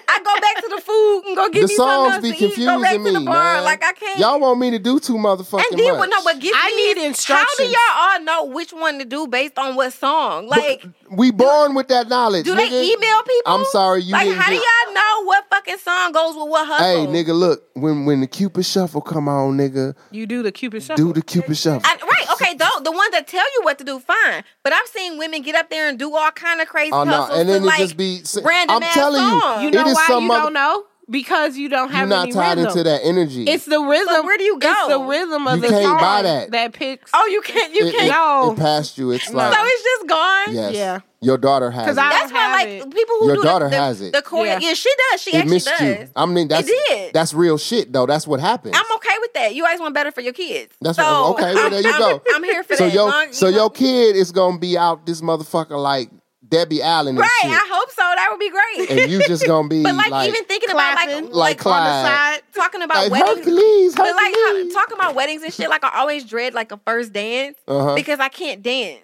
[SPEAKER 5] I go back to the food and go get
[SPEAKER 3] the
[SPEAKER 5] me something
[SPEAKER 3] songs
[SPEAKER 5] else
[SPEAKER 3] be
[SPEAKER 5] to eat. Go back
[SPEAKER 3] confusing me,
[SPEAKER 5] to the bar.
[SPEAKER 3] man.
[SPEAKER 5] Like I can't.
[SPEAKER 3] Y'all want me to do too motherfucking
[SPEAKER 5] and then
[SPEAKER 3] much.
[SPEAKER 5] what? No, but give
[SPEAKER 6] I
[SPEAKER 5] me
[SPEAKER 6] need
[SPEAKER 5] is, How
[SPEAKER 6] instructions.
[SPEAKER 5] do y'all all know which one to do based on what song? Like,
[SPEAKER 3] we born with that knowledge.
[SPEAKER 5] do
[SPEAKER 3] nigga.
[SPEAKER 5] they email people?
[SPEAKER 3] I'm sorry, you
[SPEAKER 5] like,
[SPEAKER 3] didn't
[SPEAKER 5] how do
[SPEAKER 3] get-
[SPEAKER 5] y'all know what fucking song goes with what hustle?
[SPEAKER 3] Hey, nigga, look when when the Cupid shuffle come on, nigga,
[SPEAKER 6] You do the Cupid shuffle.
[SPEAKER 3] do the Cupid shuffle.
[SPEAKER 5] I, right? Okay, though the ones that tell you what to do, fine. But I've seen women get up there and do all kind of crazy
[SPEAKER 3] oh no,
[SPEAKER 5] hustles
[SPEAKER 3] and then
[SPEAKER 5] to,
[SPEAKER 3] it just
[SPEAKER 5] like,
[SPEAKER 3] be.
[SPEAKER 5] random
[SPEAKER 3] I'm
[SPEAKER 5] ass
[SPEAKER 3] telling
[SPEAKER 5] songs.
[SPEAKER 3] you,
[SPEAKER 6] you know
[SPEAKER 3] it is
[SPEAKER 6] why
[SPEAKER 3] some
[SPEAKER 6] you
[SPEAKER 3] mother-
[SPEAKER 6] don't know? Because you don't
[SPEAKER 3] You're
[SPEAKER 6] have
[SPEAKER 3] not
[SPEAKER 6] any
[SPEAKER 3] tied
[SPEAKER 6] rhythm.
[SPEAKER 3] into that energy.
[SPEAKER 6] It's the rhythm.
[SPEAKER 5] where do you
[SPEAKER 6] It's the
[SPEAKER 5] go?
[SPEAKER 6] rhythm of
[SPEAKER 3] You
[SPEAKER 6] the
[SPEAKER 3] can't
[SPEAKER 6] song
[SPEAKER 3] buy that.
[SPEAKER 6] picks.
[SPEAKER 5] oh, you can't, you
[SPEAKER 3] it,
[SPEAKER 5] can't.
[SPEAKER 3] it,
[SPEAKER 6] No.
[SPEAKER 3] it passed you. It's like
[SPEAKER 5] so it's just gone.
[SPEAKER 3] yes,
[SPEAKER 6] Yeah.
[SPEAKER 3] your daughter has
[SPEAKER 6] 'Cause
[SPEAKER 3] it.
[SPEAKER 6] I-
[SPEAKER 5] That's why,
[SPEAKER 6] have
[SPEAKER 5] like
[SPEAKER 6] it.
[SPEAKER 5] people who
[SPEAKER 3] Your
[SPEAKER 5] do the-
[SPEAKER 3] daughter
[SPEAKER 5] the,
[SPEAKER 3] has it.
[SPEAKER 5] The choreo, yeah.
[SPEAKER 6] Yeah.
[SPEAKER 5] she does. She
[SPEAKER 3] it
[SPEAKER 5] actually
[SPEAKER 3] missed
[SPEAKER 5] does.
[SPEAKER 3] you. I mean, that's
[SPEAKER 5] did.
[SPEAKER 3] that's real shit though. That's what happens.
[SPEAKER 5] I'm okay with that. You always want better for your kids.
[SPEAKER 3] That's
[SPEAKER 5] so,
[SPEAKER 3] right. Oh, Okay, well, there you
[SPEAKER 5] I'm,
[SPEAKER 3] go.
[SPEAKER 5] I'm here for
[SPEAKER 3] so
[SPEAKER 5] that.
[SPEAKER 3] your
[SPEAKER 5] Long-
[SPEAKER 3] so your kid is gonna be out this motherfucker like Debbie Allen and
[SPEAKER 5] Right.
[SPEAKER 3] shit.
[SPEAKER 5] I hope so. That would be great.
[SPEAKER 3] and you just gonna be
[SPEAKER 5] But like,
[SPEAKER 3] like
[SPEAKER 5] even thinking
[SPEAKER 6] clapping,
[SPEAKER 5] about like
[SPEAKER 3] like
[SPEAKER 5] like on the
[SPEAKER 3] Clyde.
[SPEAKER 5] side talking about
[SPEAKER 3] like,
[SPEAKER 5] weddings.
[SPEAKER 3] Hercules,
[SPEAKER 5] But like how,
[SPEAKER 3] Hercules.
[SPEAKER 5] talking about weddings and shit, like I always dread like a first dance
[SPEAKER 3] uh-huh.
[SPEAKER 5] because I can't dance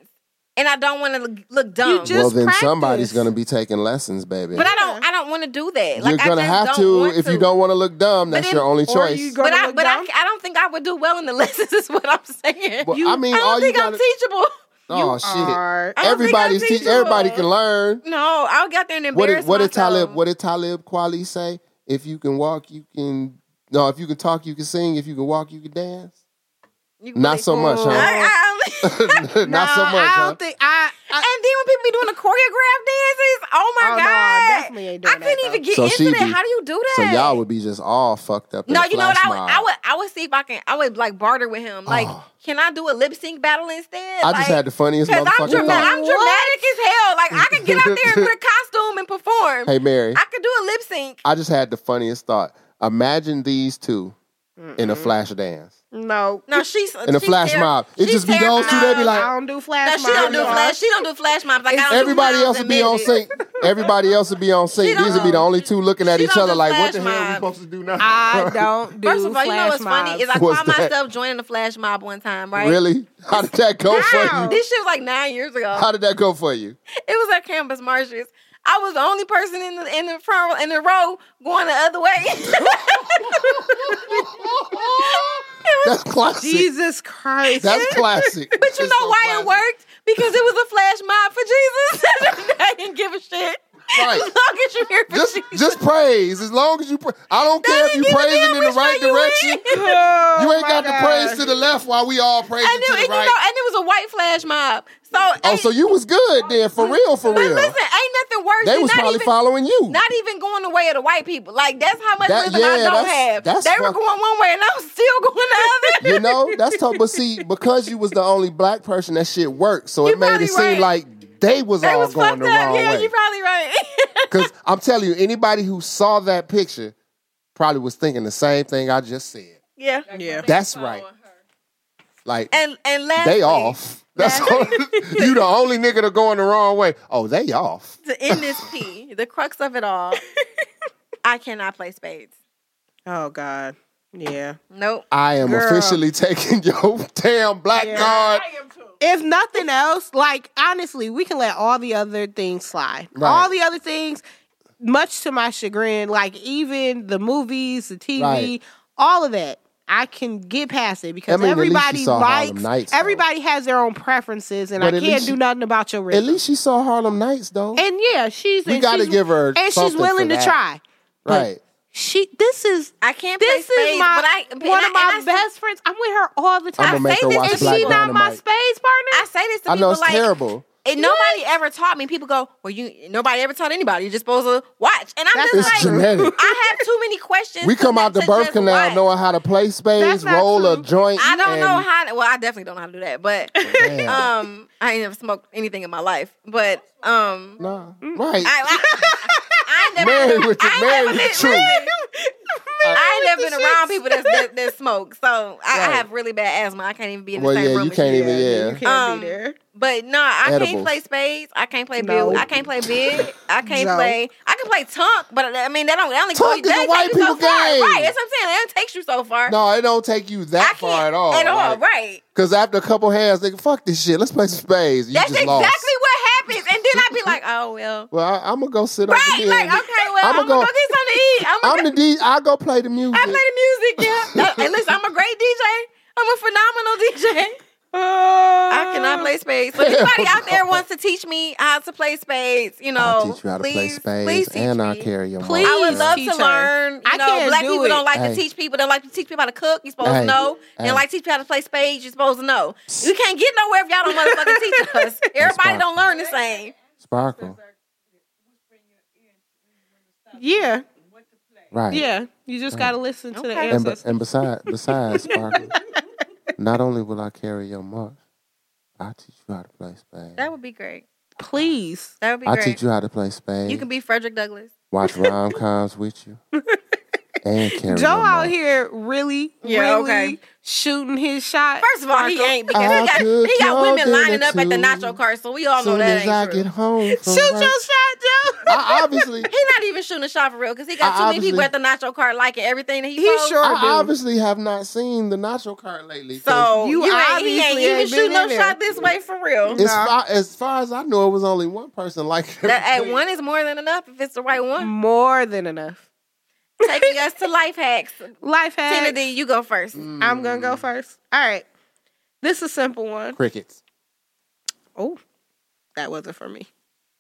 [SPEAKER 5] and I don't want to look, look dumb.
[SPEAKER 6] just-
[SPEAKER 3] well, then
[SPEAKER 6] practice.
[SPEAKER 3] somebody's gonna be taking lessons, baby.
[SPEAKER 5] but I don't. I don't want to do that.
[SPEAKER 3] You're
[SPEAKER 5] Like
[SPEAKER 3] gonna
[SPEAKER 5] I just
[SPEAKER 3] have
[SPEAKER 5] don't
[SPEAKER 3] to
[SPEAKER 5] want
[SPEAKER 3] if you don't want to look dumb. That's
[SPEAKER 5] then-
[SPEAKER 3] your only
[SPEAKER 6] or
[SPEAKER 3] choice.
[SPEAKER 6] you go-
[SPEAKER 5] But I,
[SPEAKER 6] look
[SPEAKER 5] but I,
[SPEAKER 6] dumb?
[SPEAKER 5] I don't think I would do well in the lessons. Is what I'm saying.
[SPEAKER 3] Well, I mean,
[SPEAKER 5] I don't
[SPEAKER 3] all you
[SPEAKER 5] think I'm
[SPEAKER 3] gotta-
[SPEAKER 5] teachable.
[SPEAKER 3] oh shit!
[SPEAKER 6] Are-
[SPEAKER 5] I don't think I'm
[SPEAKER 3] Everybody's te-
[SPEAKER 5] teachable.
[SPEAKER 3] everybody can learn.
[SPEAKER 5] No, I'll get there and
[SPEAKER 3] What
[SPEAKER 5] embarrass
[SPEAKER 3] did what did
[SPEAKER 5] myself.
[SPEAKER 3] Talib what did Talib Kweli say? If you can walk, you can no. If you can talk, you can sing. If you can walk, you can dance.
[SPEAKER 5] You
[SPEAKER 3] Not
[SPEAKER 5] really-
[SPEAKER 3] so much, huh?
[SPEAKER 5] I- I-
[SPEAKER 3] Not so much.
[SPEAKER 6] No, I
[SPEAKER 3] huh?
[SPEAKER 6] don't think I. I
[SPEAKER 5] and then when people be doing the choreographed dances, oh
[SPEAKER 6] oh,
[SPEAKER 5] my
[SPEAKER 6] no, I
[SPEAKER 5] god,
[SPEAKER 6] definitely ain't
[SPEAKER 5] I
[SPEAKER 6] doing that,
[SPEAKER 5] couldn't
[SPEAKER 6] though.
[SPEAKER 5] even get
[SPEAKER 3] So she
[SPEAKER 5] into that.
[SPEAKER 3] be-
[SPEAKER 5] How do you do
[SPEAKER 3] So
[SPEAKER 5] that?
[SPEAKER 3] y'all would be just all fucked up. in
[SPEAKER 5] No,
[SPEAKER 3] a
[SPEAKER 5] you know what?
[SPEAKER 3] flash
[SPEAKER 5] I would,
[SPEAKER 3] mob.
[SPEAKER 5] I would, I would see if I can. I would like barter with him. Like,
[SPEAKER 3] Oh.
[SPEAKER 5] can I do a lip sync battle instead?
[SPEAKER 3] I just had the funniest
[SPEAKER 5] because I'm,
[SPEAKER 3] motherfucking
[SPEAKER 5] dramatic.
[SPEAKER 3] thought.
[SPEAKER 5] I'm dramatic as hell. Like, I could get out there and put a costume and perform.
[SPEAKER 3] Hey Mary,
[SPEAKER 5] I could do a lip sync.
[SPEAKER 3] I just had the funniest thought. Imagine these 2
[SPEAKER 5] Mm,
[SPEAKER 3] in a flash dance,
[SPEAKER 6] No,
[SPEAKER 5] No, she's
[SPEAKER 3] in a
[SPEAKER 5] she's
[SPEAKER 3] flash
[SPEAKER 5] terri-
[SPEAKER 3] mob. It
[SPEAKER 5] she's
[SPEAKER 3] just be those two.
[SPEAKER 5] terrified.
[SPEAKER 3] They be
[SPEAKER 6] I
[SPEAKER 3] like,
[SPEAKER 6] don't do
[SPEAKER 5] No,
[SPEAKER 6] flash.
[SPEAKER 5] she don't do
[SPEAKER 6] mobs.
[SPEAKER 5] flash. She don't do flash mobs. Like I don't do
[SPEAKER 3] everybody
[SPEAKER 5] clowns
[SPEAKER 3] else
[SPEAKER 5] and
[SPEAKER 3] would be on
[SPEAKER 5] midgets.
[SPEAKER 3] sync. Everybody else would be on sync.
[SPEAKER 5] don't
[SPEAKER 3] These would be the
[SPEAKER 5] know.
[SPEAKER 3] only two looking at
[SPEAKER 5] She
[SPEAKER 3] each
[SPEAKER 5] don't
[SPEAKER 3] other
[SPEAKER 5] do
[SPEAKER 3] like, what the
[SPEAKER 5] flash
[SPEAKER 3] hell are we
[SPEAKER 5] mob.
[SPEAKER 3] supposed to do now?
[SPEAKER 6] I don't do.
[SPEAKER 5] First of all, you know
[SPEAKER 6] flash
[SPEAKER 5] what's funny is I
[SPEAKER 3] What's
[SPEAKER 5] caught
[SPEAKER 3] that?
[SPEAKER 5] myself joining the flash mob one time. Right?
[SPEAKER 3] Really? How did that go for you?
[SPEAKER 5] This shit was like nine years ago.
[SPEAKER 3] How did that go for you?
[SPEAKER 5] It was at Campus Martius. I was the only person in the in the front in the row going the other way. It was-
[SPEAKER 3] That's classic.
[SPEAKER 6] Jesus Christ.
[SPEAKER 3] That's classic.
[SPEAKER 5] but you know why it worked? Because it was a flash mob for Jesus. I didn't give a shit.
[SPEAKER 3] Right.
[SPEAKER 5] As long as you're here for
[SPEAKER 3] Just,
[SPEAKER 5] Jesus.
[SPEAKER 3] just praise. As long as you, pra- I don't care if
[SPEAKER 5] didn't
[SPEAKER 3] you
[SPEAKER 5] give a
[SPEAKER 3] praise
[SPEAKER 5] damn
[SPEAKER 3] him in the
[SPEAKER 5] which
[SPEAKER 3] right
[SPEAKER 5] way you
[SPEAKER 3] direction.
[SPEAKER 5] went.
[SPEAKER 6] Oh
[SPEAKER 5] Oh
[SPEAKER 3] You ain't got to praise to the left while we all praising
[SPEAKER 5] and,
[SPEAKER 3] to the
[SPEAKER 5] it, and you
[SPEAKER 3] right.
[SPEAKER 5] know, and it was a white flash mob. So
[SPEAKER 3] oh, so you was good then, for real, for
[SPEAKER 5] but
[SPEAKER 3] real.
[SPEAKER 5] listen, ain't nothing worse.
[SPEAKER 3] they
[SPEAKER 5] than
[SPEAKER 3] was
[SPEAKER 5] not
[SPEAKER 3] probably
[SPEAKER 5] even,
[SPEAKER 3] following you.
[SPEAKER 5] Not even going the way of the white people. Like that's how much
[SPEAKER 3] That-
[SPEAKER 5] rhythm
[SPEAKER 3] yeah,
[SPEAKER 5] I don't
[SPEAKER 3] that's-
[SPEAKER 5] have.
[SPEAKER 3] that's
[SPEAKER 5] they were
[SPEAKER 3] fuck-
[SPEAKER 5] going one way and I was still going the other.
[SPEAKER 3] you know, that's tough. But see, because you was the only black person, that shit worked. So
[SPEAKER 5] You
[SPEAKER 3] it made
[SPEAKER 5] probably
[SPEAKER 3] it seem
[SPEAKER 5] right.
[SPEAKER 3] like they was
[SPEAKER 5] they
[SPEAKER 3] all
[SPEAKER 5] was
[SPEAKER 3] going
[SPEAKER 5] fucked
[SPEAKER 3] the
[SPEAKER 5] up.
[SPEAKER 3] wrong
[SPEAKER 5] Yeah,
[SPEAKER 3] way.
[SPEAKER 5] you probably right.
[SPEAKER 3] Because I'm telling you, anybody who saw that picture probably was thinking the same thing I just said.
[SPEAKER 5] yeah.
[SPEAKER 6] Yeah.
[SPEAKER 3] That's right. Like
[SPEAKER 5] And and lastly,
[SPEAKER 3] they off. That's all, you the only nigga to going the wrong way. Oh, they off.
[SPEAKER 5] to end this P, the crux of it all, I cannot play spades.
[SPEAKER 6] Oh God. Yeah.
[SPEAKER 5] Nope.
[SPEAKER 3] I am
[SPEAKER 6] Girl.
[SPEAKER 3] officially taking your damn black card.
[SPEAKER 6] If nothing else, like honestly, we can let all the other things slide.
[SPEAKER 3] Right.
[SPEAKER 6] All the other things, much to my chagrin, like even the movies, the TV,
[SPEAKER 3] Right.
[SPEAKER 6] all of that. I can get past it because
[SPEAKER 3] I mean, at least you
[SPEAKER 6] everybody
[SPEAKER 3] saw Harlem
[SPEAKER 6] likes.
[SPEAKER 3] Nights, though.
[SPEAKER 6] everybody has their own preferences, and
[SPEAKER 3] But
[SPEAKER 6] I
[SPEAKER 3] at
[SPEAKER 6] can't
[SPEAKER 3] least
[SPEAKER 6] do
[SPEAKER 3] you-
[SPEAKER 6] nothing about your
[SPEAKER 3] At
[SPEAKER 6] rhythm.
[SPEAKER 3] least she saw Harlem Nights though.
[SPEAKER 6] and yeah, she's
[SPEAKER 3] we
[SPEAKER 6] and
[SPEAKER 3] got to
[SPEAKER 6] she's-
[SPEAKER 3] give her
[SPEAKER 6] and she's
[SPEAKER 3] something
[SPEAKER 6] willing to
[SPEAKER 3] for that.
[SPEAKER 6] try.
[SPEAKER 3] Right.
[SPEAKER 6] She this is
[SPEAKER 5] I can't
[SPEAKER 6] this
[SPEAKER 5] play spades,
[SPEAKER 6] is my
[SPEAKER 5] but I but
[SPEAKER 6] one of
[SPEAKER 5] and I- and
[SPEAKER 6] my
[SPEAKER 5] I-
[SPEAKER 6] best friends. I'm with her all the
[SPEAKER 3] I'ma
[SPEAKER 6] time.
[SPEAKER 3] make
[SPEAKER 5] say
[SPEAKER 3] her
[SPEAKER 5] this,
[SPEAKER 3] watch
[SPEAKER 6] Is
[SPEAKER 3] Black
[SPEAKER 6] she not my
[SPEAKER 3] Dynamite.
[SPEAKER 6] space partner?
[SPEAKER 5] I say this to
[SPEAKER 3] I
[SPEAKER 5] people
[SPEAKER 3] know it's
[SPEAKER 5] like
[SPEAKER 3] terrible.
[SPEAKER 5] and nobody ever taught me. People go, well, you nobody ever taught anybody. You're just supposed to watch, and I'm
[SPEAKER 6] That's
[SPEAKER 5] just
[SPEAKER 6] not
[SPEAKER 3] It's
[SPEAKER 5] like,
[SPEAKER 3] genetic.
[SPEAKER 5] I have too many questions.
[SPEAKER 3] We
[SPEAKER 5] to
[SPEAKER 3] come
[SPEAKER 5] not-
[SPEAKER 3] out the
[SPEAKER 5] to
[SPEAKER 3] birth
[SPEAKER 5] just
[SPEAKER 3] canal
[SPEAKER 5] watch.
[SPEAKER 3] knowing how to play
[SPEAKER 6] That's
[SPEAKER 3] spades,
[SPEAKER 6] not
[SPEAKER 3] roll a
[SPEAKER 6] true.
[SPEAKER 3] joint.
[SPEAKER 5] I don't
[SPEAKER 3] and-
[SPEAKER 5] know how. To, well, I definitely don't know how to do that, but
[SPEAKER 3] Damn.
[SPEAKER 5] um, I ain't never smoked anything in my life, but um,
[SPEAKER 3] Nah. Right.
[SPEAKER 5] I, I, I ain't never,
[SPEAKER 3] married with
[SPEAKER 5] I
[SPEAKER 3] your
[SPEAKER 5] ain't
[SPEAKER 3] married
[SPEAKER 5] never
[SPEAKER 3] with
[SPEAKER 5] been,
[SPEAKER 3] truth.
[SPEAKER 5] I ain't never been around people that, that that smoke, so I, I
[SPEAKER 3] Right.
[SPEAKER 5] have really bad asthma. I can't even be in the
[SPEAKER 3] Well,
[SPEAKER 5] same
[SPEAKER 3] yeah,
[SPEAKER 5] room.
[SPEAKER 3] you
[SPEAKER 5] as
[SPEAKER 3] can't even.
[SPEAKER 6] You
[SPEAKER 3] Yeah.
[SPEAKER 6] can't
[SPEAKER 5] Um,
[SPEAKER 6] be there.
[SPEAKER 5] But no, I
[SPEAKER 3] Edibles.
[SPEAKER 5] can't play spades. I can't play
[SPEAKER 6] No.
[SPEAKER 5] big. I can't play big. I can't
[SPEAKER 6] No.
[SPEAKER 5] play. I can play tunk, but I mean that don't that only
[SPEAKER 3] Tunk
[SPEAKER 5] go-
[SPEAKER 3] is a
[SPEAKER 5] that take
[SPEAKER 3] white
[SPEAKER 5] you so
[SPEAKER 3] people
[SPEAKER 5] far.
[SPEAKER 3] game.
[SPEAKER 5] Right, that's what I'm saying. That don't takes you so far.
[SPEAKER 3] No, it don't take you
[SPEAKER 5] I
[SPEAKER 3] that
[SPEAKER 5] can't
[SPEAKER 3] far at all.
[SPEAKER 5] At all,
[SPEAKER 3] Like,
[SPEAKER 5] right?
[SPEAKER 3] Cause after a couple hands, nigga, fuck this shit. Let's play some spades. You
[SPEAKER 5] That's
[SPEAKER 3] just
[SPEAKER 5] exactly
[SPEAKER 3] lost.
[SPEAKER 5] what happens, and then I'd be like, oh well.
[SPEAKER 3] Well, I, I'm gonna go sit on
[SPEAKER 5] Right,
[SPEAKER 3] the
[SPEAKER 5] like
[SPEAKER 3] bed.
[SPEAKER 5] okay, well, I'm
[SPEAKER 3] I'ma go-
[SPEAKER 5] gonna go, get something to eat. I'm
[SPEAKER 3] I'm
[SPEAKER 5] gonna
[SPEAKER 3] the D. I go play the music.
[SPEAKER 5] I play the music, yeah. That- hey, listen, I'm a great DJ. I'm a phenomenal DJ.
[SPEAKER 6] Uh,
[SPEAKER 5] I
[SPEAKER 6] Oh.
[SPEAKER 5] cannot play spades. So if anybody out there wants to teach me how to play spades, you know,
[SPEAKER 3] I'll teach you how to
[SPEAKER 5] please,
[SPEAKER 3] play spades,
[SPEAKER 5] please teach
[SPEAKER 3] and I'll
[SPEAKER 5] me.
[SPEAKER 3] carry your
[SPEAKER 6] Please.
[SPEAKER 5] I would
[SPEAKER 6] Please
[SPEAKER 5] love
[SPEAKER 6] teach
[SPEAKER 5] to
[SPEAKER 6] her.
[SPEAKER 5] learn. You
[SPEAKER 6] I
[SPEAKER 5] know,
[SPEAKER 6] can't
[SPEAKER 5] black
[SPEAKER 6] do
[SPEAKER 5] people
[SPEAKER 6] it.
[SPEAKER 5] don't like
[SPEAKER 3] Hey.
[SPEAKER 5] to teach people. They like to teach people how to cook. You're supposed
[SPEAKER 3] Hey.
[SPEAKER 5] to know. They
[SPEAKER 3] Hey.
[SPEAKER 5] don't like to teach people how to play spades. You're supposed to know. You can't get nowhere if y'all don't motherfucking teach us. Everybody
[SPEAKER 3] fine.
[SPEAKER 5] don't learn the same.
[SPEAKER 3] Sparkle.
[SPEAKER 6] Yeah,
[SPEAKER 3] Right.
[SPEAKER 6] yeah. You just gotta listen to the
[SPEAKER 3] And, be,
[SPEAKER 6] ancestors.
[SPEAKER 3] and besides, besides, Sparkle, not only will I carry your mark, I teach you how to play spades.
[SPEAKER 5] That would be great.
[SPEAKER 6] Please,
[SPEAKER 5] That would be
[SPEAKER 3] I
[SPEAKER 5] great.
[SPEAKER 3] teach you how to play spades.
[SPEAKER 5] You can be Frederick Douglass.
[SPEAKER 3] watch rom coms with you. And carry
[SPEAKER 4] Joe
[SPEAKER 3] no
[SPEAKER 4] out
[SPEAKER 3] more.
[SPEAKER 4] here really,
[SPEAKER 5] Yeah,
[SPEAKER 4] really
[SPEAKER 5] okay.
[SPEAKER 4] shooting his shot.
[SPEAKER 5] First of all, he
[SPEAKER 4] Marco.
[SPEAKER 5] ain't because
[SPEAKER 3] I'll
[SPEAKER 5] he got,
[SPEAKER 3] cook
[SPEAKER 5] he got
[SPEAKER 3] your
[SPEAKER 5] women lining
[SPEAKER 3] dinner
[SPEAKER 5] up at the
[SPEAKER 3] too.
[SPEAKER 5] nacho cart, so we all know
[SPEAKER 3] soon
[SPEAKER 5] that
[SPEAKER 3] as
[SPEAKER 5] ain't
[SPEAKER 3] I
[SPEAKER 5] true.
[SPEAKER 3] get home from
[SPEAKER 4] Shoot your
[SPEAKER 3] work,
[SPEAKER 4] shot, Joe.
[SPEAKER 3] I obviously,
[SPEAKER 5] He not even shooting a shot for real because he got
[SPEAKER 3] I
[SPEAKER 5] too many people at the
[SPEAKER 3] obviously-
[SPEAKER 5] nacho cart liking everything that he,
[SPEAKER 4] He
[SPEAKER 5] posts.
[SPEAKER 4] sure
[SPEAKER 3] I
[SPEAKER 4] do.
[SPEAKER 3] obviously have not seen the nacho cart lately. 'cause
[SPEAKER 5] So
[SPEAKER 4] You
[SPEAKER 5] you, ain't, he ain't
[SPEAKER 4] obviously
[SPEAKER 5] even
[SPEAKER 4] ain't been
[SPEAKER 5] shooting no
[SPEAKER 4] in there.
[SPEAKER 5] shot this way for real.
[SPEAKER 3] as far as far as I know, it was only one person like
[SPEAKER 5] That hey,
[SPEAKER 3] everything.
[SPEAKER 5] one is more than enough if it's the right one.
[SPEAKER 4] More than enough.
[SPEAKER 5] Taking us to life hacks.
[SPEAKER 4] Life
[SPEAKER 5] Tina
[SPEAKER 4] hack.
[SPEAKER 5] D, you go first.
[SPEAKER 4] I'm gonna
[SPEAKER 3] Mm.
[SPEAKER 4] go first. All right. This is a simple one.
[SPEAKER 3] crickets.
[SPEAKER 4] Oh, that wasn't for me.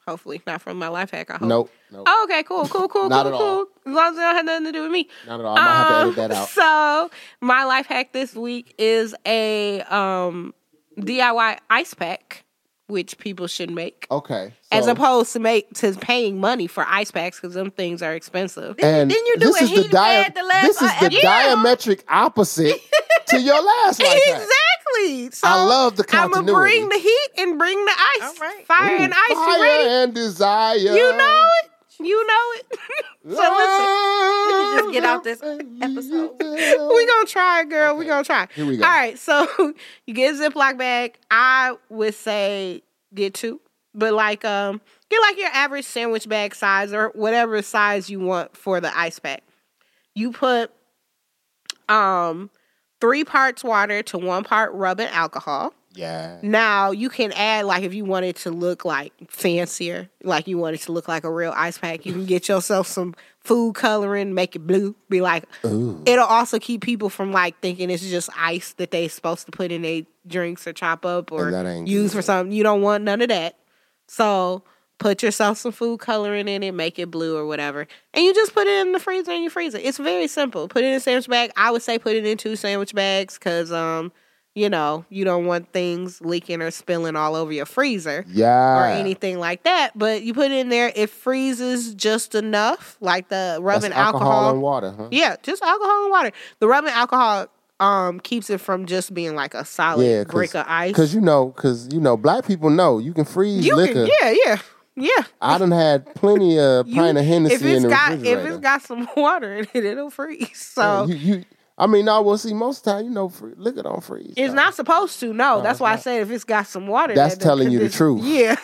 [SPEAKER 4] Hopefully, not from my life hack. I hope.
[SPEAKER 3] Nope, nope,
[SPEAKER 4] Oh, okay, cool, cool, cool,
[SPEAKER 3] Not
[SPEAKER 4] cool,
[SPEAKER 3] at
[SPEAKER 4] cool.
[SPEAKER 3] all.
[SPEAKER 4] As long as it don't have nothing to do with me.
[SPEAKER 3] not at all. I might have to edit that
[SPEAKER 4] Um,
[SPEAKER 3] out.
[SPEAKER 4] So my life hack this week is a um, DIY ice pack, which people should make,
[SPEAKER 3] Okay, Oh, so,
[SPEAKER 4] as opposed to make to paying money for ice packs because them things are expensive.
[SPEAKER 3] and
[SPEAKER 5] didn't you do
[SPEAKER 3] this
[SPEAKER 5] a
[SPEAKER 3] is the
[SPEAKER 5] heating pad the last-
[SPEAKER 3] this is the
[SPEAKER 5] uh, yeah.
[SPEAKER 3] diametric opposite to your last life. hack.
[SPEAKER 4] Exactly. So
[SPEAKER 3] I love the
[SPEAKER 4] I'm gonna
[SPEAKER 3] continuity.
[SPEAKER 4] bring the heat and bring the ice,
[SPEAKER 5] All right.
[SPEAKER 4] fire
[SPEAKER 3] Ooh,
[SPEAKER 4] and ice. you
[SPEAKER 3] fire
[SPEAKER 4] ready?
[SPEAKER 3] and desire.
[SPEAKER 4] You know it. You know it. so listen.
[SPEAKER 3] Love
[SPEAKER 5] just get out this
[SPEAKER 3] and
[SPEAKER 5] episode.
[SPEAKER 3] desire.
[SPEAKER 4] we gonna try, girl. We
[SPEAKER 3] Okay.
[SPEAKER 4] gonna try.
[SPEAKER 3] Here we go.
[SPEAKER 4] All right, so you get a Ziploc bag. I would say get two, but like um, get like your average sandwich bag size or whatever size you want for the ice pack. You put um three parts water to one part rubbing alcohol.
[SPEAKER 3] Yeah.
[SPEAKER 4] Now you can add like if you want it to look like fancier, like you want it to look like a real ice pack, you can get yourself some food coloring, make it blue, be like
[SPEAKER 3] Ooh.
[SPEAKER 4] it'll also keep people from like thinking it's just ice that they supposed to put in their drinks or chop up or
[SPEAKER 3] And that ain't
[SPEAKER 4] use
[SPEAKER 3] good.
[SPEAKER 4] for something. You don't want none of that. So put yourself some food coloring in it, make it blue or whatever. And you just put it in the freezer and you freeze it. It's very simple. Put it in a sandwich bag. I would say put it in two sandwich bags because um, you know, you don't want things leaking or spilling all over your freezer
[SPEAKER 3] Yeah.
[SPEAKER 4] or anything like that. But you put it in there, it freezes just enough, like the
[SPEAKER 3] That's
[SPEAKER 4] rubbing
[SPEAKER 3] alcohol,
[SPEAKER 4] alcohol
[SPEAKER 3] and water, huh?
[SPEAKER 4] yeah, just alcohol and water. The rubbing alcohol um keeps it from just being like a solid
[SPEAKER 3] Yeah, 'cause-
[SPEAKER 4] brick of ice.
[SPEAKER 3] Cause you know, cause you know, black people know you can freeze
[SPEAKER 4] you
[SPEAKER 3] liquor.
[SPEAKER 4] can, yeah, yeah, yeah.
[SPEAKER 3] I done had plenty of
[SPEAKER 4] You-
[SPEAKER 3] pint of
[SPEAKER 4] If
[SPEAKER 3] Hennessy in
[SPEAKER 4] it's
[SPEAKER 3] the
[SPEAKER 4] got if
[SPEAKER 3] refrigerator.
[SPEAKER 4] it's got uh, some water in it, it'll freeze.
[SPEAKER 3] Yeah,
[SPEAKER 4] So
[SPEAKER 3] you, you, I mean, I will see most of the time. You know, free, liquor don't freeze.
[SPEAKER 4] it's
[SPEAKER 3] though.
[SPEAKER 4] not supposed to. No, that's
[SPEAKER 3] it's
[SPEAKER 4] why I
[SPEAKER 3] not.
[SPEAKER 4] said if it's got some
[SPEAKER 3] Oh,
[SPEAKER 4] water,
[SPEAKER 3] That's
[SPEAKER 4] that-
[SPEAKER 3] telling you the
[SPEAKER 4] this-
[SPEAKER 3] truth.
[SPEAKER 4] Yeah,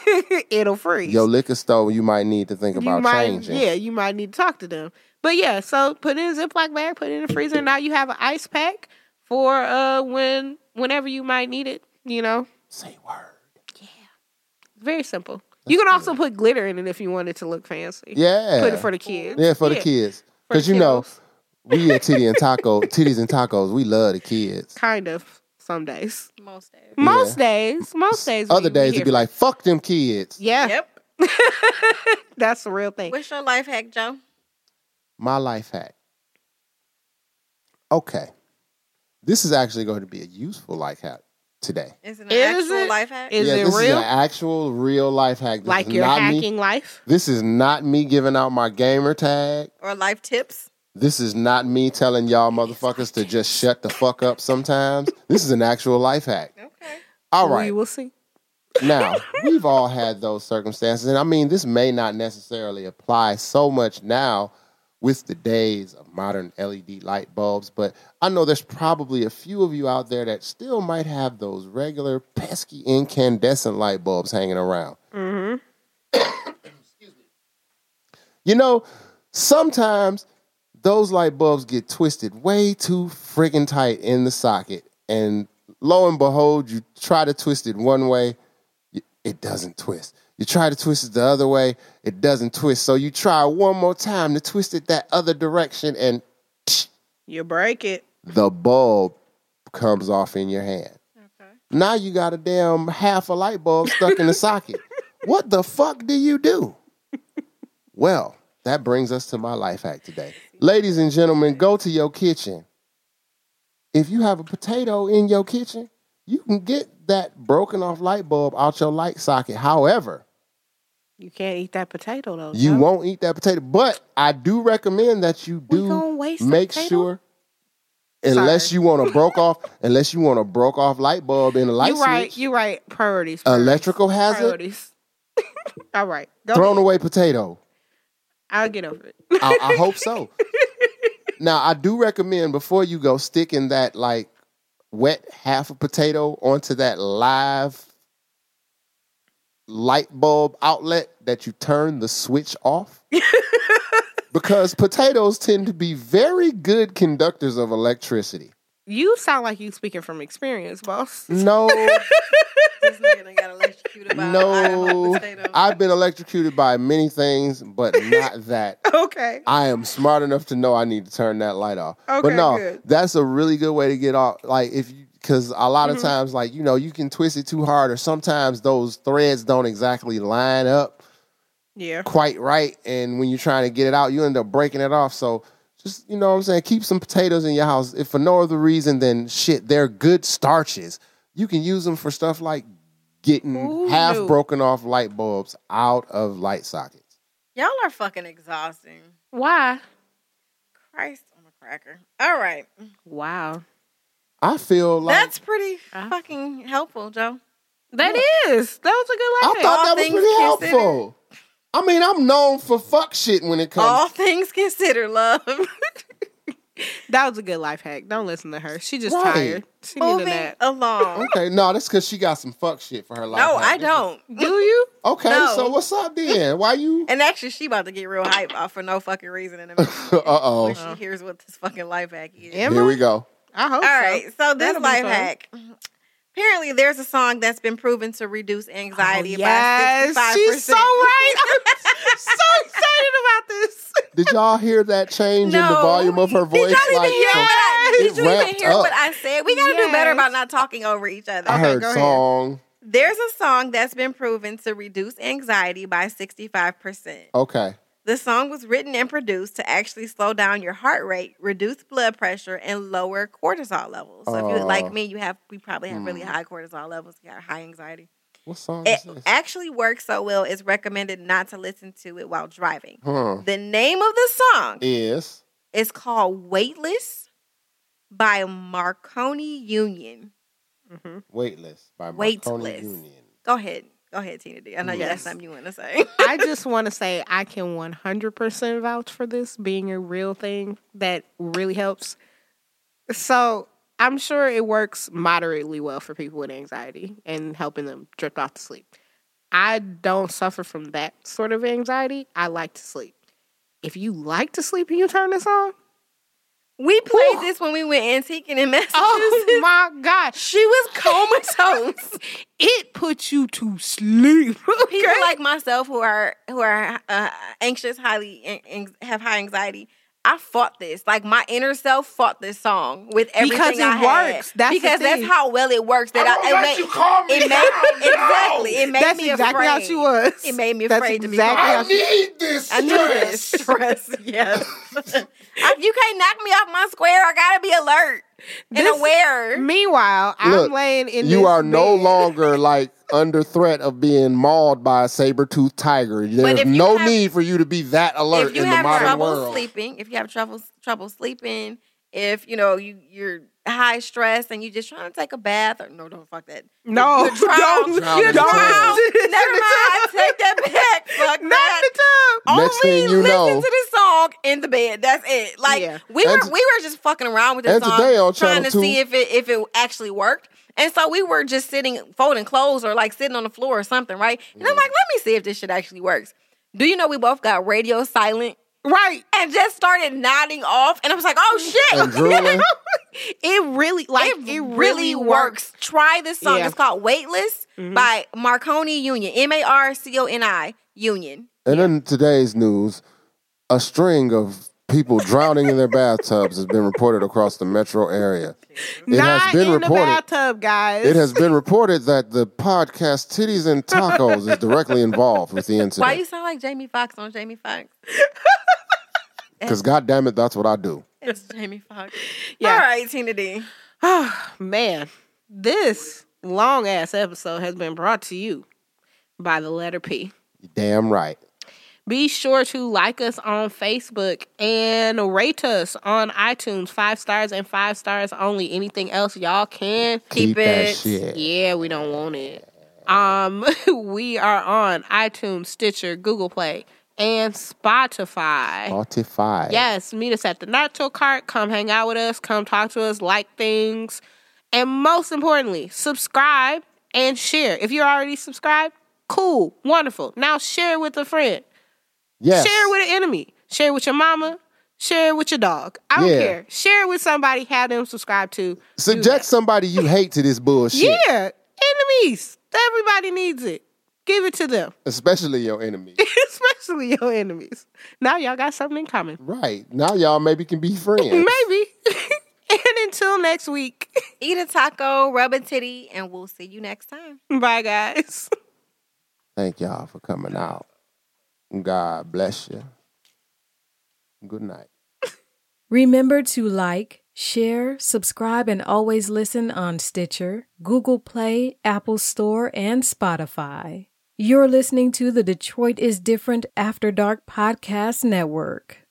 [SPEAKER 4] it'll freeze.
[SPEAKER 3] your liquor store. You might need to think about
[SPEAKER 4] you might,
[SPEAKER 3] changing.
[SPEAKER 4] Yeah, you might need to talk to them. But yeah, so put it in a Ziploc bag, put it in the freezer. Now you have an ice pack for uh when whenever you might need it. You know,
[SPEAKER 3] Say word.
[SPEAKER 4] Very simple. you can also put glitter in it if you want it to look fancy.
[SPEAKER 3] Yeah.
[SPEAKER 4] Put it for the kids.
[SPEAKER 3] yeah for the kids.
[SPEAKER 4] for the
[SPEAKER 3] Cause you know,
[SPEAKER 4] kiddos.
[SPEAKER 3] we at Titty and Taco, Titties and Tacos. We love the kids.
[SPEAKER 4] Kind of. Some days.
[SPEAKER 5] Most days.
[SPEAKER 4] Most days. Most days.
[SPEAKER 3] Other
[SPEAKER 4] we- we
[SPEAKER 3] days
[SPEAKER 4] hear
[SPEAKER 3] it'd be
[SPEAKER 4] from-
[SPEAKER 3] like, fuck them kids.
[SPEAKER 4] yeah.
[SPEAKER 5] Yep.
[SPEAKER 4] That's the real thing.
[SPEAKER 5] What's your life hack, Joe?
[SPEAKER 3] My life hack. Okay. This is actually going to be a useful life hack today.
[SPEAKER 5] Is it an
[SPEAKER 4] Is
[SPEAKER 5] actual
[SPEAKER 4] it-
[SPEAKER 5] life hack?
[SPEAKER 4] Is
[SPEAKER 3] yeah,
[SPEAKER 4] it
[SPEAKER 3] this
[SPEAKER 4] real?
[SPEAKER 3] is an actual real life hack. This
[SPEAKER 4] like
[SPEAKER 3] is
[SPEAKER 4] you're
[SPEAKER 3] not
[SPEAKER 4] hacking
[SPEAKER 3] Me,
[SPEAKER 4] life?
[SPEAKER 3] this is not me giving out my gamer tag.
[SPEAKER 5] or life tips?
[SPEAKER 3] This is not me telling y'all motherfuckers to just shut the fuck up sometimes. This is an actual life hack.
[SPEAKER 5] Okay.
[SPEAKER 3] All right.
[SPEAKER 4] We will see.
[SPEAKER 3] Now, we've all had those circumstances. And I mean, this may not necessarily apply so much now with the days of modern LED light bulbs, but I know there's probably a few of you out there that still might have those regular pesky incandescent light bulbs hanging around. Mm-hmm. You know, sometimes those light bulbs get twisted way too friggin' tight in the socket. And lo and behold, you try to twist it one way, y- it doesn't twist. You try to twist it the other way, it doesn't twist. So you try one more time to twist it that other direction, and
[SPEAKER 4] You break it.
[SPEAKER 3] the bulb comes off in your hand. Now you got a damn half a light bulb stuck in the socket. What the fuck do you do? Well, that brings us to my life hack today. Ladies and gentlemen, go to your kitchen. If you have a potato in your kitchen, you can get that broken off light bulb out your light socket. However,
[SPEAKER 4] You can't eat that potato though.
[SPEAKER 3] you
[SPEAKER 4] Joe.
[SPEAKER 3] won't eat that potato, but I do recommend that you
[SPEAKER 4] We
[SPEAKER 3] do
[SPEAKER 4] gonna waste the
[SPEAKER 3] make
[SPEAKER 4] potato?
[SPEAKER 3] sure. Unless you want a broke off, unless you want a broke off light bulb in a light
[SPEAKER 4] You right,
[SPEAKER 3] switch,
[SPEAKER 4] you right. Priorities. priorities,
[SPEAKER 3] electrical hazard,
[SPEAKER 4] priorities. All right. Go
[SPEAKER 3] thrown away potato.
[SPEAKER 4] I'll get over it.
[SPEAKER 3] I, I hope so. Now I do recommend before you go sticking that like wet half a potato onto that live light bulb outlet that you turn the switch off. because potatoes tend to be very good conductors of electricity.
[SPEAKER 4] You sound like you speaking from experience, boss.
[SPEAKER 3] No,
[SPEAKER 5] This nigga done got electrocuted by an item of
[SPEAKER 3] no.
[SPEAKER 5] potato.
[SPEAKER 3] I've been electrocuted by many things, but not that.
[SPEAKER 4] Okay.
[SPEAKER 3] I am smart enough to know I need to turn that light off. but
[SPEAKER 4] Okay,
[SPEAKER 3] no,
[SPEAKER 4] good.
[SPEAKER 3] that's a really good way to get off. Like if you, because a lot
[SPEAKER 4] Mm-hmm.
[SPEAKER 3] of times, like you know, you can twist it too hard, or sometimes those threads don't exactly line up
[SPEAKER 8] Yeah.
[SPEAKER 3] quite right, and when you're trying to get it out, you end up breaking it off. So just you know, what I'm saying, keep some potatoes in your house, if for no other reason than shit, they're good starches. You can use them for stuff like getting half broken off light bulbs out of light sockets.
[SPEAKER 5] Y'all are fucking exhausting.
[SPEAKER 4] Why?
[SPEAKER 5] Christ on a cracker. All right.
[SPEAKER 4] Wow.
[SPEAKER 3] I feel like
[SPEAKER 5] That's pretty
[SPEAKER 4] Uh.
[SPEAKER 5] fucking helpful, Joe.
[SPEAKER 4] that is. That was a good
[SPEAKER 3] I
[SPEAKER 4] life hack.
[SPEAKER 3] thought
[SPEAKER 5] All
[SPEAKER 3] that was
[SPEAKER 5] things
[SPEAKER 3] pretty
[SPEAKER 5] considered.
[SPEAKER 3] helpful. I mean, I'm known for fuck shit when it comes.
[SPEAKER 5] All things considered, love.
[SPEAKER 4] That was a good life hack. Don't listen to her. She just
[SPEAKER 3] Right.
[SPEAKER 4] tired. She need a
[SPEAKER 5] Moving
[SPEAKER 4] nap.
[SPEAKER 5] along.
[SPEAKER 3] Okay, no, that's because she got some fuck shit for her life.
[SPEAKER 5] Oh. No,
[SPEAKER 3] hack.
[SPEAKER 5] I don't.
[SPEAKER 4] Do you?
[SPEAKER 3] Okay,
[SPEAKER 5] No.
[SPEAKER 3] so what's up then? Why you?
[SPEAKER 5] And actually, she about to get real hype off for no fucking reason in a minute
[SPEAKER 3] uh oh.
[SPEAKER 5] when she hears what this fucking life hack is.
[SPEAKER 4] Am
[SPEAKER 3] Here we go.
[SPEAKER 4] I hope
[SPEAKER 5] All right,
[SPEAKER 4] so.
[SPEAKER 5] so this
[SPEAKER 4] That'll be
[SPEAKER 5] life
[SPEAKER 4] fun.
[SPEAKER 5] hack. Apparently, there's a song that's been proven to reduce anxiety
[SPEAKER 4] Oh, yes.
[SPEAKER 5] by 65%.
[SPEAKER 4] She's so right. I'm so excited about this.
[SPEAKER 3] Did y'all hear that change in the
[SPEAKER 5] No.
[SPEAKER 3] volume of her voice?
[SPEAKER 5] Did y'all even hear,
[SPEAKER 3] from-
[SPEAKER 5] what I,
[SPEAKER 3] it
[SPEAKER 5] did you even
[SPEAKER 3] ramped
[SPEAKER 5] hear
[SPEAKER 3] up.
[SPEAKER 5] what I said? We got to do better
[SPEAKER 4] Yes.
[SPEAKER 5] about not talking over each other.
[SPEAKER 3] I heard
[SPEAKER 4] go ahead.
[SPEAKER 3] song.
[SPEAKER 5] There's a song that's been proven to reduce anxiety by 65%.
[SPEAKER 3] Okay.
[SPEAKER 5] The song was written and produced to actually slow down your heart rate, reduce blood pressure, and lower cortisol levels. So if
[SPEAKER 3] Oh. Hmm.
[SPEAKER 5] you like me, you have we probably have really high cortisol levels, you got high anxiety.
[SPEAKER 3] What
[SPEAKER 4] Oh,
[SPEAKER 3] song
[SPEAKER 5] It
[SPEAKER 3] is this?
[SPEAKER 5] actually works so well it's recommended not to listen to it while driving.
[SPEAKER 4] Oh.
[SPEAKER 3] Huh.
[SPEAKER 5] The name of the song
[SPEAKER 3] Is
[SPEAKER 5] is called Weightless by Marconi Union.
[SPEAKER 3] Weightless by Marconi
[SPEAKER 5] Weightless.
[SPEAKER 3] Union.
[SPEAKER 5] Go ahead. Go ahead, Tina D. I know you got
[SPEAKER 4] Yes.
[SPEAKER 5] something you want to say.
[SPEAKER 4] I just want to say I can 100% vouch for this being a real thing that really helps. So I'm sure it works moderately well for people with anxiety and helping them drift off to sleep. I don't suffer from that sort of anxiety. I like to sleep. If you like to sleep and you turn this on,
[SPEAKER 5] We played this when we went antiquing in Massachusetts.
[SPEAKER 4] oh my gosh,
[SPEAKER 5] She was comatose.
[SPEAKER 4] it puts you to sleep.
[SPEAKER 5] People like myself who are who are uh, anxious, highly an- an- have high anxiety. I fought this. Like my inner self fought this song with everything
[SPEAKER 4] Because it
[SPEAKER 5] I had.
[SPEAKER 4] works. That's the
[SPEAKER 5] because that's
[SPEAKER 4] thing.
[SPEAKER 5] how well it works. That I, it made, it made exactly. It made
[SPEAKER 4] That's
[SPEAKER 5] me
[SPEAKER 4] exactly
[SPEAKER 5] afraid.
[SPEAKER 4] how she was.
[SPEAKER 5] It made me
[SPEAKER 4] That's
[SPEAKER 5] afraid to be
[SPEAKER 4] exactly
[SPEAKER 5] called.
[SPEAKER 4] how she
[SPEAKER 5] I knew this stress. Yes, I- you can't knock me off my square. I gotta be alert and
[SPEAKER 4] This-
[SPEAKER 5] aware.
[SPEAKER 4] Meanwhile,
[SPEAKER 3] Look,
[SPEAKER 4] I'm laying in.
[SPEAKER 3] You
[SPEAKER 4] this
[SPEAKER 3] are no
[SPEAKER 4] bed.
[SPEAKER 3] longer like under threat of being mauled by a saber-toothed tiger. There's
[SPEAKER 5] if you
[SPEAKER 3] no
[SPEAKER 5] have-
[SPEAKER 3] need for you to be that alert
[SPEAKER 5] if you
[SPEAKER 3] in the
[SPEAKER 5] have
[SPEAKER 3] modern
[SPEAKER 5] trouble
[SPEAKER 3] world.
[SPEAKER 5] sleeping, if you have trouble trouble sleeping, if you know you you're high stress and you just trying to take a bath or no, don't fuck that.
[SPEAKER 4] No,
[SPEAKER 5] You're drowned.
[SPEAKER 4] don't,
[SPEAKER 3] Drowned
[SPEAKER 4] you're
[SPEAKER 3] in the
[SPEAKER 5] Drown.
[SPEAKER 3] tub.
[SPEAKER 4] drowned.
[SPEAKER 5] Never mind. I take that back. Fuck
[SPEAKER 4] Not
[SPEAKER 5] that. Oh.
[SPEAKER 4] the tub.
[SPEAKER 5] Only
[SPEAKER 3] Next thing you
[SPEAKER 5] listen
[SPEAKER 3] know-
[SPEAKER 5] to the song in the bed. That's it. Like
[SPEAKER 4] Yeah.
[SPEAKER 5] we were,
[SPEAKER 3] And-
[SPEAKER 5] we were just fucking around with this
[SPEAKER 3] and
[SPEAKER 5] song,
[SPEAKER 3] today on
[SPEAKER 5] trying
[SPEAKER 3] Channel
[SPEAKER 5] to
[SPEAKER 3] two-
[SPEAKER 5] see if it if it actually worked. And so we were just sitting, folding clothes or like sitting on the floor or something, right? And I'm like, let me see if this shit actually works. Do you know we both got radio silent
[SPEAKER 4] Right.
[SPEAKER 5] and just started nodding off? And I was like, oh shit,
[SPEAKER 3] and drooling.
[SPEAKER 4] It really like
[SPEAKER 5] it, really works. Mm-hmm. Try this song.
[SPEAKER 4] Yeah.
[SPEAKER 5] It's called Weightless by Marconi Union, M A R C O N I Union.
[SPEAKER 3] And in today's news, a string of people drowning in their bathtubs has been reported across the metro area. It
[SPEAKER 4] Not
[SPEAKER 3] has been
[SPEAKER 4] in the
[SPEAKER 3] reported.
[SPEAKER 4] bathtub, guys.
[SPEAKER 3] It has been reported that the podcast Titties and Tacos is directly involved with the
[SPEAKER 5] Why you
[SPEAKER 3] incident.
[SPEAKER 5] sound like Jamie Foxx on Jamie Foxx?
[SPEAKER 3] Because goddamn it, that's what I do.
[SPEAKER 5] It's Jamie Foxx.
[SPEAKER 4] Yeah.
[SPEAKER 5] All right, Tina D.
[SPEAKER 4] Oh, man, this long ass episode has been brought to you by the letter P.
[SPEAKER 3] Damn right.
[SPEAKER 4] Be sure to like us on Facebook and rate us on iTunes. Five stars and five stars only. Anything else, y'all can
[SPEAKER 3] Keep, that
[SPEAKER 5] it.
[SPEAKER 3] shit.
[SPEAKER 4] Yeah, we don't want it. Um, we are on iTunes, Stitcher, Google Play, and Spotify.
[SPEAKER 3] Spotify.
[SPEAKER 4] Yes, meet us at the Nacho Cart. Come hang out with us. Come talk to us. Like things. And most importantly, subscribe and share. If you're already subscribed, cool, wonderful. Now share it with a friend.
[SPEAKER 3] Yes.
[SPEAKER 4] Share it with an enemy. Share it with your mama. Share it with your dog. I don't
[SPEAKER 3] Yeah.
[SPEAKER 4] care. Share it with somebody. Have them subscribe to.
[SPEAKER 3] Subject somebody you hate to this bullshit.
[SPEAKER 4] Yeah, enemies. Everybody needs it. Give it to them,
[SPEAKER 3] Especially your enemy.
[SPEAKER 4] especially your enemies. Now y'all got something in common.
[SPEAKER 3] right. Now y'all maybe can be friends.
[SPEAKER 4] Maybe. and until next week.
[SPEAKER 5] Eat a taco, rub a titty, and we'll see you next time.
[SPEAKER 4] Bye, guys.
[SPEAKER 3] Thank y'all for coming out. God bless you. Good night.
[SPEAKER 1] Remember to like, share, subscribe, and always listen on Stitcher, Google Play, Apple Store, and Spotify. You're listening to the Detroit is Different After Dark Podcast Network.